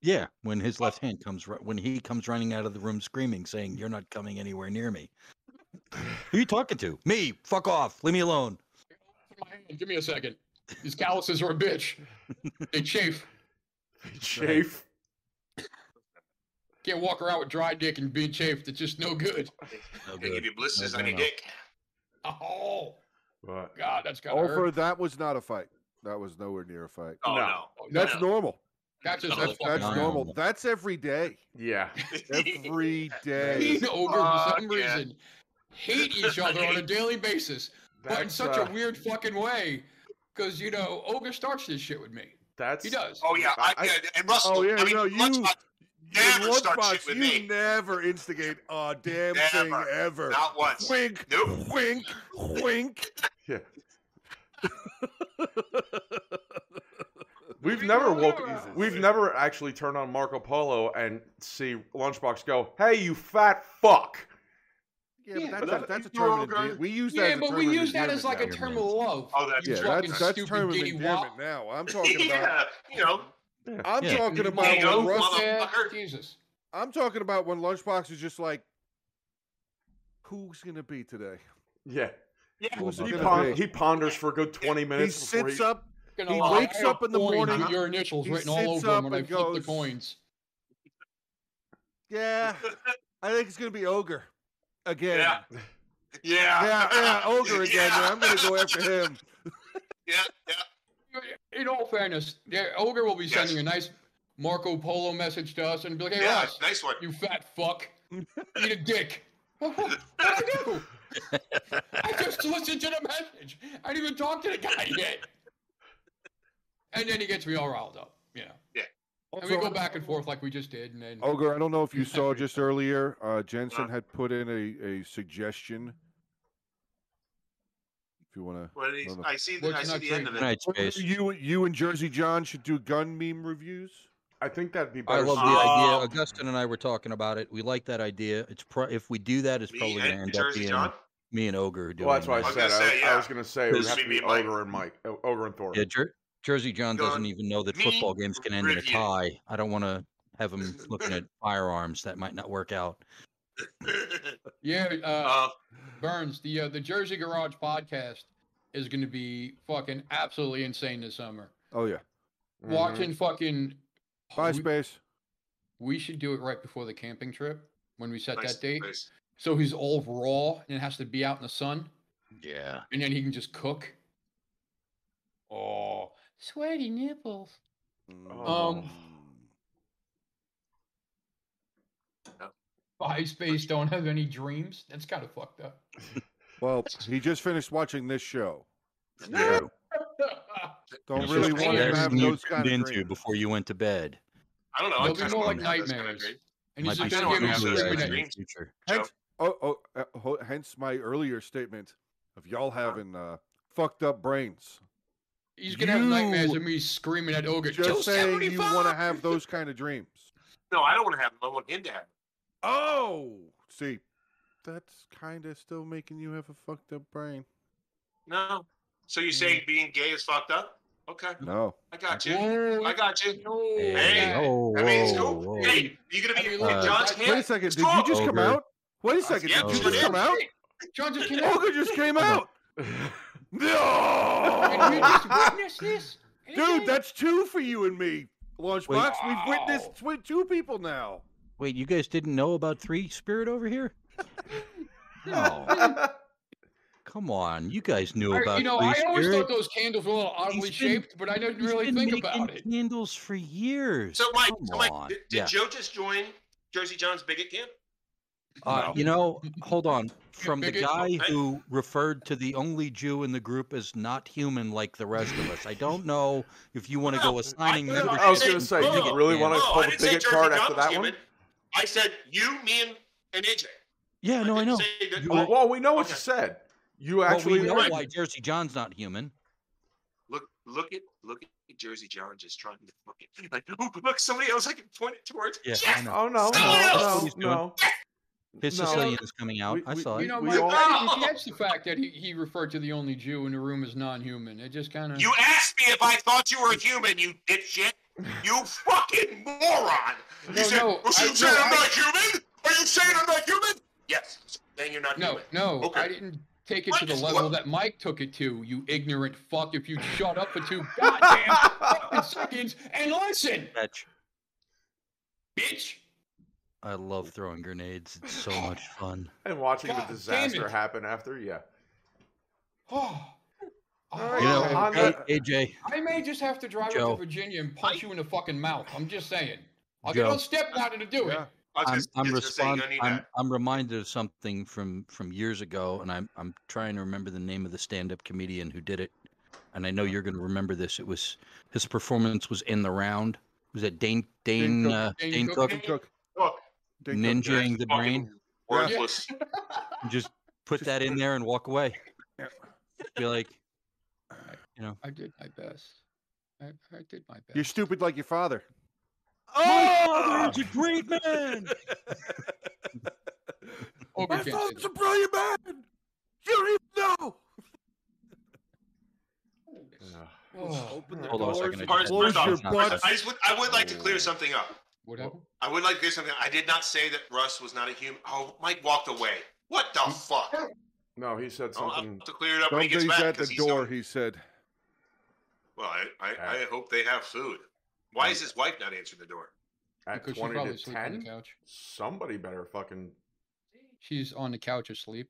Speaker 4: Yeah, when his left hand comes ru- when he comes running out of the room screaming, saying, "You're not coming anywhere near me." Who you talking to? Me? Fuck off! Leave me alone.
Speaker 1: My hand, Give me a second. These calluses are a bitch. They chafe.
Speaker 2: Chafe.
Speaker 1: Can't walk around with dry dick and be chafed. It's just no good.
Speaker 4: No
Speaker 3: They give
Speaker 4: good.
Speaker 3: you blisters
Speaker 4: No,
Speaker 3: on
Speaker 4: no,
Speaker 3: your
Speaker 4: no.
Speaker 3: dick.
Speaker 1: Oh,
Speaker 2: What?
Speaker 1: God, that's got to
Speaker 5: Over
Speaker 1: hurt.
Speaker 5: that was not a fight. That was nowhere near a fight.
Speaker 3: Oh
Speaker 2: No.
Speaker 3: no.
Speaker 1: Oh,
Speaker 5: That's
Speaker 1: no,
Speaker 3: *laughs*
Speaker 5: normal.
Speaker 1: That's just
Speaker 3: no.
Speaker 1: that's
Speaker 5: That's
Speaker 4: No,
Speaker 1: fucking-
Speaker 4: no,
Speaker 5: normal.
Speaker 4: no.
Speaker 5: That's every day.
Speaker 2: Yeah.
Speaker 5: Every day.
Speaker 1: mean ogre for some
Speaker 3: Fuck yeah.
Speaker 1: reason hate each other on a daily basis, but in
Speaker 2: That's
Speaker 1: such
Speaker 2: uh,
Speaker 1: a weird fucking way. Because you know, ogre starts this shit with me.
Speaker 2: That's
Speaker 1: He does.
Speaker 3: Oh yeah, I,
Speaker 2: I-
Speaker 3: yeah, and Russell.
Speaker 5: Oh, yeah,
Speaker 3: I mean,
Speaker 5: no,
Speaker 3: Lunchbox
Speaker 5: you-
Speaker 3: never
Speaker 5: In
Speaker 3: start
Speaker 5: Lunchbox,
Speaker 3: shit with
Speaker 5: you
Speaker 3: me.
Speaker 5: never instigate a damn thing
Speaker 3: Never.
Speaker 5: ever.
Speaker 3: Not once.
Speaker 5: Wink,
Speaker 3: Nope.
Speaker 5: wink, wink.
Speaker 2: Yeah. We've never woke. We've never actually turned on Marco Polo and see Lunchbox go, "Hey, you fat fuck."
Speaker 5: Yeah,
Speaker 1: Yeah,
Speaker 5: but that's,
Speaker 2: but
Speaker 5: a,
Speaker 2: that-
Speaker 5: that's a
Speaker 2: you know,
Speaker 5: term of
Speaker 2: guys-
Speaker 5: endearment. We use that.
Speaker 1: Yeah,
Speaker 5: as a
Speaker 1: but
Speaker 5: term
Speaker 1: we
Speaker 5: of
Speaker 1: use that as like
Speaker 5: endearment
Speaker 1: a term of love.
Speaker 3: Oh, that's
Speaker 1: you
Speaker 5: now. Yeah,
Speaker 1: fucking
Speaker 5: that's that's
Speaker 1: stupid
Speaker 5: term of
Speaker 1: giddy
Speaker 5: endearment
Speaker 1: wop.
Speaker 5: now.
Speaker 1: *laughs*
Speaker 5: I'm talking about.
Speaker 3: *laughs* yeah, you know.
Speaker 5: I'm
Speaker 4: Yeah.
Speaker 5: talking about
Speaker 3: There you go,
Speaker 5: when Russ,
Speaker 3: mother-
Speaker 1: Yeah,
Speaker 3: motherfucker.
Speaker 1: Jesus.
Speaker 5: I'm talking about when Lunchbox is just like, who's gonna be today?
Speaker 2: Yeah.
Speaker 3: Yeah.
Speaker 5: Who's it
Speaker 2: He,
Speaker 5: gonna
Speaker 2: pon-
Speaker 5: be?
Speaker 2: he ponders for a good 20
Speaker 5: He
Speaker 2: minutes before
Speaker 5: sits up.
Speaker 1: Gonna
Speaker 5: He
Speaker 1: lie.
Speaker 5: wakes
Speaker 1: I have
Speaker 5: up in the
Speaker 1: coins
Speaker 5: morning,
Speaker 1: with your initials
Speaker 5: he
Speaker 1: written all
Speaker 5: sits
Speaker 1: over them
Speaker 5: up
Speaker 1: when I
Speaker 5: and
Speaker 1: flip the
Speaker 5: goes-
Speaker 1: coins.
Speaker 5: Yeah, I think it's gonna be ogre again.
Speaker 3: Yeah. Yeah.
Speaker 5: yeah, yeah, ogre again.
Speaker 3: *laughs* Yeah.
Speaker 5: man. I'm gonna go after him.
Speaker 3: Yeah, yeah.
Speaker 1: In all fairness, yeah, ogre will be
Speaker 3: Yes.
Speaker 1: sending a nice Marco Polo message to us and be like, "Hey,
Speaker 3: yeah.
Speaker 1: Ross,
Speaker 3: Nice one.
Speaker 1: You fat
Speaker 5: *laughs*
Speaker 1: fuck. Eat a dick. What what- what did I do? I just listened to the message. I didn't even talk to the guy yet. And then he gets me all riled up, you know. And we
Speaker 5: Also,
Speaker 1: go back and forth like we just did, and then
Speaker 5: Ogre, I don't know if you saw just earlier. Uh, Jensen had put in a, a suggestion. If you want
Speaker 3: What did he,
Speaker 5: Well,
Speaker 3: I see. The,
Speaker 1: what's
Speaker 3: I see
Speaker 1: not
Speaker 3: the end of
Speaker 1: great-
Speaker 3: it.
Speaker 4: Good night,
Speaker 5: to,
Speaker 4: space.
Speaker 5: you you and Jersey John should do gun meme reviews.
Speaker 2: I think that'd be
Speaker 4: I
Speaker 2: better.
Speaker 4: love the
Speaker 2: suited-
Speaker 3: Oh.
Speaker 4: idea. Augustin and I were talking about it. We like that idea. It's pro- if we do that, it's
Speaker 3: Me
Speaker 4: probably gonna
Speaker 3: and
Speaker 4: end
Speaker 3: Jersey
Speaker 4: up *laughs*
Speaker 3: John.
Speaker 4: being me and Ogre doing.
Speaker 2: Well, that's why I
Speaker 4: that.
Speaker 3: was
Speaker 2: said. I,
Speaker 3: gonna say,
Speaker 2: I
Speaker 3: yeah.
Speaker 2: was going to say it would
Speaker 4: This-
Speaker 2: have to be
Speaker 3: Me, Mike.
Speaker 2: Ogre and Mike. O- Ogre and Thor.
Speaker 4: Yeah, Jer- Jersey John
Speaker 3: John,
Speaker 4: doesn't even know that
Speaker 3: me,
Speaker 4: football games can end in a
Speaker 3: review.
Speaker 4: tie. I don't want to
Speaker 3: *laughs*
Speaker 4: have him looking at firearms. That might not work out.
Speaker 1: yeah, uh,
Speaker 3: uh,
Speaker 1: Burns, the uh, the Jersey Garage podcast is going to be fucking absolutely insane this summer.
Speaker 5: Oh yeah,
Speaker 2: Mhm.
Speaker 1: Watching fucking.
Speaker 5: bye
Speaker 1: we,
Speaker 5: space.
Speaker 1: we should do it right before the camping trip when we set
Speaker 3: nice
Speaker 1: that date.
Speaker 3: place.
Speaker 1: So he's all raw and has to be out in the sun.
Speaker 4: Yeah.
Speaker 1: and then he can just cook. Oh,
Speaker 6: Sweaty nipples.
Speaker 2: Oh.
Speaker 1: MySpace don't have any dreams. That's kind of fucked up. *laughs*
Speaker 5: Well, he just finished watching this show.
Speaker 4: Yeah.
Speaker 5: Don't
Speaker 4: It's
Speaker 5: really
Speaker 4: just
Speaker 5: want to
Speaker 4: everything
Speaker 5: have
Speaker 4: you
Speaker 5: those kind
Speaker 4: tuned
Speaker 5: of
Speaker 4: into
Speaker 5: dreams.
Speaker 4: before you went to bed.
Speaker 3: I don't know. I
Speaker 1: They'll be
Speaker 3: kinda
Speaker 1: more
Speaker 3: wanna
Speaker 1: like
Speaker 3: have this kinda
Speaker 1: nightmares.
Speaker 3: dream.
Speaker 1: and
Speaker 4: Might
Speaker 1: he's
Speaker 4: be
Speaker 1: just
Speaker 3: I
Speaker 1: gonna
Speaker 3: don't
Speaker 1: give
Speaker 3: wanna
Speaker 1: me
Speaker 3: have those
Speaker 1: sleeping
Speaker 3: kinda
Speaker 1: at
Speaker 3: dreams.
Speaker 4: in the future.
Speaker 5: Hence, oh, oh, uh, ho- hence my earlier statement of y'all having uh, fucked up brains.
Speaker 1: He's gonna have nightmares
Speaker 5: You-
Speaker 1: of me screaming at ogre.
Speaker 5: Just saying you want to
Speaker 1: 275!"
Speaker 5: have those kind of dreams.
Speaker 3: No, I don't want to have them. I want him to have them.
Speaker 5: Oh, see, that's kind of still making you have a fucked up brain.
Speaker 3: No. So you saying being gay is fucked up? Okay,
Speaker 5: No,
Speaker 3: I got you.
Speaker 1: Whoa,
Speaker 3: I got you.
Speaker 1: no,
Speaker 4: Hey,
Speaker 3: Hey,
Speaker 1: that-
Speaker 4: whoa,
Speaker 3: I mean, it's
Speaker 4: whoa,
Speaker 3: cool.
Speaker 4: whoa.
Speaker 3: Hey, you gonna be
Speaker 1: I mean,
Speaker 3: in
Speaker 1: look,
Speaker 3: John's
Speaker 1: that's-
Speaker 3: hand?
Speaker 5: wait a second. Did you just come
Speaker 4: Ogre.
Speaker 5: out? Wait a second.
Speaker 3: yeah,
Speaker 5: Did you
Speaker 4: Ogre.
Speaker 5: just
Speaker 3: *laughs*
Speaker 5: come out?
Speaker 1: *laughs* John just came out.
Speaker 5: Ogre just came
Speaker 4: Hold on.
Speaker 5: out. No,
Speaker 1: *laughs* And you just witnessed this,
Speaker 5: dude, that's two for you and me. Launchbox, we've witnessed
Speaker 1: Wow.
Speaker 5: twi- two people now.
Speaker 4: Wait, you guys didn't know about Three Spirit
Speaker 1: *laughs*
Speaker 4: over here? No, come on. You guys knew
Speaker 1: I-
Speaker 4: about
Speaker 1: you know,
Speaker 4: Three
Speaker 1: I always
Speaker 4: Spirit.
Speaker 1: thought those candles were a little
Speaker 4: He's
Speaker 1: oddly
Speaker 4: been-
Speaker 1: shaped, but I didn't
Speaker 4: He's
Speaker 1: really
Speaker 4: been
Speaker 1: think
Speaker 4: making
Speaker 1: about it.
Speaker 4: Candles for years.
Speaker 3: So Mike,
Speaker 4: come
Speaker 3: so Mike,
Speaker 4: on.
Speaker 3: did, did
Speaker 4: yeah.
Speaker 3: Joe just join Jersey John's bigot camp?
Speaker 4: Uh, You know,
Speaker 1: *laughs*
Speaker 4: hold on. From the
Speaker 1: bigot.
Speaker 4: guy
Speaker 3: Hey.
Speaker 4: who referred to the only Jew in the group as not human like the rest of us. I don't know if you want to go
Speaker 3: No, I-
Speaker 4: assigning.
Speaker 3: no,
Speaker 2: I
Speaker 4: membership
Speaker 2: was gonna
Speaker 4: to
Speaker 2: say, you
Speaker 4: bigot,
Speaker 2: really
Speaker 4: man.
Speaker 2: wanna-
Speaker 1: Oh,
Speaker 3: No,
Speaker 2: pull
Speaker 3: I
Speaker 2: the
Speaker 3: didn't say
Speaker 2: bigot
Speaker 3: Jersey
Speaker 2: card
Speaker 3: John
Speaker 2: after
Speaker 3: was
Speaker 2: that
Speaker 3: human.
Speaker 2: one?
Speaker 3: I said you, me, and, and AJ.
Speaker 4: Yeah, no, I
Speaker 3: didn't
Speaker 4: know.
Speaker 3: say that-
Speaker 2: *laughs*
Speaker 4: You-
Speaker 2: Well, well, we know what you
Speaker 3: Okay.
Speaker 2: said. You
Speaker 4: Well, we
Speaker 2: actually uh,
Speaker 4: know
Speaker 3: right.
Speaker 4: why Jersey John's not human.
Speaker 3: Look, look at look at Jersey John just trying to fucking like *laughs* oh, look somebody else I can point it towards.
Speaker 4: Yeah, I
Speaker 3: Yes!
Speaker 2: *laughs*
Speaker 4: know.
Speaker 2: Oh no,
Speaker 3: Someone
Speaker 2: no,
Speaker 3: else!
Speaker 2: no, no.
Speaker 4: His
Speaker 2: No.
Speaker 4: Sicilian is coming out.
Speaker 2: We-
Speaker 4: I
Speaker 2: we-
Speaker 4: saw
Speaker 1: You
Speaker 4: it.
Speaker 1: know,
Speaker 2: we
Speaker 1: Mike,
Speaker 2: all-
Speaker 1: I didn't even catch the fact that he, he referred to the only Jew in the room as non-human. It just kind of
Speaker 3: You asked me if I thought you were human, you dipshit. You fucking moron. You
Speaker 1: No,
Speaker 3: said,
Speaker 1: no,
Speaker 3: "Are you
Speaker 1: I- no,
Speaker 3: saying I'm
Speaker 1: I-
Speaker 3: not human? Are you saying I'm not human? Yes. Then you're not
Speaker 1: no,
Speaker 3: human.
Speaker 1: no, I
Speaker 3: Okay.
Speaker 1: didn't take it
Speaker 3: What
Speaker 1: to the
Speaker 3: is-
Speaker 1: level
Speaker 3: what-
Speaker 1: that Mike took it to. You ignorant fuck! If
Speaker 3: *laughs*
Speaker 1: you shut up for two goddamn *laughs* fucking seconds and listen,
Speaker 4: Fetch.
Speaker 1: bitch. *sighs*
Speaker 4: I love throwing grenades. It's so
Speaker 2: Oh,
Speaker 4: much
Speaker 2: *laughs*
Speaker 4: fun.
Speaker 2: And watching
Speaker 1: God
Speaker 2: the
Speaker 1: damn
Speaker 2: disaster
Speaker 1: it.
Speaker 2: happen after, yeah.
Speaker 1: Oh,
Speaker 2: right,
Speaker 4: You know,
Speaker 2: Oh, on
Speaker 4: A-
Speaker 2: the-
Speaker 4: AJ,
Speaker 1: I may just have to drive
Speaker 4: Joe.
Speaker 1: up to Virginia and punch you in the fucking mouth. I'm just saying. I'll
Speaker 4: Joe.
Speaker 1: get on step louder to do it.
Speaker 5: Yeah.
Speaker 3: I was
Speaker 4: I'm,
Speaker 3: just-
Speaker 4: I'm,
Speaker 3: just gonna say, you're
Speaker 4: respond,
Speaker 3: gonna need
Speaker 4: I'm,
Speaker 3: that.
Speaker 4: I'm reminded of something from, from years ago, and I'm, I'm trying to remember the name of the stand up comedian who did it. And I
Speaker 2: Uh-huh.
Speaker 4: know you're going to remember this. It was his performance was in the round. Was it Dane
Speaker 5: Dane
Speaker 4: Dane
Speaker 5: Cook.
Speaker 4: uh,
Speaker 1: Dane
Speaker 4: Dane
Speaker 1: Cook.
Speaker 4: Cook
Speaker 5: Dane Cook.
Speaker 3: Look.
Speaker 5: Dane Cook.
Speaker 4: Ninja. During
Speaker 3: That's
Speaker 4: the
Speaker 3: fucking
Speaker 4: brain.
Speaker 3: Worthless.
Speaker 4: just put that in there and walk away?
Speaker 5: Yeah.
Speaker 4: Be like,
Speaker 1: I did my best. I, I did my best.
Speaker 5: You're stupid like your father.
Speaker 4: oh, there's a great man.
Speaker 1: Oh, we can't say that.
Speaker 5: a brilliant man. You don't even know.
Speaker 2: Ugh. *sighs*
Speaker 1: Oh,
Speaker 5: Open the
Speaker 4: Hold on a
Speaker 5: doors
Speaker 4: second,
Speaker 5: and
Speaker 4: I just-
Speaker 5: close your
Speaker 3: First
Speaker 4: off,
Speaker 5: butt.
Speaker 3: I just would, I would like to clear something up.
Speaker 1: what happened?
Speaker 3: I would like to clear something. up. I did not say that Russ was not a human. Oh, Mike walked away. What the fuck?
Speaker 2: No, he said
Speaker 3: I'll have
Speaker 2: something.
Speaker 3: to clear it up when
Speaker 5: Don't
Speaker 3: he gets
Speaker 5: gaze
Speaker 3: back.
Speaker 5: at the
Speaker 3: 'cause he's
Speaker 5: door,
Speaker 3: not-
Speaker 5: he said.
Speaker 3: Well, I, I, I hope they have food. Why is his wife not answering the door?
Speaker 2: At
Speaker 1: Because she's
Speaker 2: 20
Speaker 1: probably
Speaker 2: to
Speaker 1: asleep on the
Speaker 2: 10,
Speaker 1: couch.
Speaker 2: somebody better fucking. *laughs*
Speaker 1: She's on the couch asleep.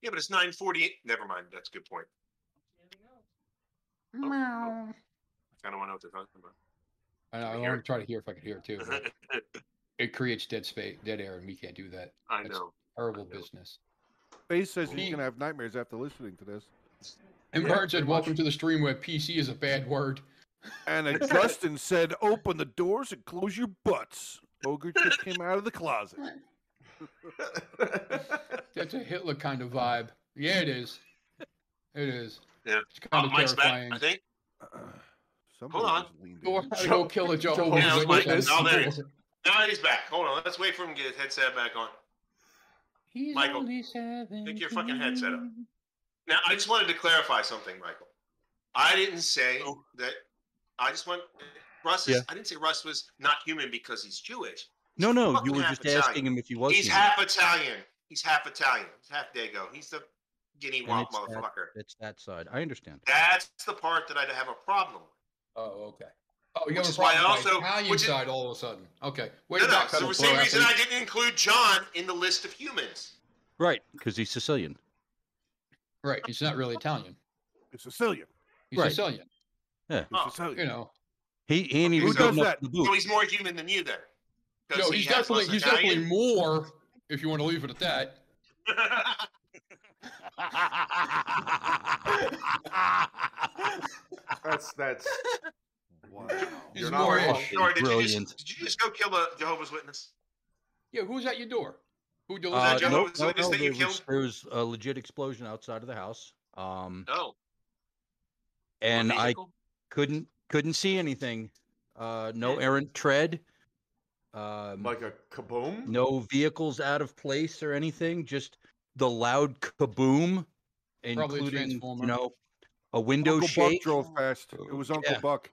Speaker 3: Yeah, but it's nine forty. Never mind. That's a good point.
Speaker 6: Meow.
Speaker 3: I don't want to know what they're talking about.
Speaker 1: And I
Speaker 3: we
Speaker 1: want
Speaker 3: hear
Speaker 1: to
Speaker 3: it?
Speaker 1: try to hear if I could hear it
Speaker 3: *laughs*
Speaker 1: too. but it creates dead space, dead air, and we can't do that.
Speaker 3: I
Speaker 1: That's-
Speaker 3: know.
Speaker 1: Terrible
Speaker 3: know.
Speaker 1: business.
Speaker 5: Face says he's
Speaker 1: Me.
Speaker 5: going to have nightmares after listening to this.
Speaker 1: And
Speaker 2: Yeah,
Speaker 1: Burn said,
Speaker 2: pretty
Speaker 1: "Welcome
Speaker 2: much.
Speaker 1: to the stream where PC is a bad word."
Speaker 5: *laughs* And uh, Justin said, open the doors and close your butts. Ogre just came out of the closet.
Speaker 1: That's a Hitler kind of vibe. Yeah, it is. It is.
Speaker 3: Yeah.
Speaker 1: It's
Speaker 3: Oh,
Speaker 1: kind of
Speaker 3: Mike's back.
Speaker 1: terrifying.
Speaker 3: I think.
Speaker 5: *sighs* Somebody
Speaker 3: on.
Speaker 5: just leaned
Speaker 1: Go,
Speaker 5: in.
Speaker 1: go kill a Jehovah's Witness.
Speaker 3: Jehovah's Witness. Oh, there it is.
Speaker 1: on
Speaker 3: Now he's back. Hold on. Let's wait for him to get his headset back on.
Speaker 6: He's
Speaker 3: Michael,
Speaker 6: only seven.
Speaker 3: your fucking headset up. Now, I just wanted to clarify something, Michael. I didn't say that. I just want Russ. Is,
Speaker 4: Yeah.
Speaker 3: I didn't say Russ was not human because he's Jewish.
Speaker 4: No, no,
Speaker 3: Fucking
Speaker 4: you were
Speaker 3: half
Speaker 4: just
Speaker 3: Italian.
Speaker 4: asking him if he was.
Speaker 3: he's
Speaker 4: human.
Speaker 3: half Italian. He's half Italian. He's half Dago. He's the guinea
Speaker 4: And
Speaker 3: walk
Speaker 4: it's that-
Speaker 3: motherfucker.
Speaker 4: It's that side. I understand.
Speaker 3: That's the part that I'd have a problem with.
Speaker 1: Oh, okay. Oh, you
Speaker 3: Which
Speaker 1: have a
Speaker 3: is why I
Speaker 1: problem with the
Speaker 3: also-
Speaker 1: Italian
Speaker 3: which is-
Speaker 1: side all of a sudden. Okay. Way
Speaker 3: No,
Speaker 1: to
Speaker 3: no.
Speaker 1: backpedal,
Speaker 3: So the
Speaker 1: bro,
Speaker 3: same
Speaker 1: after
Speaker 3: reason
Speaker 1: you-
Speaker 3: I didn't include John in the list of humans.
Speaker 4: Right, because he's Sicilian.
Speaker 1: *laughs* Right. He's not really Italian.
Speaker 5: It's Sicilian.
Speaker 1: He's
Speaker 4: Right.
Speaker 1: Sicilian.
Speaker 5: It's
Speaker 3: Oh,
Speaker 5: Sicilian.
Speaker 1: You know.
Speaker 4: He, he ain't even
Speaker 3: Who
Speaker 4: good
Speaker 5: does
Speaker 4: enough
Speaker 5: that?
Speaker 4: to
Speaker 3: So
Speaker 4: boot.
Speaker 3: he's more human than you then. 'Cause
Speaker 1: No,
Speaker 3: he
Speaker 1: he's
Speaker 3: has
Speaker 1: definitely
Speaker 3: less
Speaker 1: he's
Speaker 3: Italian.
Speaker 1: definitely more. If you want to leave it at that.
Speaker 2: That's that's.
Speaker 5: Wow.
Speaker 1: He's
Speaker 2: You're not
Speaker 1: more
Speaker 2: wrong.
Speaker 1: ish.
Speaker 3: *laughs* Sorry, did you,
Speaker 4: Brilliant.
Speaker 3: just, did you just go kill a Jehovah's Witness?
Speaker 1: Yeah. Who's at your door? Who delivered
Speaker 4: *laughs* Uh,
Speaker 1: your
Speaker 4: nope,
Speaker 3: Jehovah's
Speaker 4: no,
Speaker 3: Witness
Speaker 4: no,
Speaker 3: that you
Speaker 4: there, was,
Speaker 3: killed?
Speaker 4: there was a legit explosion outside of the house, um,
Speaker 3: No.
Speaker 4: and
Speaker 3: A
Speaker 4: I
Speaker 3: vehicle?
Speaker 4: couldn't couldn't see anything. Uh, no errant tread. Um,
Speaker 2: Like a kaboom?
Speaker 4: no vehicles out of place or anything. Just the loud kaboom,
Speaker 1: Probably a
Speaker 4: including
Speaker 1: transformer.
Speaker 4: you know a window
Speaker 5: Uncle Buck
Speaker 4: shake.
Speaker 5: drove fast. It was Uncle
Speaker 4: Yeah.
Speaker 5: Buck.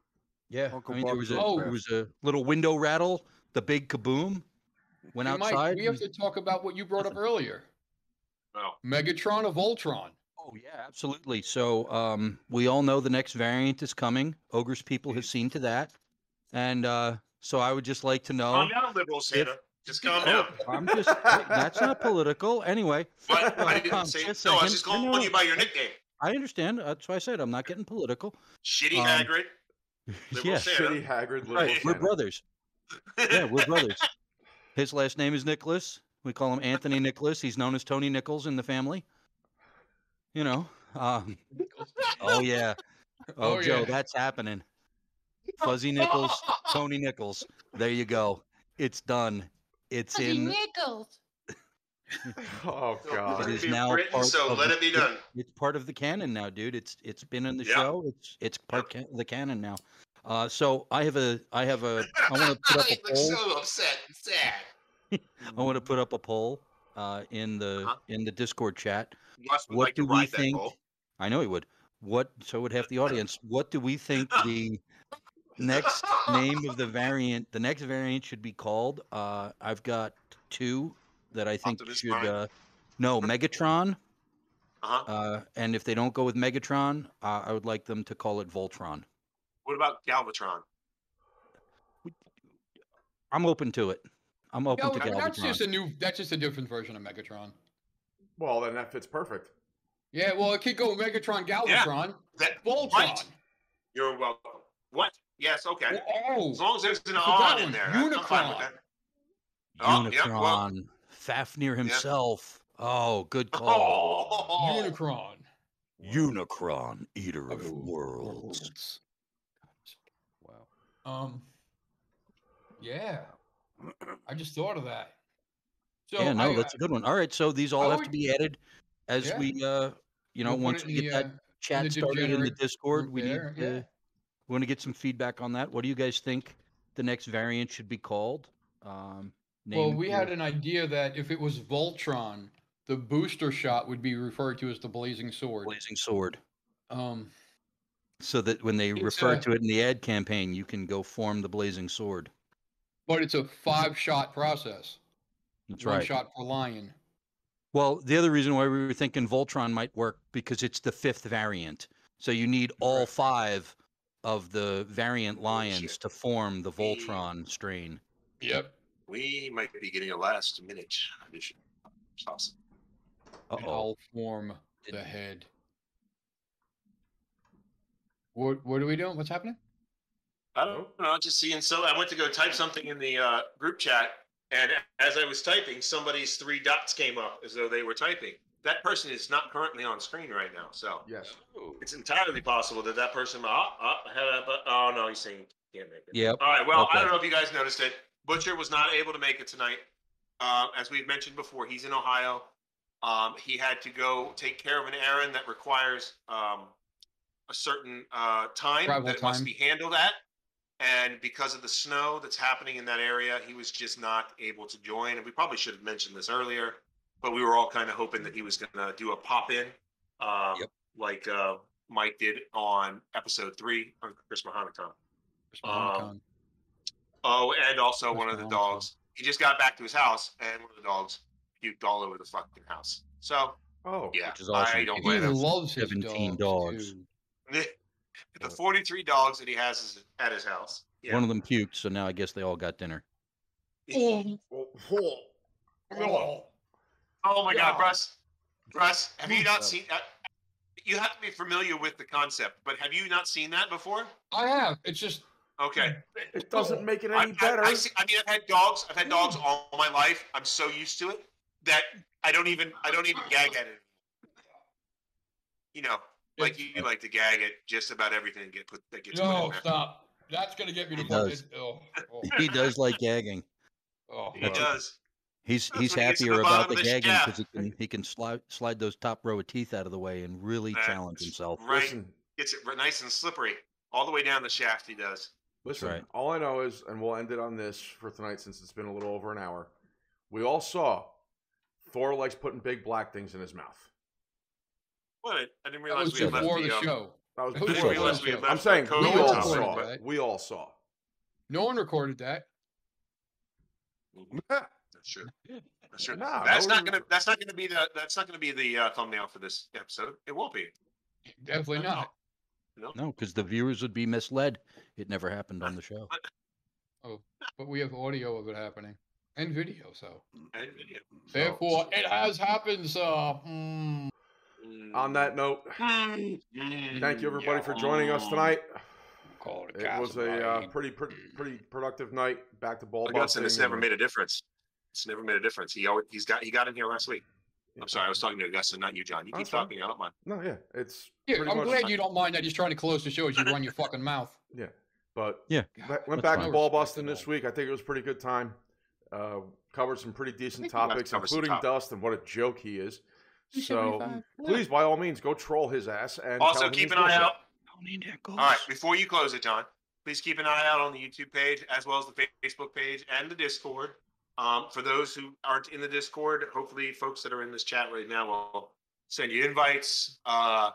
Speaker 4: Yeah,
Speaker 5: Uncle
Speaker 4: I mean, there
Speaker 5: Buck
Speaker 4: was a
Speaker 1: drove
Speaker 4: there
Speaker 5: past.
Speaker 4: was a little window rattle, the big kaboom. Went
Speaker 1: Hey,
Speaker 4: outside.
Speaker 1: Mike, we have
Speaker 4: and-
Speaker 1: to talk about what you brought up earlier.
Speaker 3: No.
Speaker 1: Megatron of Ultron.
Speaker 4: Oh yeah, absolutely. So um, we all know the next variant is coming. Ogre's people have seen to that, and uh, so I would just like to know.
Speaker 3: Calm down, liberal Santa. Just calm
Speaker 4: Oh,
Speaker 3: down.
Speaker 4: I'm just hey, that's
Speaker 2: *laughs*
Speaker 4: not political. Anyway,
Speaker 3: But
Speaker 4: *laughs*
Speaker 3: I didn't
Speaker 4: Tom,
Speaker 3: say
Speaker 4: just
Speaker 3: no. I
Speaker 4: saying,
Speaker 3: was just
Speaker 4: you
Speaker 3: calling
Speaker 4: know,
Speaker 3: you by your nickname.
Speaker 4: I understand. That's why I said I'm not getting political.
Speaker 3: Shitty
Speaker 4: Um,
Speaker 3: Hagrid. Liberal
Speaker 4: yeah,
Speaker 3: Santa.
Speaker 2: Shitty Haggard little
Speaker 4: right. We're
Speaker 2: Santa.
Speaker 3: *laughs*
Speaker 4: *laughs* brothers. Yeah, we're brothers. His last name is Nicholas. We call him Anthony Nicholas. He's known as Tony Nichols in the family. You know. Um, oh yeah. Oh,
Speaker 1: Oh,
Speaker 4: Joe,
Speaker 1: yeah.
Speaker 4: that's happening. Fuzzy Nichols, Tony Nichols. There you go. It's done. It's
Speaker 7: Fuzzy
Speaker 4: in.
Speaker 7: Nichols.
Speaker 2: Oh
Speaker 3: So
Speaker 2: god.
Speaker 4: It
Speaker 3: we're
Speaker 4: is
Speaker 3: being
Speaker 4: now
Speaker 3: written,
Speaker 4: part
Speaker 3: so
Speaker 4: of
Speaker 3: let
Speaker 4: the
Speaker 3: it be
Speaker 4: script.
Speaker 3: done.
Speaker 4: It's part of the canon now, dude. It's it's been in the
Speaker 3: Yeah.
Speaker 4: show. It's it's part ca- the canon now. Uh, so I have a I have a *laughs* I want to put up
Speaker 3: *laughs* he
Speaker 4: a
Speaker 3: looks
Speaker 4: poll.
Speaker 3: so upset and sad.
Speaker 4: I want to put up a poll uh, in the
Speaker 3: Uh-huh.
Speaker 4: in the Discord chat.
Speaker 3: Russ would
Speaker 4: What
Speaker 3: like to
Speaker 4: do we
Speaker 3: ride that
Speaker 4: think-
Speaker 3: bull.
Speaker 4: I know he would. What so would half the audience. What do we think the
Speaker 3: *laughs*
Speaker 4: next
Speaker 3: Uh-huh.
Speaker 4: name of the variant, the next variant should be called? Uh, I've got two that I think
Speaker 3: Optimus
Speaker 4: should.
Speaker 3: Prime.
Speaker 4: Uh, no, Megatron.
Speaker 3: Uh-huh.
Speaker 4: Uh, and if they don't go with Megatron, uh, I would like them to call it Voltron.
Speaker 3: What about Galvatron?
Speaker 4: I'm open to it. I'm open
Speaker 1: Yeah,
Speaker 4: to
Speaker 1: well, that's just a
Speaker 4: Galvatron.
Speaker 1: new. That's just a different version of Megatron.
Speaker 2: Well, then that fits perfect.
Speaker 1: Yeah, well, it could go Megatron, Galvatron,
Speaker 3: That
Speaker 1: Voltron.
Speaker 3: Right. You're welcome. What? Yes, okay.
Speaker 1: Oh,
Speaker 3: As long as there's an
Speaker 1: I forgot
Speaker 3: on in
Speaker 1: one.
Speaker 3: there. I- I'm fine with
Speaker 1: Unicron.
Speaker 3: that. Oh,
Speaker 4: Unicron,
Speaker 3: yeah, well-
Speaker 4: Fafnir himself. Oh, good call.
Speaker 3: *laughs* Oh,
Speaker 1: Unicron.
Speaker 4: Unicron, eater of
Speaker 1: Of
Speaker 4: worlds.
Speaker 5: Wow.
Speaker 1: Um, yeah, I just thought of that. So
Speaker 4: yeah, no,
Speaker 1: I,
Speaker 4: that's a
Speaker 1: I-
Speaker 4: good one. All right, so these all
Speaker 1: I
Speaker 4: have
Speaker 1: would-
Speaker 4: to be added as
Speaker 1: Yeah.
Speaker 4: we, uh, you know,
Speaker 1: we'll put
Speaker 4: once
Speaker 1: it
Speaker 4: we
Speaker 1: in
Speaker 4: get
Speaker 1: the,
Speaker 4: that
Speaker 1: uh,
Speaker 4: chat
Speaker 1: the
Speaker 4: started in the
Speaker 1: degenerate
Speaker 4: Discord,
Speaker 1: group
Speaker 4: we need
Speaker 1: there,
Speaker 4: to, we want to get some feedback on that. What do you guys think the next variant should be called? Um,
Speaker 1: well,
Speaker 4: name
Speaker 1: we
Speaker 4: your-
Speaker 1: had an idea that if it was Voltron, the booster shot would be referred to as the Blazing Sword.
Speaker 4: blazing sword.
Speaker 1: Um,
Speaker 4: so that when they
Speaker 1: It's,
Speaker 4: refer
Speaker 1: uh,
Speaker 4: to it in the ad campaign, you can go form the blazing sword.
Speaker 1: but it's a five-shot process.
Speaker 4: That's
Speaker 1: One
Speaker 4: right.
Speaker 1: shot per lion.
Speaker 4: Well, the other reason why we were thinking Voltron might work because it's the fifth variant, so you need all five of the variant lions
Speaker 3: shit.
Speaker 4: to form the
Speaker 3: Yeah.
Speaker 4: Voltron strain.
Speaker 1: Yep.
Speaker 3: we might be getting a last minute audition. Awesome.
Speaker 4: Uh
Speaker 1: and
Speaker 4: oh.
Speaker 1: I'll form
Speaker 4: Did-
Speaker 1: the head. What what are we doing? What's happening?
Speaker 3: I don't know. Just seeing so I went to go type something in the uh, group chat, and as I was typing, somebody's three dots came up as though they were typing. That person is not currently on screen right now, so
Speaker 2: Yes.
Speaker 3: it's entirely possible that that person. Uh, uh, had a- but- oh no, he's saying he can't make it.
Speaker 4: Yep.
Speaker 3: All right. Well,
Speaker 4: Okay.
Speaker 3: I don't know if you guys noticed it. Butcher was not able to make it tonight. Uh, as we've mentioned before, he's in Ohio. Um, he had to go take care of an errand that requires um, a certain uh, time
Speaker 1: Travel
Speaker 3: that it must
Speaker 1: time.
Speaker 3: be handled at. And because of the snow that's happening in that area, he was just not able to join. And we probably should have mentioned this earlier, but we were all kind of hoping that he was going to do a pop in, um,
Speaker 4: Yep.
Speaker 3: like uh, Mike did on episode three on Chris Mahanicon.
Speaker 1: Where's my
Speaker 3: Um,
Speaker 1: icon?
Speaker 3: Oh, and also
Speaker 1: That's
Speaker 3: one
Speaker 1: the
Speaker 3: of the
Speaker 1: wrong
Speaker 3: dogs. He just got back to his house, and one of the dogs puked all over the fucking house. So
Speaker 2: Oh.
Speaker 3: yeah,
Speaker 4: Which is awesome.
Speaker 3: I don't
Speaker 4: He
Speaker 1: he
Speaker 3: blame him.
Speaker 1: loves his
Speaker 4: 17
Speaker 1: dogs.
Speaker 4: dogs.
Speaker 1: too.
Speaker 4: *laughs*
Speaker 3: the forty-three dogs that he has is at his house. Yeah.
Speaker 4: One of them puked, so now I guess they all
Speaker 3: *laughs*
Speaker 4: got dinner.
Speaker 7: Yeah.
Speaker 2: Oh.
Speaker 5: *laughs*
Speaker 3: oh my God,
Speaker 2: Yeah.
Speaker 3: Russ! Russ, have you not
Speaker 5: Yeah.
Speaker 3: seen? Uh, you have to be familiar with the concept, but have you not seen that before?
Speaker 1: I have. It's just
Speaker 3: Okay.
Speaker 2: It doesn't make it
Speaker 3: I-
Speaker 2: any
Speaker 3: I-
Speaker 2: better.
Speaker 3: I, see, I mean, I've had dogs. I've had dogs all my life. I'm so used to it that I don't even I don't even gag at it. You know, like you, you like to gag at just about everything that get put that gets put in
Speaker 1: no
Speaker 3: there.
Speaker 1: stop. That's gonna get me to
Speaker 4: He
Speaker 1: fucking-
Speaker 4: does.
Speaker 1: Oh,
Speaker 4: *laughs*
Speaker 1: oh,
Speaker 4: He does like gagging.
Speaker 1: oh,
Speaker 3: He
Speaker 1: oh.
Speaker 3: does.
Speaker 4: He's
Speaker 3: That's
Speaker 4: he's
Speaker 3: when he gets to
Speaker 4: happier
Speaker 3: the
Speaker 4: about
Speaker 3: bottom
Speaker 4: the
Speaker 3: of the
Speaker 4: gagging because
Speaker 3: shaft.
Speaker 4: he can he can slide slide those top row of teeth out of the way and really
Speaker 3: That's
Speaker 4: challenge himself.
Speaker 3: Right,
Speaker 2: Listen,
Speaker 3: gets it r- nice and slippery all the way down the shaft. He does.
Speaker 2: listen.
Speaker 4: right.
Speaker 2: All I know is, and we'll end it on this for tonight since it's been a little over an hour. We all saw Thor likes putting big black things in his mouth.
Speaker 3: What? I
Speaker 1: That
Speaker 3: didn't realize
Speaker 1: was
Speaker 3: we had left
Speaker 1: before
Speaker 3: the,
Speaker 1: the
Speaker 3: um,
Speaker 1: show.
Speaker 2: That was
Speaker 1: I
Speaker 2: before.
Speaker 1: didn't
Speaker 2: the
Speaker 1: realize
Speaker 2: show.
Speaker 1: we had
Speaker 2: I'm
Speaker 3: left
Speaker 2: saying
Speaker 3: the
Speaker 2: we
Speaker 1: COVID
Speaker 2: all
Speaker 1: out.
Speaker 2: saw
Speaker 1: Right.
Speaker 2: it. We all saw. it.
Speaker 1: No one recorded that.
Speaker 3: Mhm, That's true. That's true.
Speaker 2: No,
Speaker 3: that's
Speaker 2: that
Speaker 3: not
Speaker 2: was-
Speaker 3: gonna. That's not gonna be the. That's not gonna be the uh, thumbnail for this episode. It won't be.
Speaker 1: Definitely
Speaker 3: *laughs* No.
Speaker 1: not.
Speaker 3: No.
Speaker 4: No, because the viewers would be misled. It never happened on the show.
Speaker 3: *laughs*
Speaker 1: But we have audio of it happening and video, so
Speaker 3: And video. So-
Speaker 1: therefore it has happened. So mm,
Speaker 2: On that note, thank
Speaker 3: Thank
Speaker 2: you everybody for joining us tonight.
Speaker 1: call it,
Speaker 2: uh, It was a uh, pretty, pretty, pretty productive night. Back to ball
Speaker 3: I guess
Speaker 2: busting.
Speaker 3: this never
Speaker 2: and-
Speaker 3: made a difference. It's never made a difference. He always, he's got he got in here last week. I'm sorry, I was talking to Augusta, not you, John. You keep
Speaker 2: That's fine.
Speaker 3: talking. I don't mind.
Speaker 2: No, yeah, it's
Speaker 1: Yeah,
Speaker 2: pretty
Speaker 1: I'm
Speaker 2: much-
Speaker 1: glad you don't mind that he's trying to close the show as you run your fucking mouth.
Speaker 2: But
Speaker 4: Yeah,
Speaker 2: ba- went
Speaker 4: that's
Speaker 2: back to
Speaker 4: fine.
Speaker 1: No
Speaker 2: ball
Speaker 1: respect
Speaker 2: busting
Speaker 1: at
Speaker 2: this
Speaker 1: all.
Speaker 2: week. I think it was a pretty good time. Uh, covered some pretty decent
Speaker 3: think we got
Speaker 2: topics,
Speaker 3: covered some
Speaker 2: including
Speaker 3: topics.
Speaker 2: Dust and what a joke he is.
Speaker 6: He's
Speaker 2: So
Speaker 6: 75.
Speaker 2: please, by all means, go troll his ass and tell
Speaker 3: Also,
Speaker 2: him
Speaker 3: keep
Speaker 2: he's
Speaker 3: an eye
Speaker 2: bullshit.
Speaker 3: out.
Speaker 4: Don't need that
Speaker 3: All right, before you close it, John, please keep an eye out on the YouTube page as well as the Fa- Facebook page and the Discord. Um, for those who aren't in the Discord, hopefully, folks that are in this chat right now will send you invites. Uh,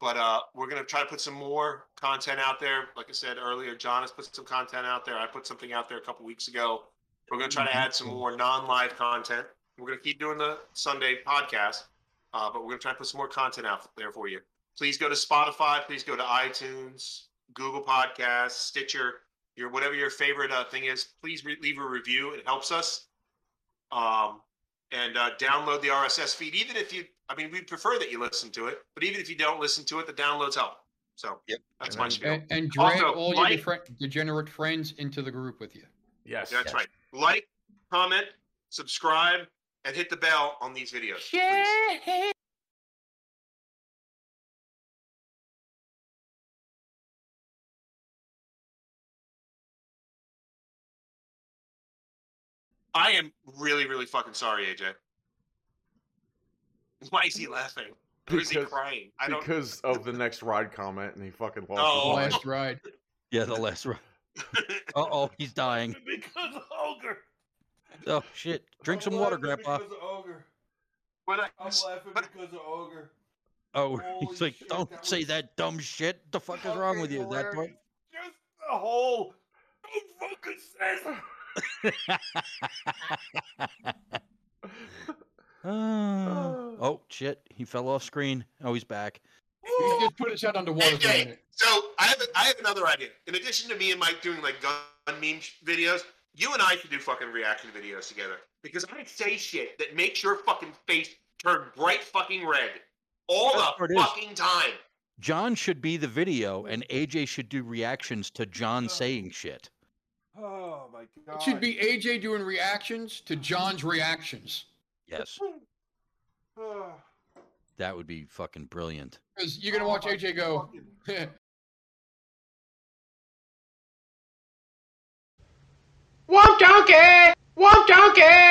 Speaker 3: but uh, we're going to try to put some more content out there. Like I said earlier, John has put some content out there. I put something out there a couple weeks ago. We're going to try to add some more non live content. We're going to keep doing the Sunday podcast, uh, but we're going to try to put some more content out there for you please go to Spotify. Please go to iTunes, Google Podcasts, Stitcher, your whatever your favorite uh, thing is. Please re- leave a review. It helps us. Um, and uh, download the RSS feed. Even if you, I mean, we prefer that you listen to it, but even if you don't listen to it, the downloads help. So
Speaker 4: Yep.
Speaker 3: that's
Speaker 2: And
Speaker 3: my
Speaker 2: then-
Speaker 3: spiel.
Speaker 1: And, and drag
Speaker 3: Also,
Speaker 1: all
Speaker 3: Mike-
Speaker 1: your defre- degenerate friends into the group with you.
Speaker 2: Yes.
Speaker 3: That's right. Like, comment, subscribe, and hit the bell on these videos.
Speaker 6: Yeah.
Speaker 3: Please. I am really, really fucking sorry, AJ. Why is he laughing? Or is he
Speaker 2: Because-
Speaker 3: crying? I don't.
Speaker 2: Because of the next ride comment, and he fucking lost
Speaker 1: *laughs*
Speaker 2: his
Speaker 3: Oh.
Speaker 2: mind.
Speaker 1: Last ride.
Speaker 4: Yeah, the last run.
Speaker 3: *laughs*
Speaker 4: Uh oh, he's dying.
Speaker 5: *laughs*
Speaker 2: Because of ogre.
Speaker 4: Oh shit! Drink some water, Grandpa.
Speaker 2: of ogre.
Speaker 3: but I,
Speaker 5: Oh,
Speaker 2: laughing
Speaker 3: but-
Speaker 2: because of ogre.
Speaker 4: Oh, *laughs*
Speaker 2: Holy
Speaker 4: he's like,
Speaker 2: shit,
Speaker 4: don't
Speaker 2: that
Speaker 4: say
Speaker 2: was
Speaker 4: that dumb shit. The fuck is wrong with you at that point?
Speaker 2: Just a whole. Don't fucking
Speaker 5: *sighs*
Speaker 2: say *laughs*
Speaker 4: oh. *laughs* oh shit! He fell off screen. Oh, he's back.
Speaker 1: He just put his head underwater for a
Speaker 3: AJ,
Speaker 1: minute.
Speaker 3: so I have, I have another idea. In addition to me and Mike doing like gun meme sh- videos, you and I should do fucking reaction videos together because I say shit that makes your fucking face turn bright fucking red all
Speaker 4: That's
Speaker 3: the
Speaker 4: what it is.
Speaker 3: fucking time.
Speaker 4: John should be the video, and AJ should do reactions to John saying shit.
Speaker 5: Oh my god.
Speaker 1: It
Speaker 5: *sighs*
Speaker 1: should be AJ doing reactions to John's reactions.
Speaker 4: Yes, that would be fucking brilliant.
Speaker 1: Because you're going to watch AJ go, *laughs*
Speaker 7: Wonk donkey! Wonk donkey!